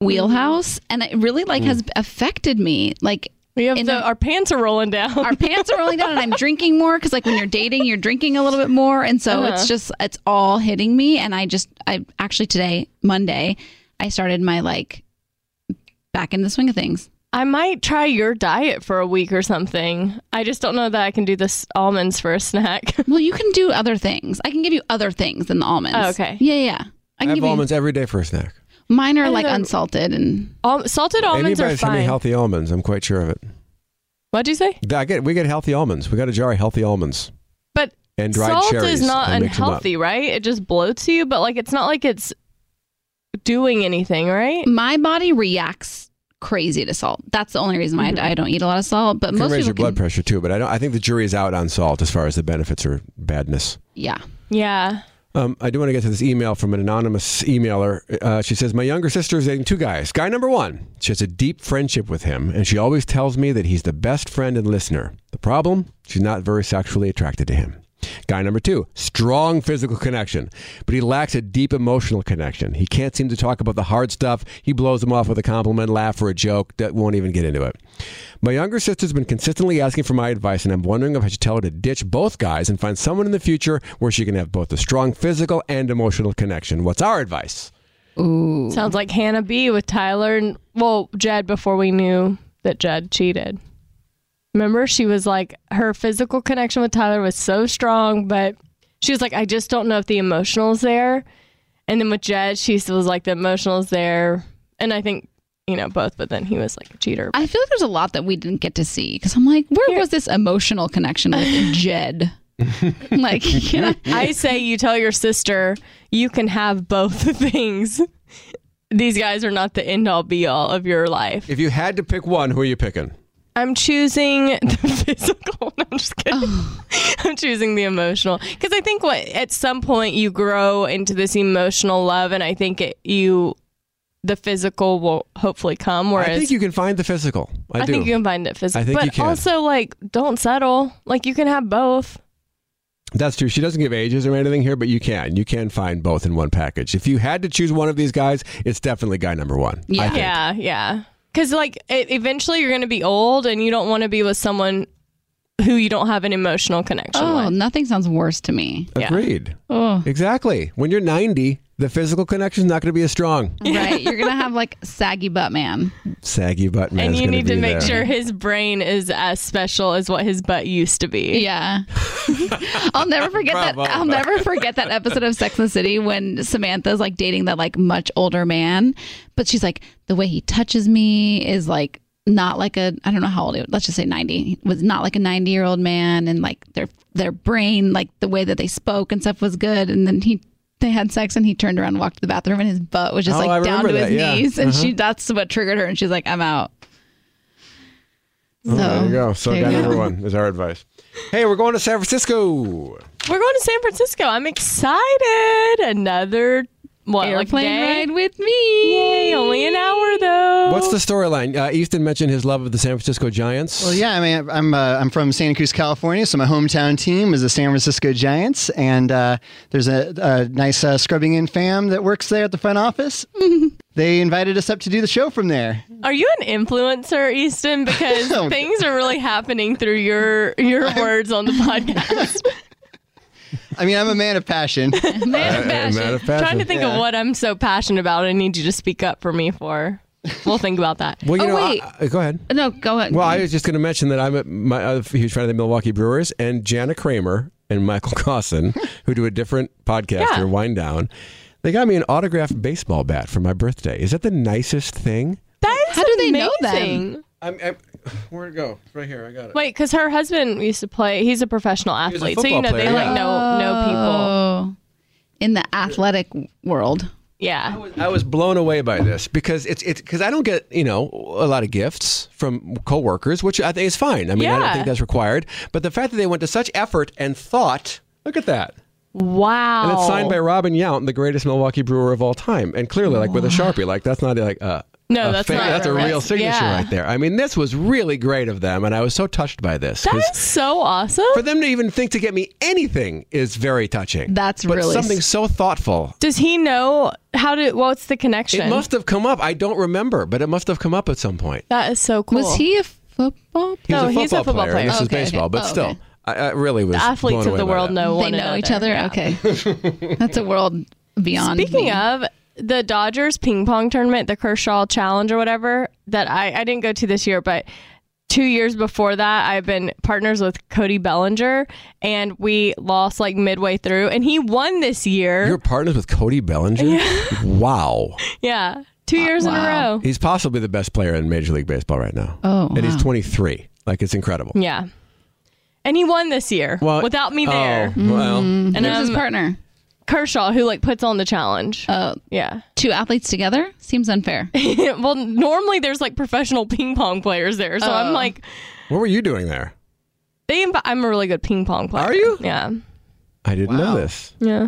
Speaker 3: wheelhouse. And it really like has affected me. Like
Speaker 2: We have
Speaker 3: In
Speaker 2: the,
Speaker 3: a-
Speaker 2: our pants are rolling down.
Speaker 3: our pants are rolling down and I'm drinking more because like when you're dating, you're drinking a little bit more. And so
Speaker 2: Uh-huh.
Speaker 3: it's just, it's all hitting me. And I just, I actually today, Monday, I started my like back in the swing of things.
Speaker 2: I might try your diet for a week or something. I just don't know that I can do this almonds for a snack.
Speaker 3: Well, you can do other things. I can give you other things than the almonds.
Speaker 2: Oh, okay.
Speaker 3: Yeah, yeah, yeah. I
Speaker 5: I
Speaker 3: can
Speaker 5: have
Speaker 3: give you,
Speaker 5: almonds every day for a snack.
Speaker 3: mine are like
Speaker 2: they're-
Speaker 3: unsalted and
Speaker 2: Al- Um, salted
Speaker 5: Amy
Speaker 2: almonds are
Speaker 5: Bennett sent me
Speaker 2: fine.
Speaker 5: healthy almonds. I'm quite sure of it.
Speaker 2: What'd you say?
Speaker 5: I get we get healthy almonds. We got a jar of healthy almonds
Speaker 2: But
Speaker 5: and dried
Speaker 2: salt
Speaker 5: cherries.
Speaker 2: is not
Speaker 5: I mix 'em up.
Speaker 2: unhealthy, right? It just bloats you, but like it's not like it's doing anything, right?
Speaker 3: my body reacts crazy to salt. That's the only reason why
Speaker 2: Mm-hmm.
Speaker 3: I, I don't eat a lot of salt. But
Speaker 5: Can
Speaker 3: most
Speaker 5: raise
Speaker 3: people
Speaker 5: your
Speaker 3: can,
Speaker 5: blood pressure too, but I don't. I think the jury's out on salt as far as the benefits or badness.
Speaker 3: yeah.
Speaker 2: Yeah.
Speaker 5: Um, I do want to get to this email from an anonymous emailer. Uh, she says, My younger sister is dating two guys. Guy number one, she has a deep friendship with him, and she always tells me that he's the best friend and listener. The problem? She's not very sexually attracted to him. Guy number two, strong physical connection, but he lacks a deep emotional connection. He can't seem to talk about the hard stuff. He blows them off with a compliment, laugh, or a joke that won't even get into it. My younger sister's been consistently asking for my advice, and I'm wondering if I should tell her to ditch both guys and find someone in the future where she can have both a strong physical and emotional connection. What's our advice?
Speaker 2: Sounds like Hannah B with Tyler and well, Jed before we knew that Jed cheated. Remember she was like her physical connection with Tyler was so strong, but she was like, I just don't know if the emotional's there. And then with Jed, she was like the emotional's there. And I think, you know, both, but then he was like a cheater.
Speaker 3: I feel like there's a lot that we didn't get to see because I'm like, where was this emotional connection with Jed? like, you know,
Speaker 2: I say you tell your sister you can have both things. These guys are not the end all be all of your life.
Speaker 5: If you had to pick one, who are you picking?
Speaker 2: I'm choosing the physical. No, I'm just kidding. I'm choosing the emotional because I think what at some point you grow into this emotional love, and I think it, you the physical will hopefully come. Whereas
Speaker 5: I think you can find the physical. I,
Speaker 2: I
Speaker 5: do.
Speaker 2: think you can find it physical,
Speaker 5: I think
Speaker 2: but
Speaker 5: you can.
Speaker 2: also like don't settle. Like you can have both.
Speaker 5: That's true. She doesn't give ages or anything here, but you can. You can find both in one package. If you had to choose one of these guys, it's definitely guy number one. I
Speaker 3: Yeah.
Speaker 5: think.
Speaker 2: Yeah, yeah. Because like e- eventually you're going to be old, and you don't want to be with someone who you don't have an emotional connection
Speaker 3: oh,
Speaker 2: with.
Speaker 3: nothing sounds worse to me.
Speaker 2: Yeah. Oh.
Speaker 5: Agreed. Exactly. When you're 90, the physical connection's not going to be as strong.
Speaker 3: Right. You're going to have like saggy butt man.
Speaker 5: Saggy butt man.
Speaker 2: And
Speaker 5: is
Speaker 2: you
Speaker 5: gonna
Speaker 2: need to
Speaker 5: be
Speaker 2: make
Speaker 5: there.
Speaker 2: sure his brain is as special as what his butt used to be.
Speaker 3: Yeah. I'll never forget
Speaker 5: Bravo.
Speaker 3: that. I'll never forget that episode of Sex and the City when Samantha's like dating that like much older man, but she's like, the way he touches me is like, not like a I don't know how old he was, let's just say 90 He was not like a 90 year old man and like their their brain like the way that they spoke and stuff was good and then he they had sex and he turned around and walked to the bathroom and his butt was just
Speaker 5: Oh, I
Speaker 3: like down to
Speaker 5: remember
Speaker 3: his
Speaker 5: that, yeah. Uh-huh.
Speaker 3: knees and she that's what triggered her and she's like I'm out
Speaker 5: Oh, there you go. So
Speaker 3: there
Speaker 5: guy
Speaker 3: you
Speaker 5: number
Speaker 3: go.
Speaker 5: one is our advice. Hey, we're going to San Francisco.
Speaker 2: We're going to San Francisco. I'm excited. Another What, like
Speaker 3: airplane
Speaker 2: day?
Speaker 3: ride with me.
Speaker 2: Yay, only an hour though.
Speaker 5: What's the storyline? Uh, Easton mentioned his love of the San Francisco Giants.
Speaker 7: Well, yeah, I mean, I'm uh, I'm from Santa Cruz, California, so my hometown team is the San Francisco Giants, and uh, there's a, a nice uh, scrubbing in fam that works there at the front office. they invited us up to do the show from there.
Speaker 2: Are you an influencer, Easton? Because
Speaker 7: Oh,
Speaker 2: things are really happening through your your words on the podcast.
Speaker 7: I mean, I'm a man of passion.
Speaker 2: Man
Speaker 5: Uh,
Speaker 2: of passion.
Speaker 5: man of passion.
Speaker 2: Trying to think of what I'm so passionate about. I need you to speak up for me for. We'll think about that.
Speaker 5: Well, you
Speaker 3: Oh,
Speaker 5: know, I-
Speaker 3: wait.
Speaker 5: I- Uh, go ahead.
Speaker 3: No, go ahead.
Speaker 5: Well, I was just going to mention that I'm a, my other huge fan of the Milwaukee Brewers and Jana Kramer and Michael Cosson, who do a different podcast
Speaker 2: Yeah.
Speaker 5: or wind down. They got me an autographed baseball bat for my birthday. Is that the nicest thing?
Speaker 2: That is
Speaker 3: How do they know them?
Speaker 2: amazing.
Speaker 5: I'm, I'm, where'd it go? It's right here. I got it.
Speaker 2: Wait, because her husband used to play. He's a professional
Speaker 5: was a
Speaker 2: athlete, so you
Speaker 5: football
Speaker 2: know they
Speaker 5: player,
Speaker 2: like
Speaker 5: yeah.
Speaker 2: know know people.
Speaker 3: Oh, in the athletic world.
Speaker 2: Yeah,
Speaker 5: I was blown away by this because it's it's because I don't get you know a lot of gifts from coworkers, which I think is fine. I mean, I don't
Speaker 2: Yeah.
Speaker 5: think that's required. But the fact that they went to such effort and thought, look at that,
Speaker 2: wow.
Speaker 5: and it's signed by Robin Yount, the greatest Milwaukee Brewer of all time, and clearly like with a sharpie, like that's not like a
Speaker 2: No,
Speaker 5: a
Speaker 2: that's
Speaker 5: fake-
Speaker 2: not
Speaker 5: that's a
Speaker 2: right.
Speaker 5: real signature
Speaker 2: Yeah.
Speaker 5: right there. I mean, this was really great of them, and I was so touched by this. 'cause
Speaker 2: That is so awesome.
Speaker 5: for them to even think to get me anything is very touching.
Speaker 3: That's
Speaker 5: but
Speaker 3: really
Speaker 5: something
Speaker 3: s-
Speaker 5: so thoughtful
Speaker 2: Does he know how to? What's the connection?
Speaker 5: It must have come up. I don't remember, but it must have come up at some point.
Speaker 2: that is so cool.
Speaker 3: Was he a football player?
Speaker 5: He was
Speaker 2: No,
Speaker 5: a football
Speaker 2: he's a football
Speaker 5: player.
Speaker 2: player.
Speaker 5: This is
Speaker 3: Okay,
Speaker 5: baseball,
Speaker 3: okay.
Speaker 5: but
Speaker 3: Oh,
Speaker 5: still,
Speaker 3: okay.
Speaker 5: I, I really was.
Speaker 2: Athletes
Speaker 5: blown
Speaker 2: of
Speaker 5: away
Speaker 2: the
Speaker 5: by
Speaker 2: world
Speaker 5: that.
Speaker 2: know
Speaker 3: They
Speaker 2: one
Speaker 3: know each
Speaker 2: another.
Speaker 3: other. Okay, that's a world beyond.
Speaker 2: Speaking
Speaker 3: me.
Speaker 2: of the Dodgers ping pong tournament, the Kershaw Challenge or whatever that I, I didn't go to this year, but two years before that, I've been partners with Cody Bellinger, and we lost like midway through, and he won this year.
Speaker 5: You're partners with Cody Bellinger. Wow,
Speaker 2: yeah,
Speaker 5: Uh,
Speaker 2: two years in a row.
Speaker 5: he's possibly the best player in Major League Baseball right now.
Speaker 3: Oh,
Speaker 5: and he's
Speaker 3: wow.
Speaker 5: 23. Like it's incredible.
Speaker 2: Yeah, and he won this year Mm. without me
Speaker 5: oh,
Speaker 2: there.
Speaker 5: well,
Speaker 2: And
Speaker 3: Mm-hmm. who's his
Speaker 2: um,
Speaker 3: partner?
Speaker 2: Kershaw, who like puts on the challenge.
Speaker 3: Uh,
Speaker 2: yeah.
Speaker 3: two athletes together seems unfair.
Speaker 2: well, normally there's like professional ping pong players there, so
Speaker 3: Oh.
Speaker 2: I'm like,
Speaker 5: what were you doing there?
Speaker 2: they. Inv- I'm a really good ping pong player.
Speaker 5: Are you?
Speaker 2: Yeah.
Speaker 5: I didn't know this.
Speaker 2: Yeah.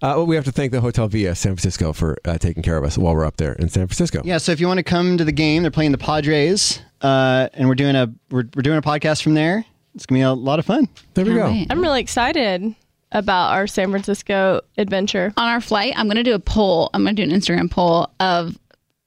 Speaker 5: Uh, well, we have to thank the Hotel Via San Francisco for uh, taking care of us while we're up there in San Francisco.
Speaker 7: Yeah, so if you want to come to the game, they're playing the Padres, uh, and we're doing a we're, we're doing a podcast from there. It's gonna be a lot of fun.
Speaker 5: there we go.
Speaker 3: All right.
Speaker 2: I'm really excited about our San Francisco adventure.
Speaker 3: on our flight, I'm going to do a poll. I'm going to do an Instagram poll of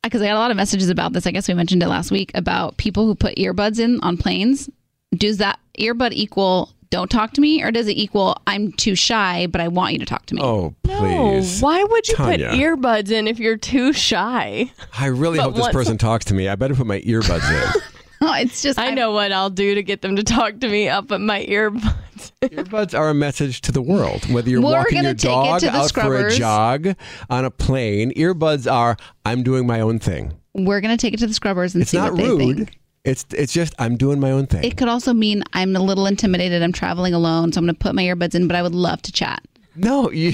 Speaker 3: because I got a lot of messages about this. I guess we mentioned it last week about people who put earbuds in on planes. Does that earbud equal don't talk to me or does it equal I'm too shy but I want you to talk to me?
Speaker 5: Oh please!
Speaker 2: No, why would you
Speaker 5: Tanya.
Speaker 2: put earbuds in if you're too shy?
Speaker 5: I really hope this
Speaker 2: what-
Speaker 5: person talks to me. I better put my earbuds in.
Speaker 3: Oh, it's just
Speaker 2: I know what I'll do to get them to talk to me up at my earbuds.
Speaker 5: Earbuds are a message to the world. Whether you're
Speaker 3: We're
Speaker 5: walking
Speaker 3: gonna
Speaker 5: your
Speaker 3: take it
Speaker 5: dog
Speaker 3: to the
Speaker 5: out for a
Speaker 3: scrubbers.
Speaker 5: jog on a plane, earbuds are I'm doing my own thing.
Speaker 3: We're going to take it to the scrubbers and
Speaker 5: It's
Speaker 3: see
Speaker 5: not
Speaker 3: what they
Speaker 5: rude.
Speaker 3: think.
Speaker 5: It's it's just I'm doing my own thing.
Speaker 3: It could also mean I'm a little intimidated. I'm traveling alone, so I'm going to put my earbuds in, but I would love to chat.
Speaker 5: no, you,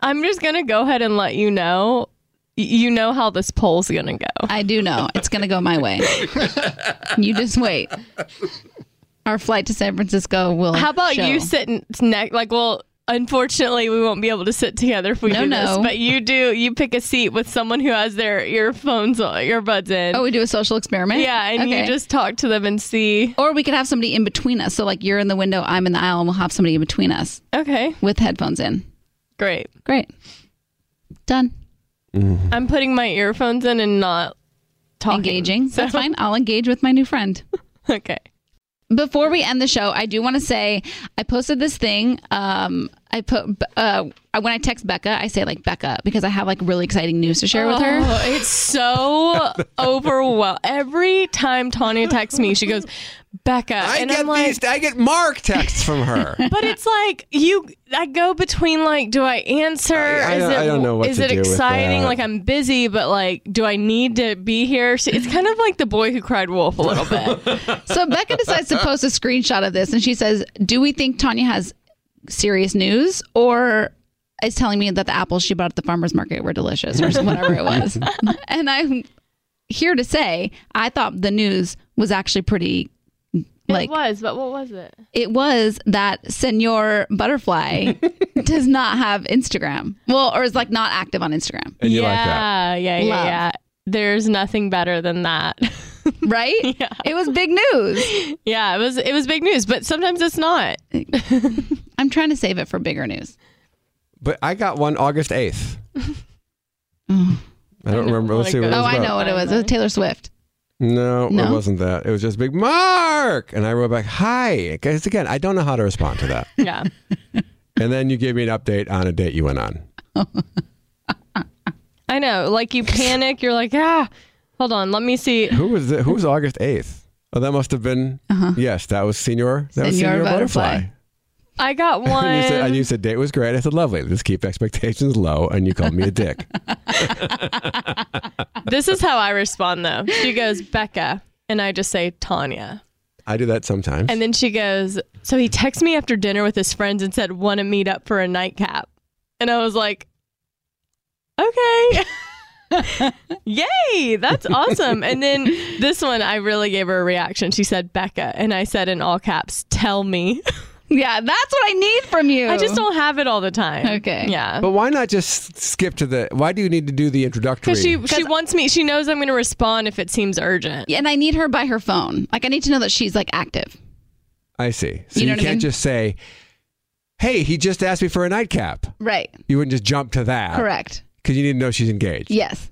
Speaker 2: I'm just going to go ahead and let you know. y- You know how this poll's going to go.
Speaker 3: I do know it's going to go my way. you just wait. Our flight to San Francisco will.
Speaker 2: How about
Speaker 3: show.
Speaker 2: you sitting next? Like, well, unfortunately, we won't be able to sit together if we
Speaker 3: No,
Speaker 2: do
Speaker 3: no.
Speaker 2: this. But you do. You pick a seat with someone who has their earphones, on- earbuds in.
Speaker 3: Oh, we do a social experiment.
Speaker 2: yeah, and
Speaker 3: Okay.
Speaker 2: you just talk to them and see.
Speaker 3: Or we could have somebody in between us. So like you're in the window, I'm in the aisle, and we'll have somebody in between us
Speaker 2: Okay,
Speaker 3: with headphones in.
Speaker 2: great.
Speaker 3: Great. Done.
Speaker 2: I'm putting my earphones in and not talking.
Speaker 3: Engaging. That's fine. I'll engage with my new friend.
Speaker 2: Okay.
Speaker 3: Before we end the show, I do want to say I posted this thing. Um, I put uh, when I text Becca, I say like Becca because I have like really exciting news to share with her.
Speaker 2: Oh, it's so overwhelming. Every time Tanya texts me, she goes, "Becca,"
Speaker 5: I
Speaker 2: and
Speaker 5: get
Speaker 2: I'm like,
Speaker 5: these I get mark texts from her.
Speaker 2: But it's like you, I go between like, do I answer?
Speaker 5: I- I
Speaker 2: is
Speaker 5: don't-
Speaker 2: it,
Speaker 5: I don't know what
Speaker 2: is
Speaker 5: to
Speaker 2: it
Speaker 5: do with
Speaker 2: exciting?
Speaker 5: that.
Speaker 2: Like I'm busy, but like, do I need to be here? So it's kind of like the boy who cried wolf a little bit.
Speaker 3: So Becca decides to post a screenshot of this, and she says, "Do we think Tanya has serious news, or is telling me that the apples she bought at the farmers market were delicious, or whatever it was?" and I'm here to say, I thought the news was actually pretty. Like
Speaker 2: it was, but what was it?
Speaker 3: it was that Senor Butterfly does not have Instagram. Well, or is like not active on Instagram,
Speaker 5: And you
Speaker 2: yeah,
Speaker 5: like that.
Speaker 2: yeah, yeah,
Speaker 3: Love.
Speaker 2: yeah. There's nothing better than that.
Speaker 3: right?
Speaker 2: Yeah.
Speaker 3: It was big news.
Speaker 2: yeah, it was it was big news, but sometimes it's not.
Speaker 3: I'm trying to save it for bigger news.
Speaker 5: But I got one August 8th. I don't remember. Let's see what it
Speaker 2: Oh,
Speaker 5: was
Speaker 3: Oh, I
Speaker 5: about.
Speaker 3: know what it was. It was Taylor Swift.
Speaker 5: No, it
Speaker 3: No?
Speaker 5: wasn't that. It was just Big Mark. And I wrote back, hi. Because again, I don't know how to respond to that.
Speaker 2: Yeah.
Speaker 5: and then you gave me an update on a date you went on.
Speaker 2: I know. Like you panic, you're like, ah, hold on, let me see.
Speaker 5: Who was it? Who was August 8th? Oh, that must have been, yes, that was Senior, that was
Speaker 3: Senor
Speaker 5: senior Butterfly.
Speaker 3: Uh-huh. Butterfly.
Speaker 2: I got one.
Speaker 5: And you, said, and you said, date was great. I said, lovely. Let's keep expectations low. And you called me a dick.
Speaker 2: this is how I respond though. She goes, Becca. And I just say, Tanya.
Speaker 5: I do that sometimes.
Speaker 2: And then she goes, So he texted me after dinner with his friends and said, Want to meet up for a nightcap. And I was like, Okay. Yay. That's awesome. And then this one, I really gave her a reaction. She said, Becca. And I said in all caps, Tell me.
Speaker 3: Yeah, that's what I need from you.
Speaker 2: I just don't have it all the time.
Speaker 3: Okay.
Speaker 2: Yeah.
Speaker 5: but why not just skip to the, why do you need to do the introductory?
Speaker 2: Because she, she wants me, she knows I'm going to respond if it seems urgent.
Speaker 3: Yeah, and I need her by her phone. Like I need to know that she's like active.
Speaker 5: I see. So
Speaker 3: You
Speaker 5: you,
Speaker 3: know what I
Speaker 5: can't
Speaker 3: mean?
Speaker 5: just say, hey, he just asked me for a nightcap.
Speaker 3: Right.
Speaker 5: You wouldn't just jump to that.
Speaker 3: Correct.
Speaker 5: Because you need to know she's engaged.
Speaker 3: Yes.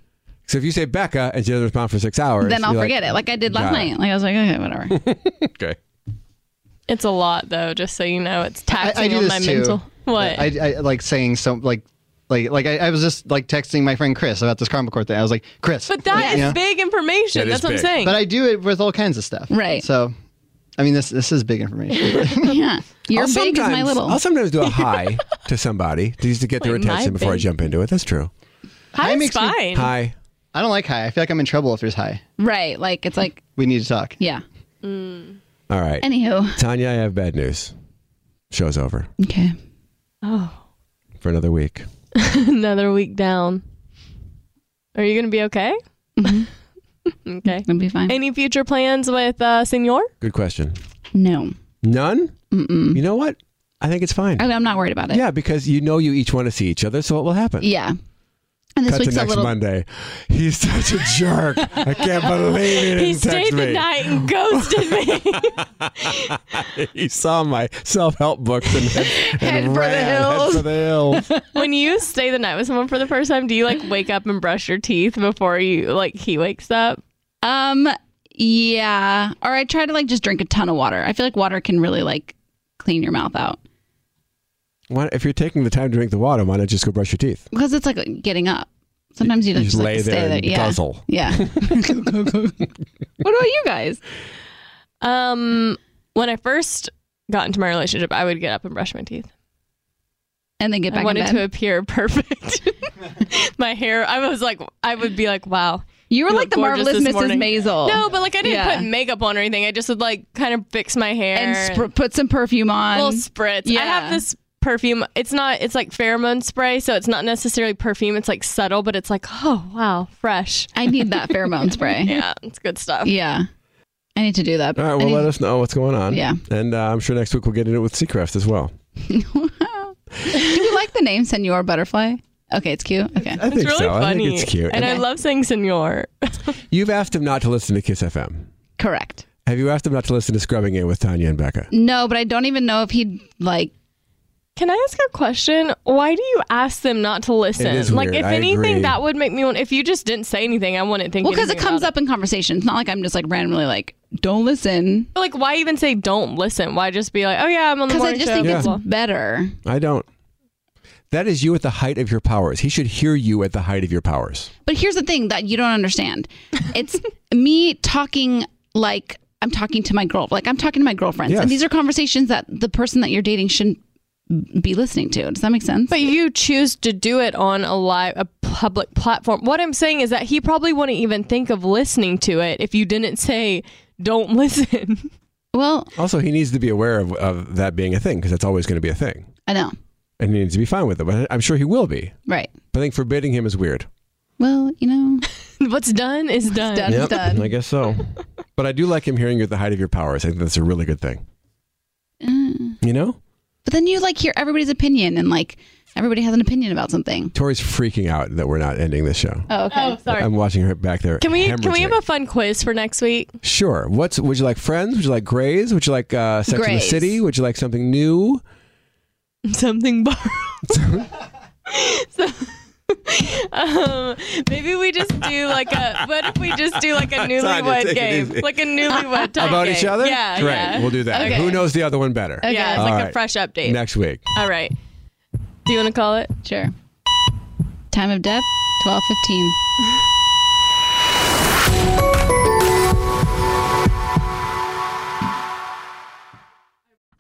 Speaker 5: So if you say Becca and she doesn't respond for six hours,
Speaker 3: Then I'll
Speaker 5: you're
Speaker 3: forget it, like I did last
Speaker 5: got it.
Speaker 3: night. Like I was like, okay, whatever.
Speaker 5: Okay.
Speaker 2: It's a lot, though, just so you know. It's
Speaker 7: I,
Speaker 2: taxing
Speaker 7: I do
Speaker 2: on
Speaker 7: this
Speaker 2: my
Speaker 7: too.
Speaker 2: mental. What?
Speaker 7: I, I like saying some like like like I, I was just like texting my friend Chris about this Carmel Court thing. I was like, Chris,
Speaker 2: but that is
Speaker 7: you know?
Speaker 2: big information.
Speaker 5: That is
Speaker 2: That's what
Speaker 5: big.
Speaker 2: I'm saying.
Speaker 7: But I do it with all kinds of stuff.
Speaker 3: Right.
Speaker 7: So, I mean, this this is big information.
Speaker 3: yeah. Your
Speaker 5: I'll
Speaker 3: big is my
Speaker 5: sometimes-
Speaker 3: little.
Speaker 5: I'll sometimes do a hi to somebody just to get their
Speaker 2: Like, my
Speaker 5: attention before I
Speaker 2: big.
Speaker 5: jump into it. That's true.
Speaker 7: Hi
Speaker 2: Hi is
Speaker 7: makes me-
Speaker 2: fine.
Speaker 5: Hi.
Speaker 7: I don't like high. I feel like I'm in trouble if there's high.
Speaker 3: right. Like it's like
Speaker 7: We need to talk.
Speaker 3: yeah. Mm.
Speaker 5: All right.
Speaker 3: Anywho.
Speaker 5: Tanya, I have bad news. Show's over
Speaker 3: Okay.
Speaker 5: for another week.
Speaker 2: Oh. Another week down. Are you going to be okay? okay.
Speaker 3: Mm-hmm. It'll be fine.
Speaker 2: Any future plans with uh, Senor?
Speaker 5: Good question.
Speaker 3: no.
Speaker 5: None? Mm-mm. You know what? I think it's fine.
Speaker 3: I mean, I'm not worried about it.
Speaker 5: yeah, because you know you each want to see each other, so it will happen.
Speaker 3: Yeah. And this
Speaker 5: Cut to
Speaker 3: week's a
Speaker 5: next
Speaker 3: little.
Speaker 5: Monday. He's such a jerk. I can't believe he didn't
Speaker 2: He
Speaker 5: text
Speaker 2: stayed
Speaker 5: me.
Speaker 2: the night and ghosted me.
Speaker 5: He saw my self-help books and, and
Speaker 3: Head for the
Speaker 5: ran. Head
Speaker 3: hills.
Speaker 5: for the hills.
Speaker 2: when you stay the night with someone for the first time, do you like wake up and brush your teeth before you like he wakes up?
Speaker 3: Um. Yeah. Or I try to like just drink a ton of water. I feel like water can really like clean your mouth out
Speaker 5: Why, if you're taking the time to drink the water, why not just go brush your teeth?
Speaker 3: because it's like getting up. Sometimes you,
Speaker 5: You
Speaker 3: just,
Speaker 5: just
Speaker 3: like,
Speaker 5: lay
Speaker 3: to
Speaker 5: there
Speaker 3: stay there.
Speaker 5: and
Speaker 3: Yeah.
Speaker 5: guzzle.
Speaker 3: Yeah. what about you guys?
Speaker 2: Um, when I first got into my relationship, I would get up and brush my teeth.
Speaker 3: And then get
Speaker 2: I
Speaker 3: back in
Speaker 2: wanted
Speaker 3: bed.
Speaker 2: to appear perfect. my hair, I was like, I would be like, wow.
Speaker 3: you were
Speaker 2: You
Speaker 3: like
Speaker 2: look
Speaker 3: the
Speaker 2: gorgeous
Speaker 3: marvelous Mrs.
Speaker 2: this morning.
Speaker 3: Maisel.
Speaker 2: No, but like I didn't
Speaker 3: Yeah.
Speaker 2: put makeup on or anything. I just would like kind of fix my hair
Speaker 3: and sp- put some perfume on.
Speaker 2: little spritz. I
Speaker 3: Yeah.
Speaker 2: have this perfume. It's not. It's like pheromone spray, so it's not necessarily perfume. It's like subtle, but it's like, oh wow, fresh.
Speaker 3: I need that pheromone spray. yeah.
Speaker 2: Yeah, it's good stuff.
Speaker 3: I need to do that.
Speaker 5: All right,
Speaker 3: I
Speaker 5: well,
Speaker 3: need-
Speaker 5: let us know what's going on.
Speaker 3: Yeah.
Speaker 5: And uh, I'm sure next week we'll get into it with Seacrest as well.
Speaker 3: Do you like the name Senor Butterfly? Okay, it's cute. Okay.
Speaker 5: I think
Speaker 2: It's really
Speaker 5: so.
Speaker 2: funny.
Speaker 5: I think it's cute.
Speaker 2: And I love saying senor.
Speaker 5: You've asked him not to listen to Kiss FM.
Speaker 3: Correct.
Speaker 5: Have you asked him not to listen to Scrubbing It with Tanya and Becca?
Speaker 3: No, but I don't even know if he'd like
Speaker 2: Can I ask a question? Why do you ask them not to listen?
Speaker 5: It is
Speaker 2: like,
Speaker 5: weird.
Speaker 2: if
Speaker 5: I
Speaker 2: anything,
Speaker 5: agree.
Speaker 2: that would make me want. If you just didn't say anything, I wouldn't think.
Speaker 3: Well, because it
Speaker 2: anything
Speaker 3: comes
Speaker 2: about
Speaker 3: up in conversation. It's not like I'm just like randomly like, don't listen.
Speaker 2: But, Like, why even say don't listen? Why just be like, oh yeah, I'm on the
Speaker 3: Because I
Speaker 2: morning
Speaker 3: just
Speaker 2: show.
Speaker 3: think
Speaker 5: Yeah.
Speaker 3: it's
Speaker 2: Well,
Speaker 3: better.
Speaker 5: I don't. That is you at the height of your powers. He should hear you at the height of your powers.
Speaker 3: But here's the thing that you don't understand. It's me talking like I'm talking to my girl, like I'm talking to my girlfriends.
Speaker 5: Yes.
Speaker 3: And these are conversations that the person that you're dating shouldn't be listening to. Does that make sense?
Speaker 2: But you choose to do it on a live, a public platform. What I'm saying is that he probably wouldn't even think of listening to it if you didn't say, "Don't listen."
Speaker 3: well,
Speaker 5: Also, he needs to be aware of, of that being a thing because that's always going to be a thing.
Speaker 3: I know.
Speaker 5: And he needs to be fine with it. But I'm sure he will be.
Speaker 3: Right.
Speaker 5: But I think forbidding him is weird.
Speaker 3: Well, you know,
Speaker 2: What's done is done.
Speaker 3: done. It's
Speaker 5: I guess so. But But I do like him hearing you at the height of your powers. I think that's a really good thing. You know?
Speaker 3: Uh, But then you like hear everybody's opinion and like everybody has an opinion about something.
Speaker 5: Tori's freaking out that we're not ending this show.
Speaker 3: Oh, okay.
Speaker 2: Oh, sorry.
Speaker 5: I'm watching her back there.
Speaker 2: Can we can we
Speaker 5: hemorrhaging.
Speaker 2: have a fun quiz for next week?
Speaker 5: Sure. What's would you like? Friends? Would you like Grays? Would you like uh, Sex in the
Speaker 3: Grays.
Speaker 5: City? Would you like something new?
Speaker 2: Something borrowed. so, um, maybe we just do like a. What if we just do like a
Speaker 5: Tanya, take
Speaker 2: newlywed
Speaker 5: it
Speaker 2: game,
Speaker 5: easy.
Speaker 2: like a newlywed type
Speaker 5: About
Speaker 2: game.
Speaker 5: each other?
Speaker 2: Yeah,
Speaker 5: Great.
Speaker 2: yeah.
Speaker 5: We'll do that.
Speaker 2: Okay.
Speaker 5: Who knows the other one better?
Speaker 3: Okay.
Speaker 2: Yeah, it's like
Speaker 5: Alright.
Speaker 2: a fresh update.
Speaker 5: Next week.
Speaker 2: All right. Do you want to call it?
Speaker 3: Sure. Time of death, twelve fifteen.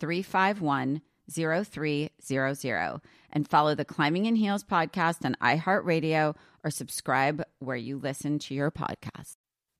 Speaker 11: 351 0300 and follow the Climbing in Heels podcast on iHeartRadio or subscribe where you listen to your podcast.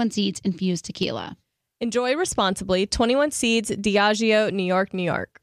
Speaker 3: Seeds infused tequila.
Speaker 2: Enjoy responsibly. 21 Seeds, Diageo, New York, New York.